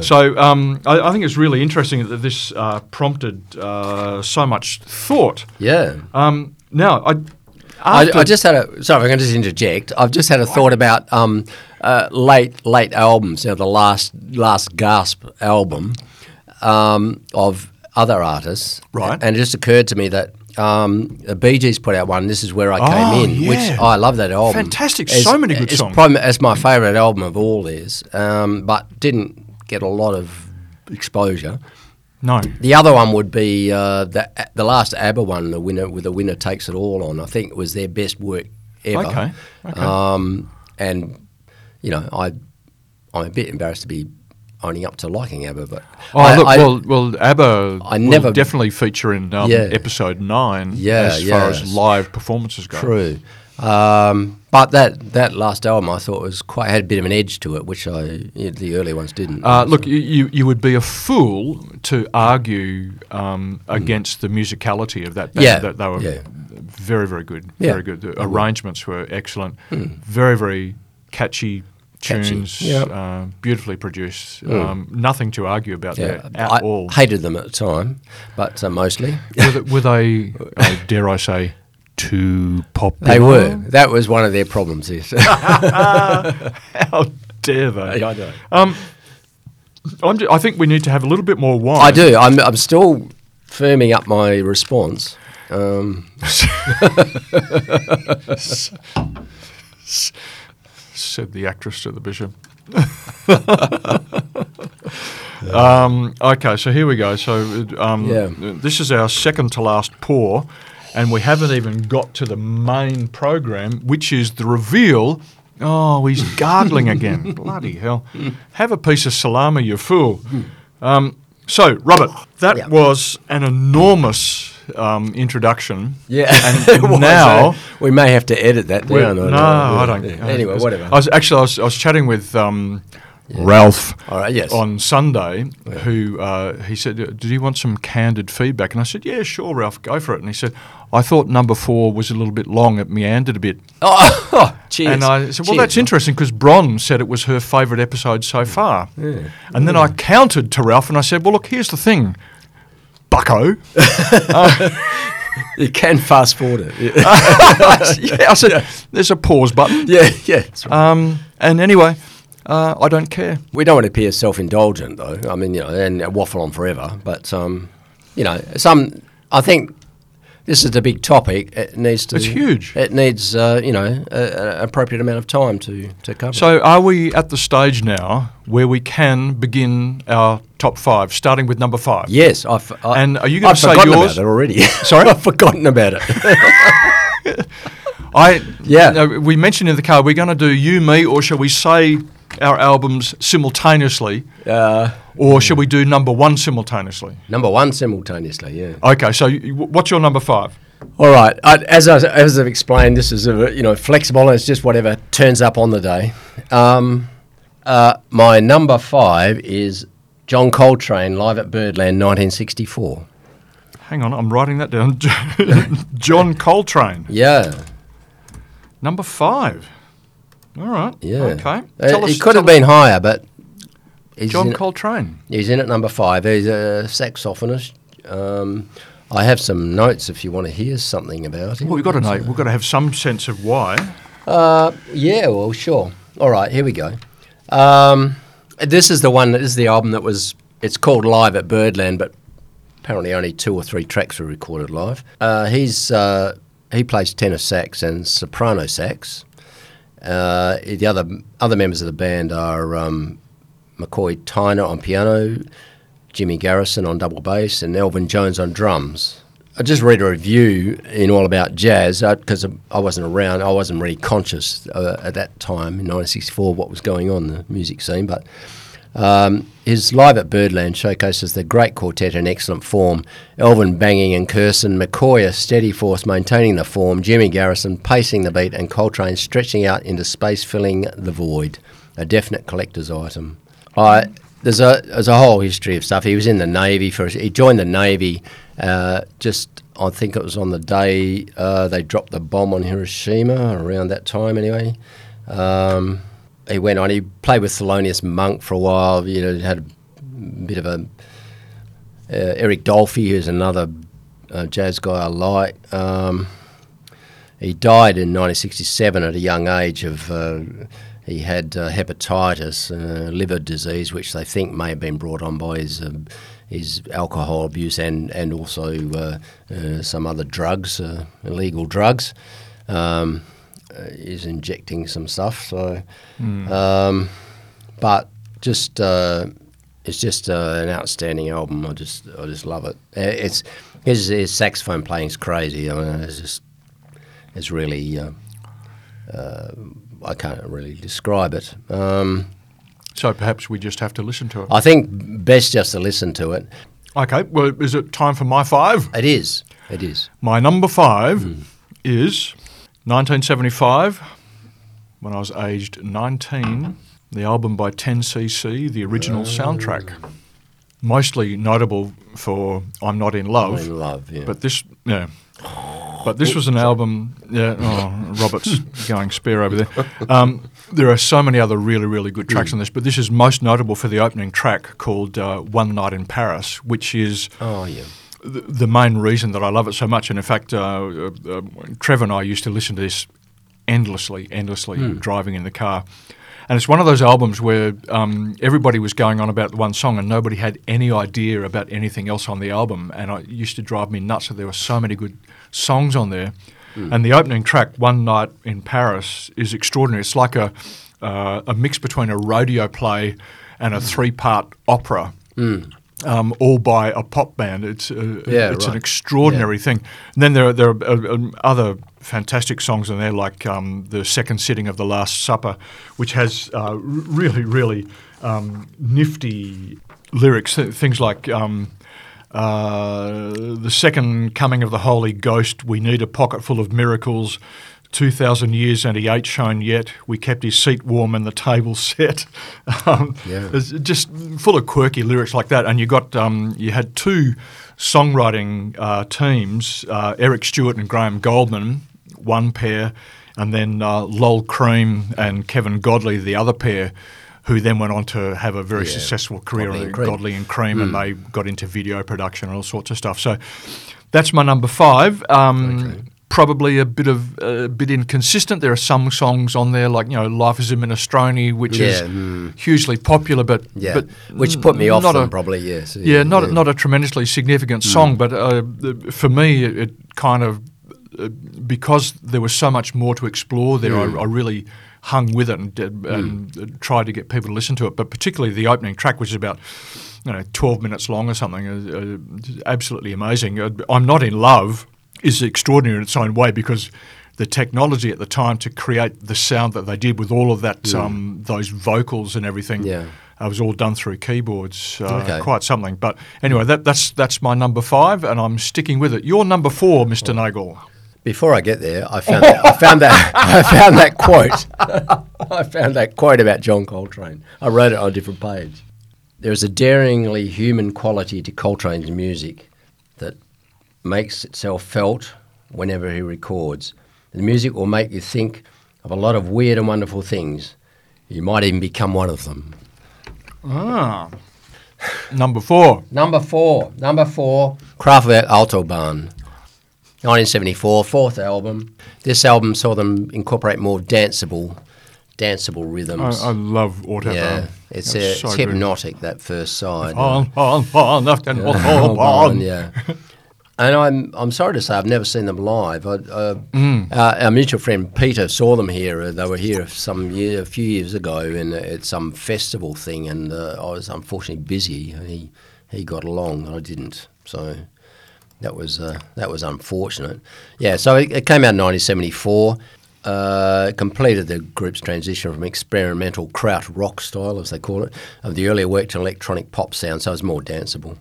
S2: So um, I, I think it's really interesting that this uh, prompted uh, so much thought.
S4: Yeah.
S2: Um, now, I,
S4: I,
S2: after,
S4: I just had a sorry. I'm going to just interject. I've just had a thought about um, uh, late late albums. You know, the last last gasp album um, of other artists.
S2: Right.
S4: And it just occurred to me that um, the Bee Gees put out one. This is where I
S2: Oh,
S4: came in, which
S2: yeah.
S4: I love that album.
S2: Fantastic, so many good
S4: it's
S2: songs.
S4: prim- it's my favourite album of all theirs, um, but didn't get a lot of exposure.
S2: no,
S4: The other one would be uh, the the last ABBA one, the winner with the winner takes it all on. I think it was their best work ever.
S2: Okay, okay.
S4: Um, and you know, I I'm a bit embarrassed to be owning up to liking ABBA, but
S2: oh
S4: I,
S2: look,
S4: I-
S2: well, well, ABBA
S4: I
S2: will
S4: never-
S2: definitely feature in um,
S4: Yeah.
S2: episode nine
S4: Yeah,
S2: as far
S4: yeah.
S2: as live performances go.
S4: true. Um, but that that last album I thought was quite had a bit of an edge to it, which I the earlier ones didn't.
S2: Uh, look, you, you you would be a fool to argue um, against the musicality of that band.
S4: Mm. Yeah,
S2: That they were
S4: yeah.
S2: very, very good.
S4: Yeah. Mm.
S2: Very good. The arrangements were excellent. Very, very catchy
S4: Catchy,
S2: tunes.
S4: yep.
S2: Uh, beautifully produced. Um, nothing to argue about
S4: yeah,
S2: there at
S4: I
S2: all.
S4: hated them at the time, but uh, mostly
S2: were they, were they uh, dare I say, too popular?
S4: they were. That was one of their problems. Yes.
S2: How dare they?
S4: I know.
S2: Um, I'm ju- I think we need to have a little bit more wine.
S4: I do. I'm, I'm still firming up my response. Um,
S2: said the actress to the bishop. um, okay, so here we go. So uh, um,
S4: Yeah.
S2: this is our second to last pour, and we haven't even got to the main program, which is the reveal. Oh, he's gargling again. Bloody hell. Have a piece of salami, you fool. Um, so, Robert, that
S4: Yeah.
S2: was an enormous um, introduction.
S4: It was,
S2: And now.
S4: uh, we may have to edit that
S2: Well,
S4: down.
S2: no, I don't.
S4: Anyway,
S2: I,
S4: whatever.
S2: I was actually I was, I was chatting with um, Ralph
S4: All right, yes.
S2: on Sunday, who uh, he said, "Do you want some candid feedback?" And I said, "Yeah, sure, Ralph, go for it." And he said, "I thought number four was a little bit long; it meandered a bit."
S4: Oh, cheers.
S2: And I said, "Well, that's
S4: Cheers.
S2: interesting because Bron said it was her favourite episode so far." And then I
S4: Mm.
S2: countered to Ralph and I said, "Well, look, here's the thing, Bucko."
S4: You can fast forward it. Yeah,
S2: yeah, I said, "There's a pause button."
S4: yeah. yeah. that's right.
S2: Um, and anyway, uh, I don't care.
S4: we don't want to appear self-indulgent, though. I mean, you know, and waffle on forever. But um, you know, some. I think this is the big topic. It needs to.
S2: It's huge.
S4: It needs, uh, you know, a- a- an appropriate amount of time to to cover. it.
S2: So, are we at the stage now where we can begin our top five, starting with number five?
S4: Yes, I've. I,
S2: And are you gonna
S4: I've
S2: say
S4: forgotten
S2: yours?
S4: About it already.
S2: Sorry?
S4: I've forgotten about it.
S2: I
S4: Yeah.
S2: no, we mentioned in the car we're going to do you, me, or shall we say our albums simultaneously,
S4: Uh,
S2: or shall we do number one simultaneously?
S4: number one simultaneously. Yeah.
S2: Okay, so you- what's your number five?
S4: All right. I, as, I, as I've explained, this is a, you know flexible and it's just whatever turns up on the day. Um, uh, my number five is John Coltrane live at Birdland, 1964.
S2: Hang on, I'm writing that down. John Coltrane,
S4: Yeah,
S2: number five. All right.
S4: yeah.
S2: Okay.
S4: Uh,
S2: Tell us-
S4: it could
S2: tell
S4: have
S2: us-
S4: been higher, but he's
S2: John
S4: in,
S2: Coltrane.
S4: he's in at number five. He's a saxophonist. Um, I have some notes if you want to hear something about him.
S2: Well, we've got to know. We've got to have some sense of why.
S4: Uh, yeah, well, sure. All right, here we go. Um, this is the one. This is the album that was. It's called Live at Birdland, but apparently only two or three tracks were recorded live. Uh, he's uh, he plays tenor sax and soprano sax. Uh, the other other members of the band are um, McCoy Tyner on piano, Jimmy Garrison on double bass, and Elvin Jones on drums. I just read a review in All About Jazz because I wasn't around. I wasn't really conscious uh, at that time in 1964 what was going on in the music scene. But um, his live at Birdland showcases the great quartet in excellent form. Elvin banging and cursing, McCoy a steady force maintaining the form, Jimmy Garrison pacing the beat, and Coltrane stretching out into space, filling the void. A definite collector's item. I there's a there's a whole history of stuff. He was in the navy for he joined the navy uh, just I think it was on the day uh, they dropped the bomb on Hiroshima around that time anyway. Um, he went on. He played with Thelonious Monk for a while. You know, had a bit of a uh, Eric Dolphy, who's another uh, jazz guy I like. Um, he died in 1967 at a young age of. Uh, he had uh, hepatitis, uh, liver disease, which they think may have been brought on by his um his alcohol abuse and and also uh, uh, some other drugs, uh, illegal drugs. Um, uh, is injecting some stuff. So, um, but just uh, it's just uh, an outstanding album. I just I just love it. Uh, It's his, his saxophone playing's crazy. I mean, it's just it's really uh, uh, I can't really describe it. Um,
S2: So perhaps we just have to listen to it.
S4: I think best just to listen to it.
S2: Okay, well, is it time for my five?
S4: It is. It is.
S2: My number five is 1975, when I was aged 19, the album by 10cc, the original soundtrack. Mostly notable for I'm Not in
S4: I'm
S2: Love,
S4: in love. Oh, Yeah.
S2: but this, yeah. But this was an album, yeah. Oh, Robert's going spare over there. Um, there are so many other really, really good tracks on this, but this is most notable for the opening track called uh, One Night in Paris, which is
S4: oh yeah.
S2: the the main reason that I love it so much, and in fact, uh, uh, uh, Trevor and I used to listen to this endlessly, endlessly driving in the car. And it's one of those albums where um, everybody was going on about the one song, and nobody had any idea about anything else on the album. And it used to drive me nuts that there were so many good songs on there. And the opening track, "One Night in Paris," is extraordinary. It's like a uh, a mix between a rodeo play and a three part opera um, all by a pop band. It's uh,
S4: Yeah,
S2: it's an
S4: right.
S2: extraordinary thing. And then there are, there are uh, um, other fantastic songs in there, like um, the second sitting of the Last Supper, which has uh, r- really really um, nifty lyrics. Th- things like. Um, uh, the second coming of the Holy Ghost, we need a pocket full of miracles, 2,000 years and he ain't shown yet. We kept his seat warm and the table set. Um,
S4: Yeah.
S2: It's just full of quirky lyrics like that. And you got um, you had two songwriting uh, teams, uh, Eric Stewart and Graham Goldman, one pair, and then uh, Lol Cream and Kevin Godley, the other pair, who then went on to have a very successful career
S4: Godley
S2: on
S4: and Cream. Hmm.
S2: Godley and Cream, and they got into video production and all sorts of stuff. So that's my number five. Um, Probably a bit of a bit inconsistent. There are some songs on there like you know "Life Is a Minestrone," which is
S4: Yeah, hmm.
S2: hugely popular, but
S4: Yeah,
S2: but
S4: which put me off
S2: not
S4: them
S2: a-
S4: probably. Yes.
S2: yeah, not not a tremendously significant song, but uh, the- for me, it, it kind of uh, because there was so much more to explore there, I, I really hung with it and, did, and uh, tried to get people to listen to it. But particularly the opening track, which is about you know twelve minutes long or something, uh, uh, absolutely amazing. Uh, I'm not in love is extraordinary in its own way because. The technology at the time to create the sound that they did with all of that, um, those vocals and everything,
S4: Yeah.
S2: uh, was all done through keyboards. Uh,
S4: Okay.
S2: Quite something. But anyway, that, that's that's my number five, and I'm sticking with it. Your number four, Mr. Nagle.
S4: Before I get there, I found that, I found that I found that quote. I found that quote about John Coltrane. I wrote it on a different page. There is a daringly human quality to Coltrane's music that makes itself felt whenever he records. The music will make you think of a lot of weird and wonderful things. You might even become one of them.
S2: Ah. Number four.
S4: Number four. Number four. Kraftwerk Autobahn. 1974, fourth album. This album saw them incorporate more danceable, danceable rhythms.
S2: love Autobahn.
S4: yeah, it's, uh, it's hypnotic that first side.
S2: On, on, on, left and on,
S4: Oh,
S2: on,
S4: Barn, yeah. And I'm I'm sorry to say I've never seen them live. I, uh, our, our mutual friend Peter saw them here. Uh, they were here some year, a few years ago, in uh, at some festival thing, and uh, I was unfortunately busy. He he got along, and I didn't. So that was uh, that was unfortunate. Yeah. So it, it came out in 1974. Uh, it completed the group's transition from experimental kraut rock style, as they call it, of the earlier work to electronic pop sound. So it's more danceable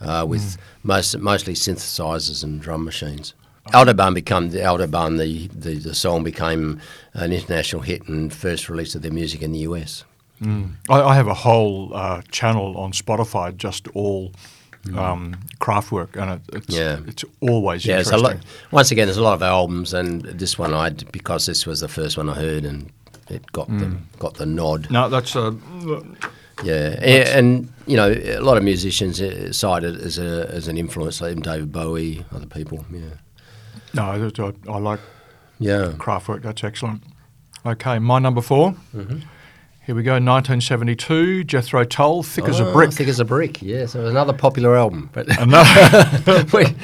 S4: uh, with most, mostly synthesizers and drum machines. Aldebaran become the Aldebaran. The, the the song became an international hit and first release of their music in the US.
S2: I, I have a whole uh, channel on Spotify, just all um, craft work, and it, it's,
S4: Mm. Yeah.
S2: it's always
S4: Yeah, it's a
S2: interesting.
S4: lot. Once again, there's a lot of albums, and this one I because this was the first one I heard, and it got the got the nod.
S2: No, that's uh,
S4: Yeah, and, and you know a lot of musicians uh, cite it as a as an influence, like even David Bowie, other people. Yeah,
S2: no. that- I, I like
S4: yeah.
S2: Kraftwerk, that's excellent. Okay, my number 4
S4: Mm-hmm.
S2: Here we go, 1972, Jethro Tull, Thick as a
S4: Ah,
S2: Brick.
S4: Thick as a brick. Yes, it was another popular album, but
S2: Ano-
S4: We-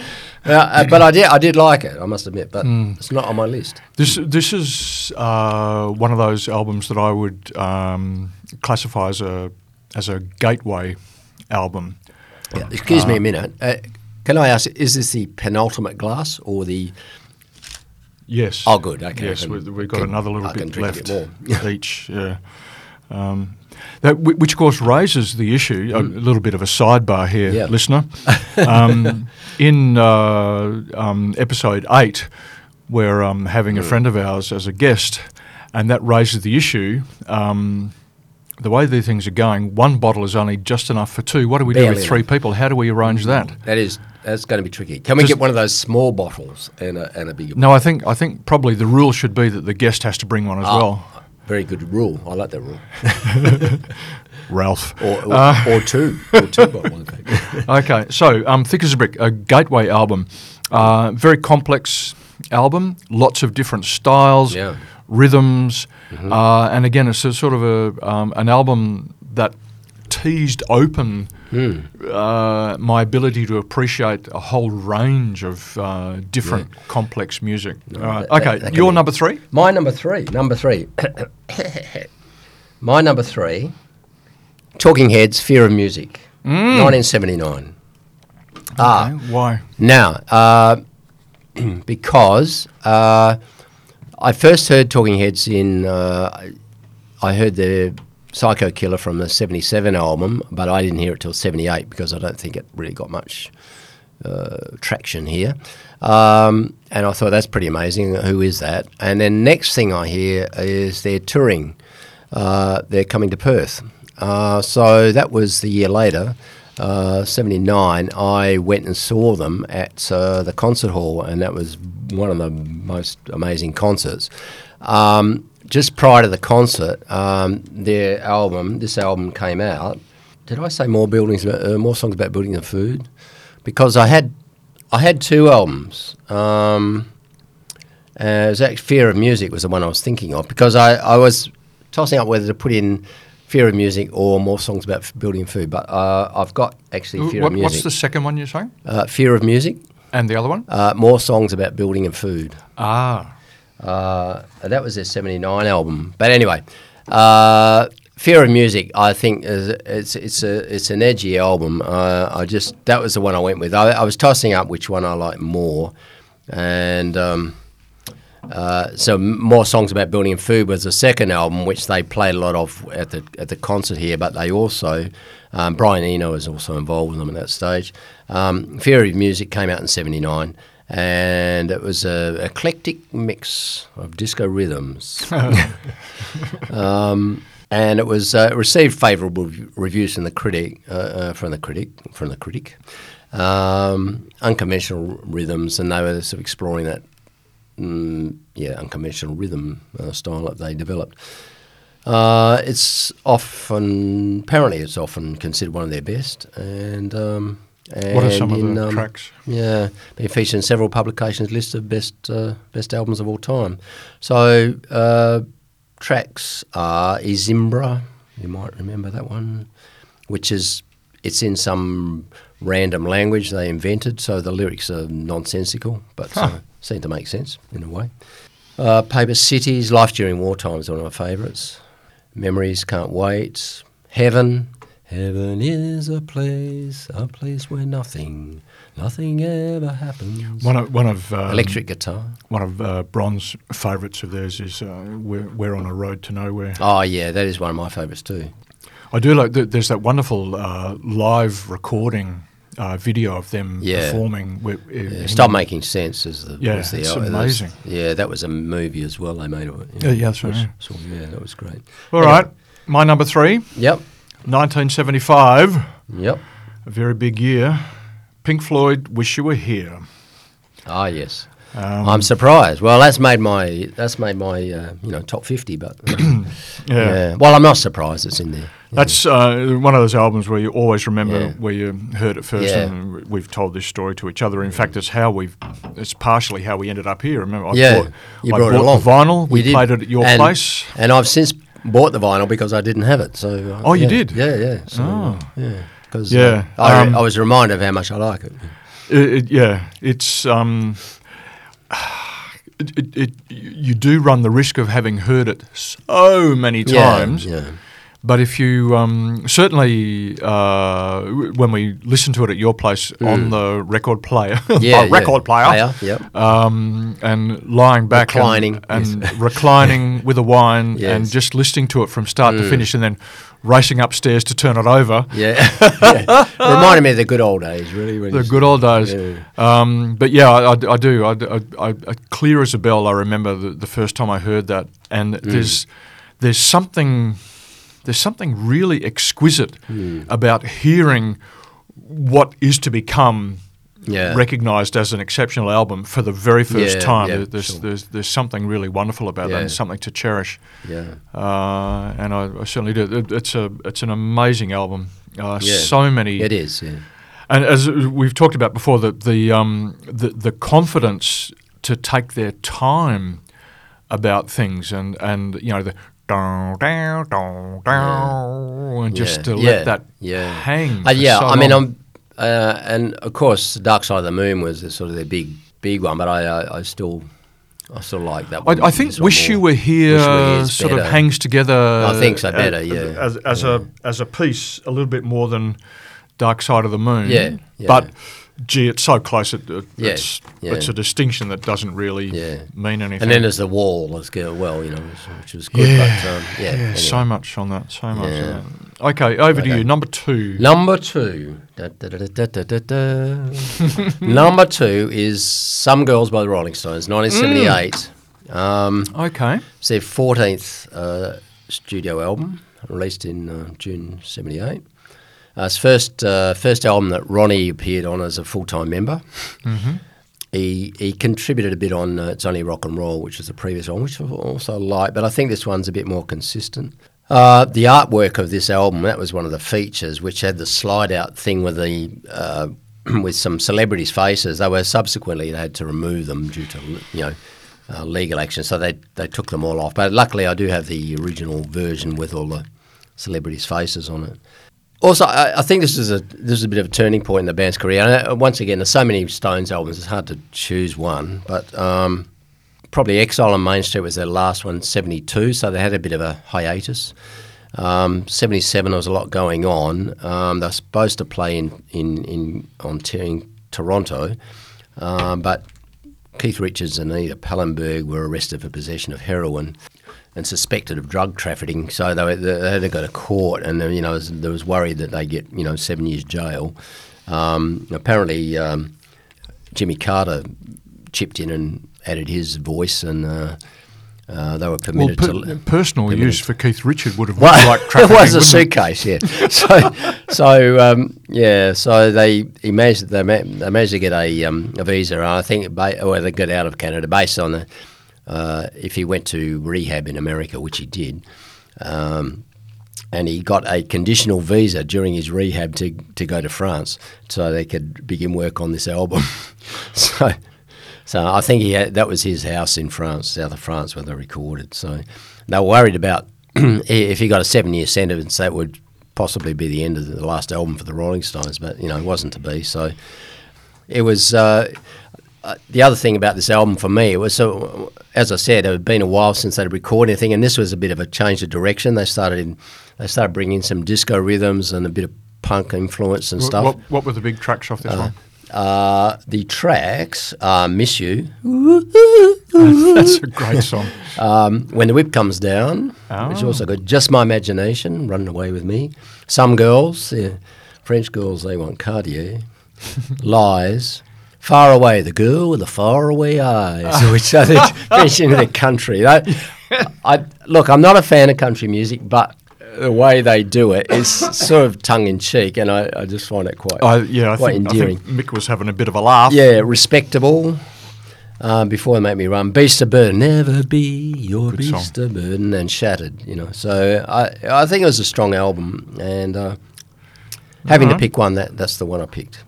S4: uh, uh, but I did, I did like it. I must admit, but it's not on my list.
S2: this this is uh, one of those albums that I would um, classify as a as a gateway album.
S4: Excuse me a minute. Uh, can I ask? Is this the penultimate glass or the?
S2: Yes.
S4: Oh, good, okay, I
S2: Yes,
S4: can-
S2: we, we've got
S4: can-
S2: another little
S4: I can
S2: bit
S4: drink a
S2: left
S4: bit
S2: each. Yeah. Um, that, whi- which, of course, raises the issue. A little bit of a sidebar here,
S4: Mm. Yeah.
S2: listener. Um, in uh, um, episode eight, we're um, having a
S4: Mm.
S2: friend of ours as a guest, and that raises the issue. Um, the way these things are going, one bottle is only just enough for two. What do we do
S4: Barely
S2: with three people? How do we arrange that?
S4: That is that's going to be tricky. Can we
S2: Just-
S4: get one of those small bottles and a and a bigger?
S2: No, I think I think probably the rule should be that the guest has to bring one as
S4: Ah,
S2: well.
S4: Very good rule. I like that rule.
S2: Ralph.
S4: Or or,
S2: Uh.
S4: or two, or two bottles. I think.
S2: okay, so um, Thick as a Brick, a gateway album. Uh, very complex album, lots of different styles,
S4: Yeah. Mm-hmm.
S2: rhythms, uh, and again, it's a sort of a, um, an album that teased open
S4: Hmm.
S2: uh, my ability to appreciate a whole range of uh, different complex music. All right,
S4: that-
S2: okay,
S4: that can
S2: your
S4: be-
S2: number three.
S4: My number three. Number three. My number three. Talking Heads, Fear of Music,
S2: Mm.
S4: 1979. Ah,
S2: Okay, why?
S4: Now, uh, because uh, I first heard Talking Heads in, uh, I heard the Psycho Killer from the 77 album, but I didn't hear it till 78 because I don't think it really got much uh, traction here. Um, and I thought that's pretty amazing. Who is that? And then next thing I hear is they're touring. Uh, they're coming to Perth. Uh, so that was the year later, uh, 79. I went and saw them at uh, the concert hall, and that was one of the most amazing concerts. Um, just prior to the concert, um, their album, this album came out. Did I say more buildings, about, uh, more songs about buildings and food? Because I had, I had two albums. Um, uh, it was actually Fear of Music was the one I was thinking of because I, I was tossing up whether to put in Fear of Music or more songs about f- building food. But uh, I've got actually Fear
S2: What-
S4: of
S2: what's
S4: Music.
S2: the second one you're saying?
S4: uh, Fear of Music,
S2: And the other one?
S4: uh, more songs about building and food.
S2: Ah.
S4: Uh, that was their 79 album. But anyway, uh, Fear of Music, I think, is, it's, it's, a, it's an edgy album. Uh, I just, that was the one I went with. I, I was tossing up which one I like more. And um, uh, so, m- More Songs About Building and Food was the second album, which they played a lot of at the, at the concert here, but they also, um, Brian Eno was also involved with them at that stage. Um, Fear of Music came out in 79. And it was a eclectic mix of disco rhythms. Um, and it was uh, received favourable rev- reviews from the critic, uh, uh, from the critic, from the critic. Um, unconventional rhythms, and they were sort of exploring that, mm, yeah, unconventional rhythm uh, style that they developed. Uh, it's often, apparently, it's often considered one of their best. And, um, and
S2: What are some of
S4: in,
S2: the
S4: um,
S2: tracks?
S4: yeah, been featured in several publications' lists of best uh, best albums of all time. So uh, tracks are Izimbra, you might remember that one, which is it's in some random language they invented, so the lyrics are nonsensical, but uh, seem to make sense in a way. Uh, Paper Cities, Life During Wartime is one of my favourites. Memories Can't Wait, Heaven. Heaven is a place, a place where nothing, nothing ever happens.
S2: One of, one of um,
S4: Electric guitar.
S2: One of uh, Bron's favourites of theirs is uh, we're, we're on a road to nowhere.
S4: Oh yeah, that is one of my favourites too.
S2: I do like that. There's that wonderful uh, live recording uh, video of them
S4: Yeah.
S2: performing. wi- in-
S4: Yeah, Stop making sense is the
S2: Yeah,
S4: was the,
S2: it's
S4: uh, there's-
S2: amazing.
S4: yeah, that was a movie as well. They made of it.
S2: Yeah, yeah, that's right, yeah.
S4: So, yeah, that was great.
S2: All right, my number three,
S4: Yep,
S2: 1975,
S4: yep.
S2: a very big year. Pink Floyd, "Wish You Were Here."
S4: Ah yes.
S2: Um,
S4: I'm surprised. Well, that's made my that's made my uh, you know top fifty, but uh, yeah. Well, I'm not surprised it's in there.
S2: That's uh, one of those albums where you always remember
S4: Yeah.
S2: where you heard it first,
S4: Yeah.
S2: and we've told this story to each other. In fact, it's how we've, it's partially how we ended up here. Remember, I
S4: Yeah,
S2: bought,
S4: you
S2: I
S4: brought, it
S2: bought
S4: along.
S2: the vinyl. We
S4: You did.
S2: played it at your
S4: And-
S2: place.
S4: and I've since bought the vinyl because I didn't have it. So uh,
S2: Oh, you
S4: yeah.
S2: did?
S4: Yeah, yeah. So,
S2: Oh.
S4: yeah. Because
S2: Yeah,
S4: I, re-
S2: um,
S4: I was reminded of how much I like it.
S2: It, it- yeah, it's um, it, it, it, you do run the risk of having heard it so many times.
S4: Yeah, yeah.
S2: But if you um, certainly uh, w- when we listened to it at your place on the record player,
S4: Mm. Yeah,
S2: by record player,
S4: Player, yep.
S2: um, and lying back, and-
S4: Reclining,
S2: and, reclining with a wine, and
S4: Yes. Mm.
S2: just listening to it from start to finish, and then racing upstairs to turn it over.
S4: Yeah. yeah. Reminded me of the good old days, really. When
S2: The
S4: you-
S2: good old days.
S4: Yeah.
S2: Um, but yeah, I, I- I do. I, I, I, I- clear as a bell, I remember the, the first time I heard that.
S4: Mm.
S2: And there's, there's something there's something really exquisite
S4: Mm.
S2: about hearing what is to become
S4: Yeah.
S2: recognized as an exceptional album for the very first
S4: Yeah,
S2: time.
S4: yeah,
S2: There- there's,
S4: sure.
S2: there's, there's something really wonderful about that
S4: Yeah.
S2: and something to cherish.
S4: yeah.
S2: Uh, and I, I certainly do. It, it's, a, it's an amazing album. Uh,
S4: Yeah.
S2: So many
S4: It is. Yeah.
S2: and as we've talked about before, the the um, the, the confidence to take their time about things, and and you know the down down down down, and just
S4: Yeah,
S2: to
S4: yeah,
S2: let that
S4: yeah.
S2: hang.
S4: Uh,
S2: for
S4: yeah,
S2: so
S4: I mean,
S2: long.
S4: I'm, uh, and of course, Dark Side of the Moon was the, sort of their big, big one. But I, I, I still, I still like that one.
S2: I, I think
S4: this one
S2: "Wish You
S4: more.
S2: Were Here"
S4: Wish You Were Here is
S2: sort of
S4: better.
S2: hangs together. I
S4: think so, better, yeah.
S2: As, as a as a piece, a little bit more than "Dark Side of the Moon."
S4: Yeah, yeah.
S2: But gee, it's so close. It, it,
S4: Yeah,
S2: it's
S4: yeah.
S2: it's a distinction that doesn't really
S4: Yeah.
S2: mean anything.
S4: And then there's the Wall as well, you know, which was good.
S2: Yeah,
S4: but, um, yeah,
S2: yeah,
S4: anyway.
S2: so much on that, so much.
S4: Yeah.
S2: On Okay, over to you. Number two.
S4: Number two. Da, da, da, da, da, da, da. Number two is Some Girls by the Rolling
S2: Mm.
S4: Stones, 1978. Um,
S2: Okay.
S4: it's their 14th uh, studio album, released in uh, June 78. Uh, it's first uh, first album that Ronnie appeared on as a full time member. He, he contributed a bit on uh, It's Only Rock and Roll, which was the previous one, which I also like, but I think this one's a bit more consistent. Uh, the artwork of this album, that was one of the features, which had the slide out thing with the. Uh, with some celebrities' faces, they were subsequently they had to remove them due to you know uh, legal action, so they they took them all off. But luckily, I do have the original version with all the celebrities' faces on it. Also, I, I think this is a this is a bit of a turning point in the band's career. And uh, once again, there's so many Stones albums; it's hard to choose one. But um, probably Exile on Main Street was their last one, '72. So they had a bit of a hiatus. Um, '77 there was a lot going on. Um, they're supposed to play in in in on t- in Toronto, um, but Keith Richards and Anita Pallenberg were arrested for possession of heroin and suspected of drug trafficking. So they, they, they had to go to court, and uh, you know there was worry that they get you know seven years jail. Um, apparently, um, Jimmy Carter chipped in and added his voice, and uh, uh, they were
S2: Well,
S4: permitted
S2: per-
S4: to.
S2: personal use for Keith Richard would have
S4: Well,
S2: looked like trafficking.
S4: it was a
S2: wouldn't it?
S4: suitcase, yeah. So, so um, yeah, so they he managed they, ma- they managed to get a, um, a visa. and I think ba- or they got out of Canada based on the, uh, if he went to rehab in America, which he did, um, and he got a conditional visa during his rehab to to go to France, so they could begin work on this album. so. So I think he had, that was his house in France, south of France, where they recorded. So they were worried about if he got a seven-year sentence, that would possibly be the end of the last album for the Rolling Stones. But you know, it wasn't to be. So it was. Uh, uh, the other thing about this album for me it was so, as I said, it had been a while since they'd recorded anything, and this was a bit of a change of direction. They started in, they started bringing some disco rhythms and a bit of punk influence and
S2: Wh-
S4: stuff.
S2: What, what were the big tracks off this one?
S4: Uh, the tracks are "Miss You,"
S2: That's a great song.
S4: Um, when the whip comes down, which is also good. Just my imagination, running away with me. Some girls, yeah, French girls, they want Cartier. Lies. Far away, the girl with the faraway eyes, which I think French in the country. That- I, look, I'm not a fan of country music, but the way they do it is sort of tongue in cheek, and I, I just find it quite
S2: I, yeah, I
S4: quite
S2: think, I
S4: endearing.
S2: think Mick was having a bit of a laugh.
S4: Yeah, respectable. Um, before they make me run, beast of burden, never be your
S2: Good song.
S4: beast of burden, and shattered. You know, so I I think it was a strong album, and uh, having to
S2: Alright.
S4: pick one, that that's the one I picked.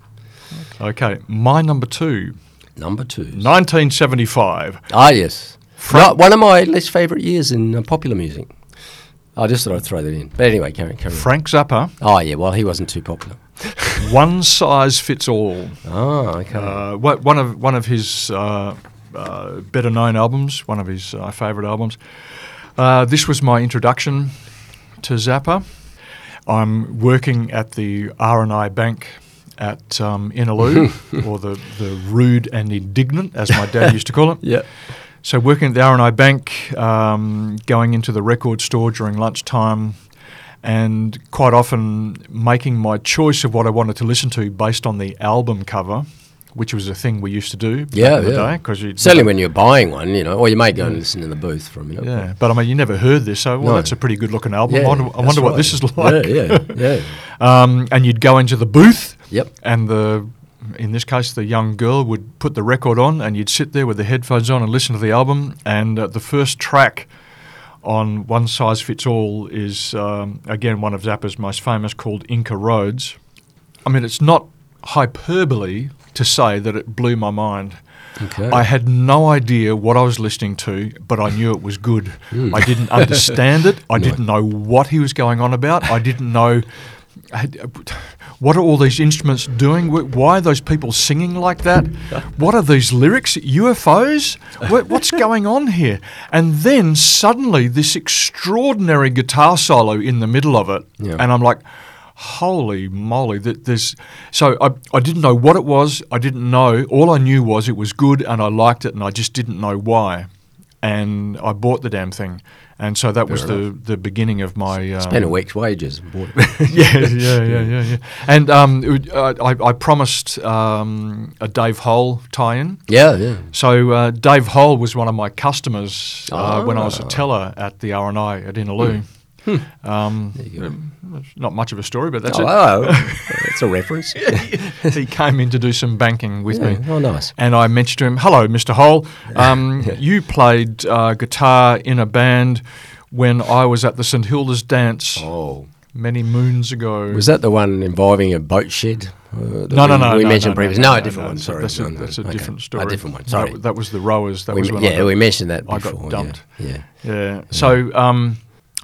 S2: Okay, my number two,
S4: Number two.
S2: 1975.
S4: Ah, yes, Not one of my least favourite years in uh, popular music. I just thought I'd throw that in. But anyway, carry on. Carry on.
S2: Frank Zappa,
S4: Oh yeah, well he wasn't too popular.
S2: One Size Fits All.
S4: Oh, okay.
S2: Uh, wha- one of one of his uh, uh, better known albums, one of his uh, favourite albums. Uh, this was my introduction to Zappa. I'm working at the R and I Bank at um, Inaloo, or the the rude and indignant, as my dad used to call it.
S4: yeah.
S2: So working at the R&I Bank, um, going into the record store during lunchtime, and quite often making my choice of what I wanted to listen to based on the album cover, which was a thing we used to do back
S4: Yeah,
S2: in the
S4: yeah.
S2: day. 'cause you'd
S4: Certainly
S2: never-
S4: when you're buying one, you know, or you may go and listen in the booth for a minute.
S2: yeah, but I mean, you never heard this, so well,
S4: No.
S2: that's a pretty good looking album.
S4: Yeah,
S2: I wonder, I
S4: that's
S2: wonder what
S4: right.
S2: this is like.
S4: Yeah, yeah, yeah.
S2: Um, and you'd go into the booth,
S4: Yep.
S2: and the in this case the young girl would put the record on, and you'd sit there with the headphones on and listen to the album. And uh, the first track on One Size Fits All is um, again one of Zappa's most famous, called Inca Roads. I mean, it's not hyperbole to say that it blew my mind.
S4: Okay.
S2: I had no idea what I was listening to, but I knew it was good. I didn't understand it. I didn't know what he was going on about. I didn't know had- uh, what are all these instruments doing? Wh- Why are those people singing like that? What are these lyrics? UFOs? Wh- What's going on here? And then suddenly this extraordinary guitar solo in the middle of it,
S4: Yeah.
S2: and I'm like, holy moly that there's so I, I didn't know what it was i didn't know all i knew was it was good and i liked it and i just didn't know why and I bought the damn thing. And so that was the, the beginning of my. Um,
S4: Spent a week's wages. Boy.
S2: yeah, yeah, yeah, yeah, yeah. And um, it would- uh, I, I promised um, a Dave Hole tie-in.
S4: yeah, yeah.
S2: So uh, Dave Hole was one of my customers uh, when I was a teller at the R and I at Inaloo.
S4: Hmm.
S2: Um, not much of a story, but
S4: Oh,
S2: that's
S4: Hello. That's a reference.
S2: it. he came in to do some banking with me.
S4: Oh, nice.
S2: And I mentioned to him, "Hello, Mr. Hole. Um, You played uh, guitar in a band when I was at the St Hilda's dance
S4: Oh.
S2: many moons ago."
S4: Was that the one involving a boat shed? uh, that
S2: No,
S4: we,
S2: no, no.
S4: We
S2: no,
S4: mentioned
S2: no,
S4: previously. No, a different one.
S2: that's a-
S4: Sorry.
S2: That's,
S4: No,
S2: a,
S4: no,
S2: that's a
S4: okay.
S2: different story.
S4: A different one.
S2: That
S4: Sorry.
S2: w- That, was the rowers. That
S4: we,
S2: was when I
S4: yeah,
S2: got-
S4: we mentioned that
S2: I got
S4: before. yeah,
S2: dumped.
S4: Yeah.
S2: yeah. So um,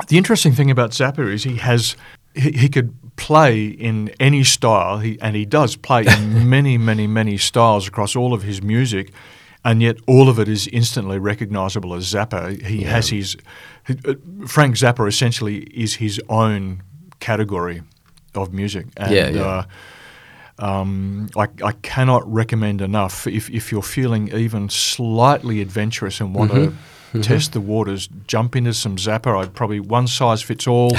S2: the interesting thing about Zappa is he has he, he could play in any style, he, and he does play in many, many, many styles across all of his music, and yet all of it is instantly recognizable as Zappa. He has his he- uh, Frank Zappa essentially is his own category of music, and
S4: Yeah, yeah.
S2: Uh, um, I, I cannot recommend enough. If, if you're feeling even slightly adventurous and want to test the waters, jump into some Zappa. I'd probably one size fits all.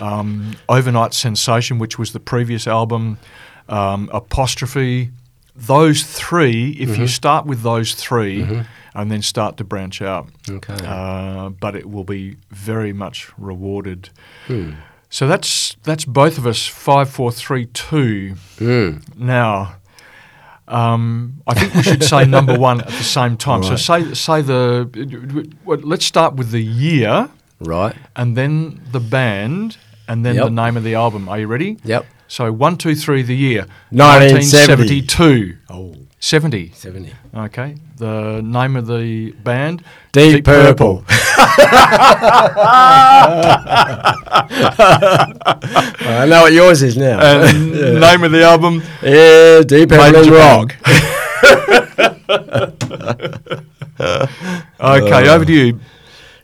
S2: um, Overnight Sensation, which was the previous album, um, Apostrophe. Those three, if you start with those 3 and then start to branch out,
S4: Okay.
S2: uh, but it will be very much rewarded. So that's that's both of us five, four, three, two. Now, um, I think we should say number one at the same time. So say say the well, let's start with the year
S4: Right.
S2: and then the band and then
S4: Yep.
S2: the name of the album. Are you ready?
S4: Yep.
S2: So one, two, three. The year
S3: 1970.
S2: 1972.
S4: Oh.
S2: 70.
S4: 70.
S2: Okay. The name of the band
S3: Deep, purple.
S4: I know what yours is now.
S2: And name of the album
S4: yeah, deep purple
S2: Uh, Major
S4: and rock.
S2: Okay, over to you.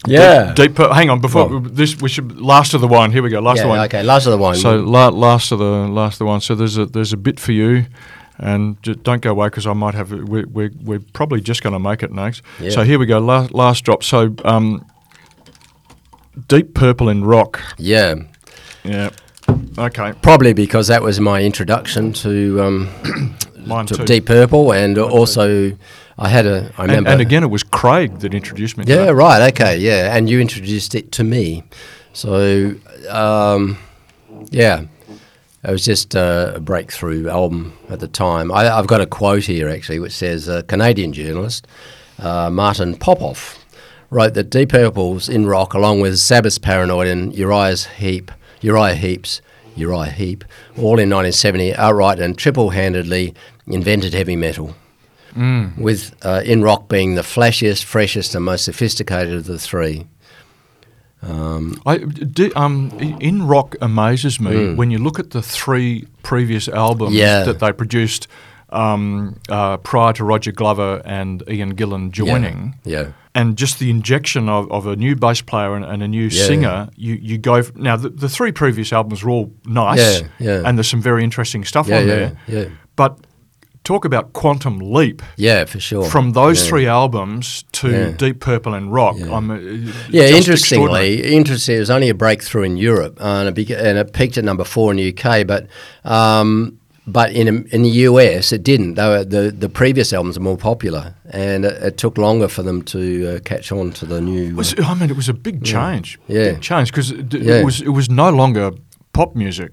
S4: Yeah.
S2: Deep purple. Hang on, before this, we should last of the wine. Here we go. Last of the
S4: yeah,
S2: wine.
S4: okay, last of the wine.
S2: So la- last of the last of the wine. So there's a there's a bit for you, and ju- don't go away because I might have. We're we're, we're probably just going to make it next.
S4: Yeah.
S2: So here we go. Last last drop. So um, deep purple in rock.
S4: yeah,
S2: Yeah. Okay.
S4: probably because that was my introduction to um,
S2: Mine
S4: to
S2: too.
S4: Deep Purple, and also I had a. I
S2: And,
S4: remember.
S2: and again, it was Craig that introduced me. to
S4: Yeah,
S2: that.
S4: right. Okay, yeah, and you introduced it to me, so um, yeah, it was just uh, a breakthrough album at the time. I, I've got a quote here actually, which says a Canadian journalist uh, Martin Popoff wrote that Deep Purple's in rock, along with Sabbath's Paranoid and Uriah's Heap, Uriah Heaps. Uriah Heep, all in 1970, outright and triple-handedly invented heavy metal with uh, in rock being the flashiest, freshest, and most sophisticated of the three.
S2: I, d- um, in rock amazes me when you look at the three previous albums
S4: Hmm. Yeah.
S2: that they produced um, uh, prior to Roger Glover and Ian Gillan joining.
S4: Yeah.
S2: And just the injection of, of a new bass player and, and a new
S4: Yeah.
S2: singer, you, you go. F- now, the, the three previous albums were all nice,
S4: Yeah, yeah.
S2: and there's some very interesting stuff
S4: Yeah,
S2: on
S4: yeah,
S2: there.
S4: yeah.
S2: But talk about quantum leap
S4: Yeah, for sure.
S2: from those three albums to
S4: Yeah.
S2: Deep Purple and Rock. I'm, uh,
S4: yeah,
S2: just extraordinary.
S4: interestingly, interesting. It was only a breakthrough in Europe, uh, and it, beca- and it peaked at number four in the UK, but um, but in in the US it didn't. They were, the the previous albums are more popular, and it, it took longer for them to uh, catch on to the new.
S2: Was, I mean, it was a big change.
S4: Yeah.
S2: big change because it, d-
S4: Yeah.
S2: it was it was no longer pop music.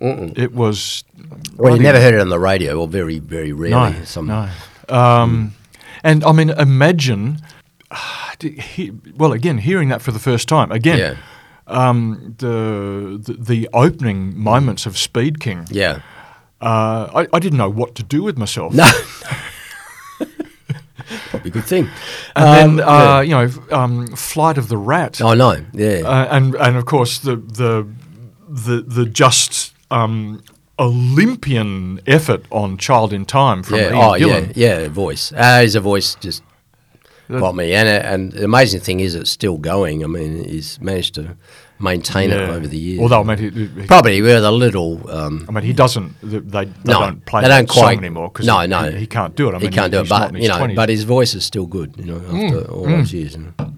S2: It was.
S4: well, you
S2: bloody-
S4: never heard it on the radio, or very very rarely.
S2: no,
S4: some,
S2: no. Um, and I mean, imagine. d- he- Well, again, hearing that for the first time. Again,
S4: Yeah,
S2: um, the, the the opening moments of Speed King.
S4: yeah.
S2: Uh, I, I didn't know what to do with myself.
S4: No. Probably a good thing.
S2: And
S4: Um,
S2: then, uh, you know, f- um, Flight of the Rat.
S4: I know. Oh, Yeah.
S2: uh, and and of course the the the the just um, Olympian effort on Child in Time from
S4: yeah.
S2: Ian
S4: oh,
S2: Gillan.
S4: yeah, yeah. Voice. Uh, his voice just uh, got me, and and the amazing thing is, it's still going. I mean, he's managed to maintain it
S2: Yeah.
S4: over the years.
S2: Although, I mean, he, he-
S4: probably with a little. Um,
S2: I mean, he doesn't. They, they, they
S4: No,
S2: don't play
S4: they
S2: that
S4: don't
S2: song
S4: quite-
S2: anymore because
S4: no,
S2: he,
S4: no.
S2: he can't do it. I
S4: he
S2: mean,
S4: can't do it,
S2: he's not Mm.
S4: but
S2: in his
S4: you know,
S2: 20s.
S4: but his voice is still good. You know, after all those years. you know.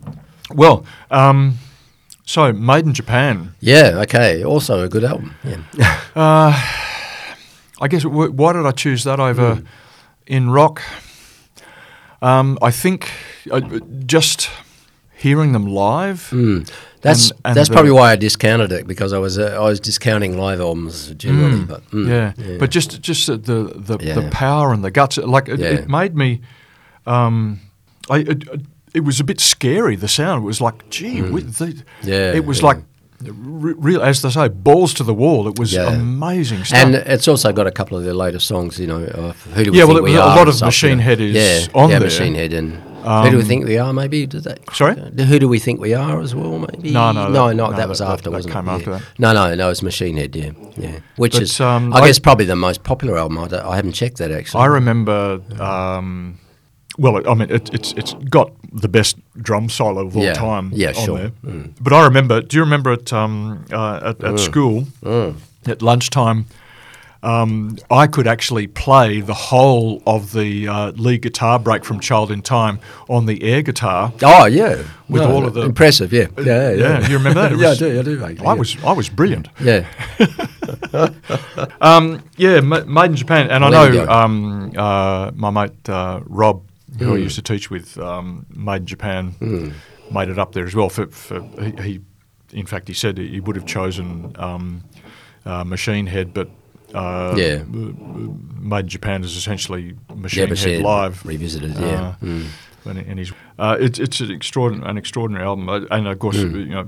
S2: well, um, so Made in Japan.
S4: Yeah. Okay. Also a good album. Yeah.
S2: I guess wh- why did I choose that over
S4: Hmm.
S2: in rock? Um, I think uh, just hearing them live.
S4: Mm. That's
S2: And- and
S4: that's
S2: the-
S4: probably why I discounted it because I was uh, I was discounting live albums generally, but mm,
S2: yeah. But just just the the, the, the
S4: Yeah.
S2: power and the guts, like it,
S4: Yeah.
S2: it made me. Um, I it, it was a bit scary. The sound it was like, gee, with the,
S4: Mm. Yeah,
S2: It was
S4: yeah.
S2: like, re- real as they say, balls to the wall. It was
S4: Yeah.
S2: amazing stuff.
S4: And it's also got a couple of their later songs, you know. Of Who do we
S2: Yeah,
S4: think
S2: well, it-
S4: we
S2: a
S4: are?
S2: lot
S4: and
S2: of
S4: stuff,
S2: Machine
S4: you know.
S2: Head is
S4: yeah,
S2: on
S4: yeah,
S2: there.
S4: Machine Head and Who do we think we are? Maybe did that?
S2: Sorry?
S4: Uh, Who do we think we are as well? Maybe
S2: No, no,
S4: no,
S2: that-
S4: not
S2: no,
S4: that, was
S2: that- that-
S4: after,
S2: that
S4: wasn't
S2: came
S4: it?
S2: after
S4: yeah.
S2: that.
S4: No, no, no, it's Machine Head. Yeah, yeah. Which
S2: But,
S4: is,
S2: um,
S4: I,
S2: I-
S4: guess, probably the most popular album. I, don't- I haven't checked that actually.
S2: I remember. Um, well, it- I mean, it, it's it's got the best drum solo of all
S4: Yeah,
S2: time.
S4: yeah,
S2: on
S4: sure. Mm.
S2: there. But I remember. Do you remember at um, uh, at, at school
S4: Mm.
S2: at lunchtime? Um, I could actually play the whole of the uh, lead guitar break from Child in Time on the air guitar.
S4: oh yeah,
S2: With all of the- Uh,
S4: impressive. Yeah, yeah, yeah.
S2: Yeah, you remember that? It
S4: yeah, I
S2: was-
S4: do. I do. vaguely,
S2: I
S4: yeah.
S2: was I was brilliant.
S4: Yeah.
S2: Yeah, ma- made in Japan, and
S4: There
S2: I
S4: you
S2: know
S4: go.
S2: um, uh, my mate uh, Rob, who
S4: Hmm.
S2: I used to teach with, um, made in Japan, made it up there as well. For, for he, he, in fact, he said he would have chosen um, uh, Machine Head, but uh,
S4: Yeah.
S2: made in Japan is essentially Machine
S4: yeah,
S2: Head
S4: but she
S2: live.
S4: revisited.
S2: Uh,
S4: Yeah. Hmm.
S2: and, and he's, uh, it's it's an extraordinary, an extraordinary album, Uh, and of course,
S4: Hmm.
S2: you know,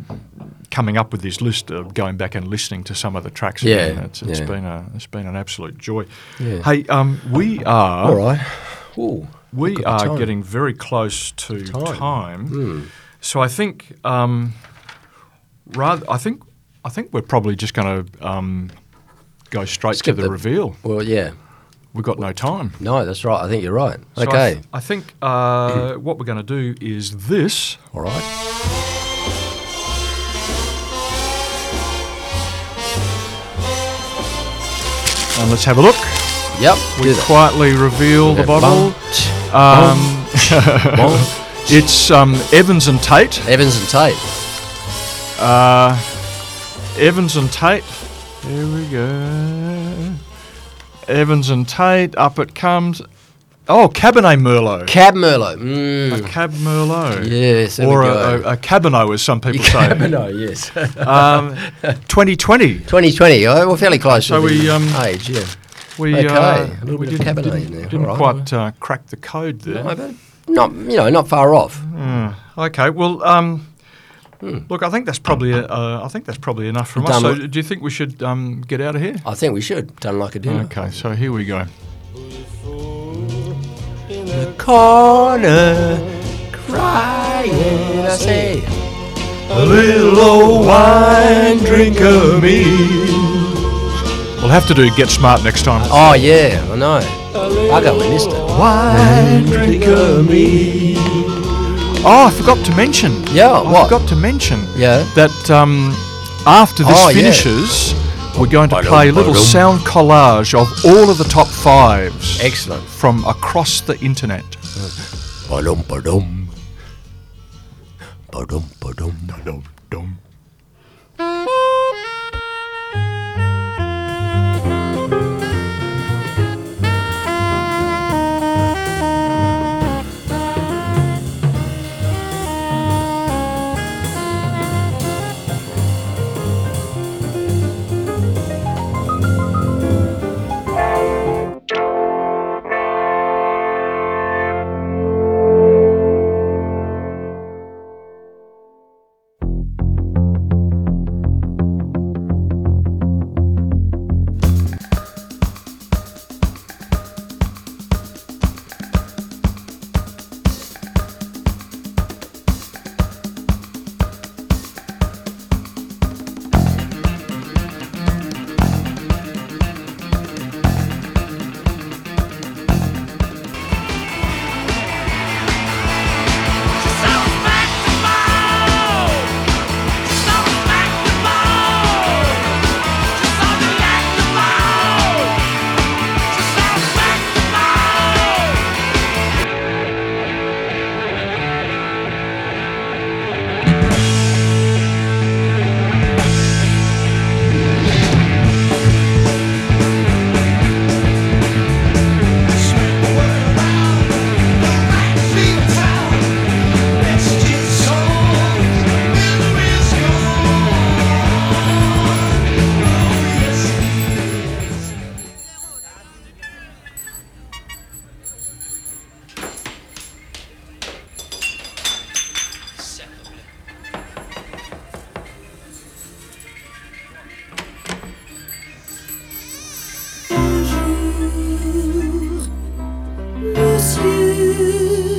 S2: coming up with this list, uh, going back and listening to some of the tracks.
S4: Yeah,
S2: again, it's, it's
S4: yeah.
S2: been a it's been an absolute joy.
S4: Yeah.
S2: Hey, um, we are
S4: all right. Ooh.
S2: we
S4: Look at the
S2: are
S4: time. Hmm.
S2: getting very close to time,
S4: Time.
S2: so I think um, rather I think I think we're probably just going to um, go straight
S4: Skip
S2: to the
S4: the-
S2: reveal.
S4: Well, yeah.
S2: We've got no time.
S4: No, that's right. I think you're right.
S2: So I
S4: okay.
S2: th- I, think uh, what we're going to do is this.
S4: All right.
S2: And let's have a look.
S4: Yep.
S2: We
S4: do that.
S2: quietly reveal the
S4: Yeah,
S2: bottle.
S4: bum,
S2: Um,
S4: bum, bum.
S2: it's um, Evans and Tate.
S4: Evans and Tate.
S2: Uh, Evans and Tate. Here we go. Evans and Tate. Up it comes. Oh, Cabernet Merlot.
S4: Cab Merlot. Mm.
S2: a Cab Merlot.
S4: Yes, there we
S2: Or a,
S4: go.
S2: a, a Cabernet, as some people say.
S4: Cabernet, yes.
S2: Um, 2020.
S4: 2020. Oh, we're fairly close
S2: So
S4: to the
S2: we, um,
S4: age, yeah.
S2: We,
S4: Okay,
S2: uh,
S4: a little
S2: we
S4: bit of
S2: didn't,
S4: Cabernet
S2: didn't,
S4: in there,
S2: didn't
S4: all right.
S2: quite uh, crack the code there.
S4: No, but Not, you know, not far off.
S2: Okay. Well, um, look, I think that's probably uh, I think that's probably enough from us.
S4: Done
S2: So,
S4: with-
S2: do you think we should um, get out of here?
S4: I think we should. Done like a dinner.
S2: Okay. So here we go.
S4: Corner crying, I say.
S2: A little old wine drinker me. We'll have to do get smart next time.
S4: Oh, yeah, I know. I got we missed it.
S2: Wine drinker me. Oh, I forgot to mention.
S4: Yeah,
S2: I
S4: what?
S2: forgot to mention.
S4: Yeah.
S2: That um, after this
S4: Oh, yeah.
S2: finishes, we're going to play a little sound collage of all of the top fives.
S4: Excellent.
S2: from across the internet.
S4: Ba-dum, ba-dum. Ba-dum, ba-dum.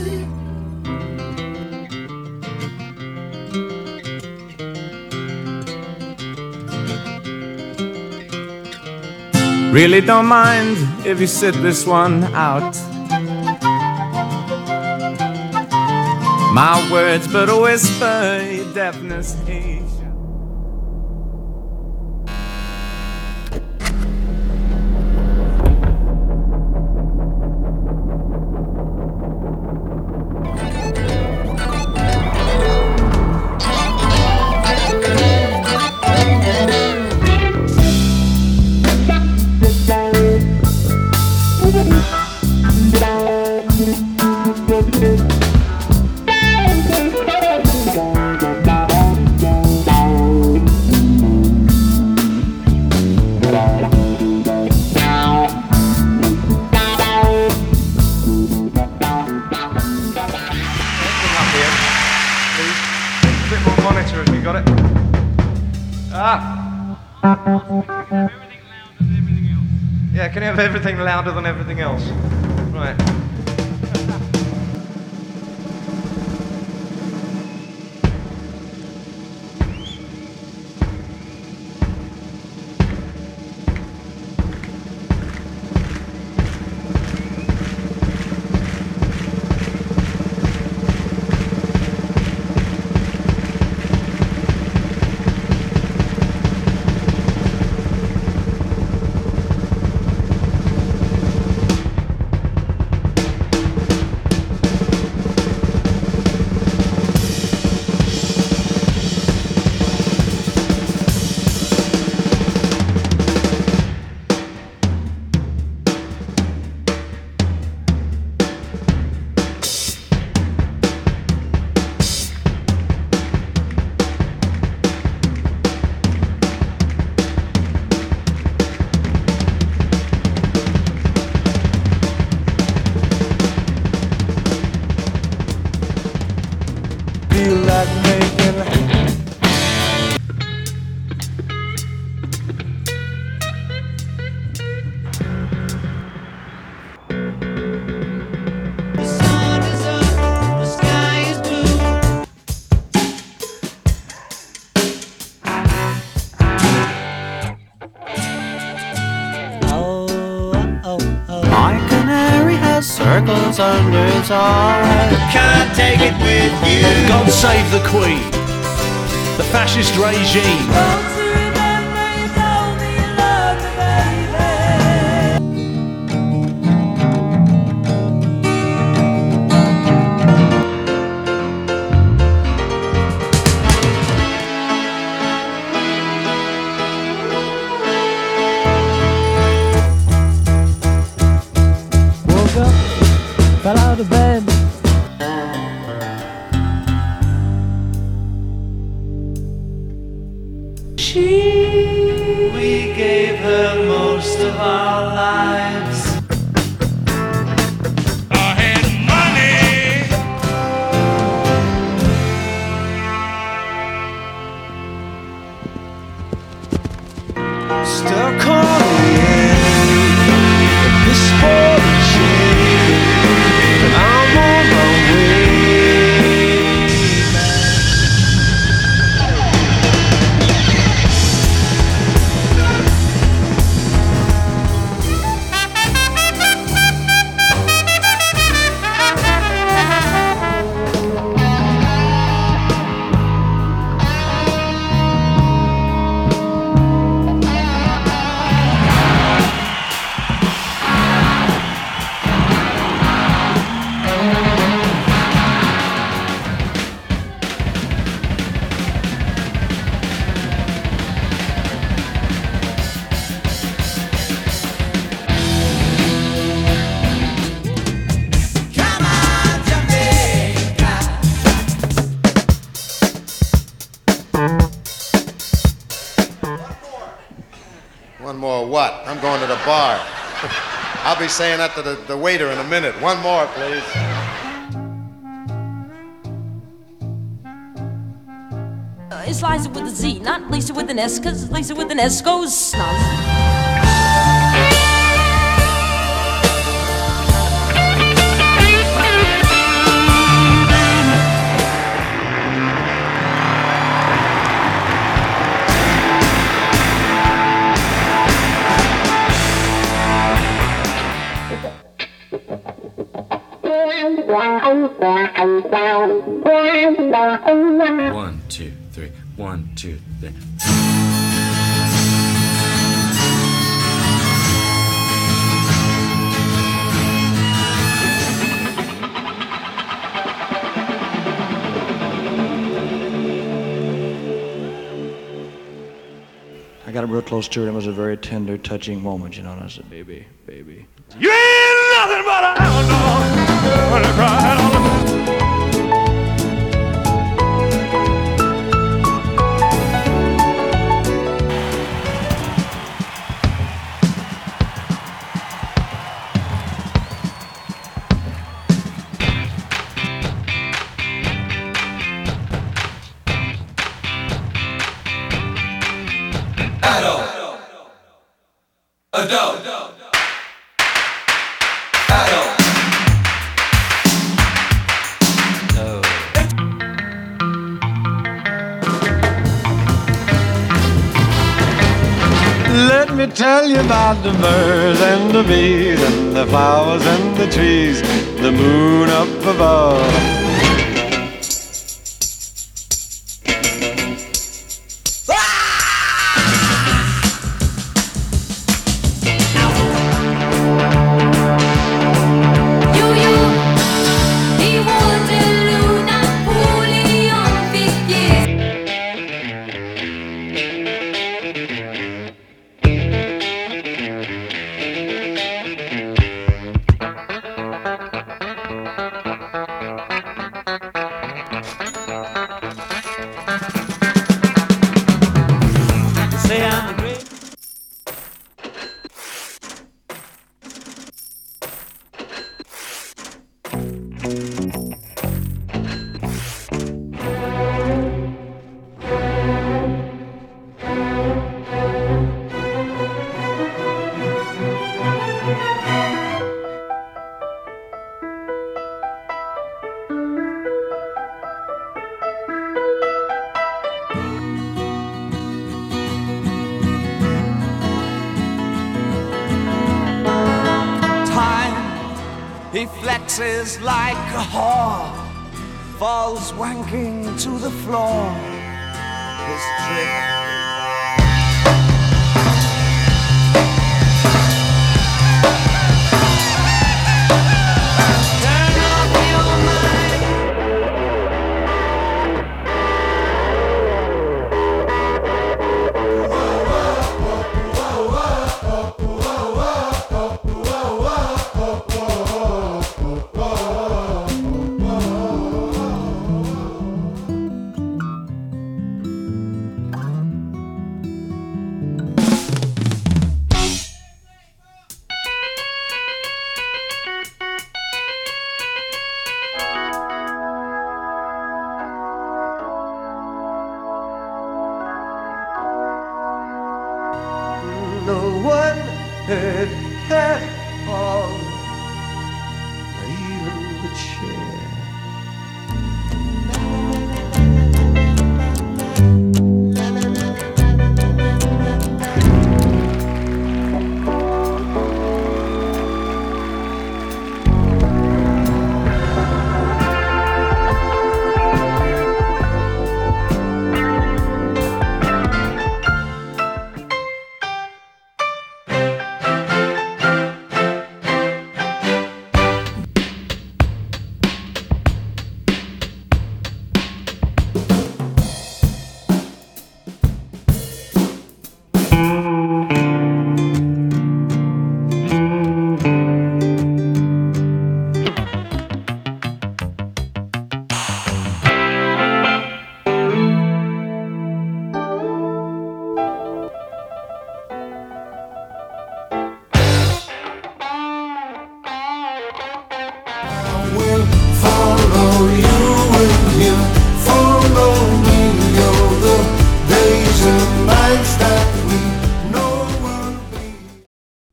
S5: you.
S6: Really don't mind if you sit this one out. My words, but a whisper, your deafness. is-
S7: Bring up here, please. A bit more monitor if you got it. Ah. Yeah, can you have everything louder than everything else? Right.
S6: Feel like making
S5: The sun is up, the sky is blue.
S8: My canary has circles under its eye.
S5: Can't take it with you.
S8: God save the Queen, the fascist regime.
S5: Don't you remember you told me you loved me, baby?
S9: Woke up, fell out of bed.
S5: We gave her most of our lives. I had money.
S6: stuck on the end of this holy chain. And I'm on my way.
S5: Come on, Jamaica.
S10: One more what? I'm going to the bar. I'll be saying that to the, the waiter in a minute. One more, please.
S11: It's Liza with a Z, not Lisa with an S, because Lisa with an S goes snot.
S8: One, two, three. One, two, three.
S12: I got real close to her, and it was a very tender, touching moment, you know. And I said, "Baby, baby."
S6: You ain't nothing but an outlaw. When I cried on the
S13: Adult. Adult.
S6: Let me tell you about the birds and the bees and the flowers and the trees, the moon up above.
S5: Say I'm the great.
S14: Time, he flexes like a whore, falls wanking to the floor. His trick.
S6: No one heard at all, not even the chair.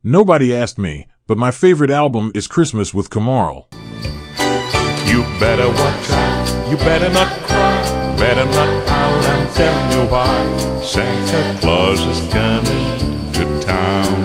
S1: Nobody asked me, but my favorite album is Christmas with Kamarl.
S15: You better watch out. You better not cry. Better not howl and tell me why. Santa Claus is coming to town.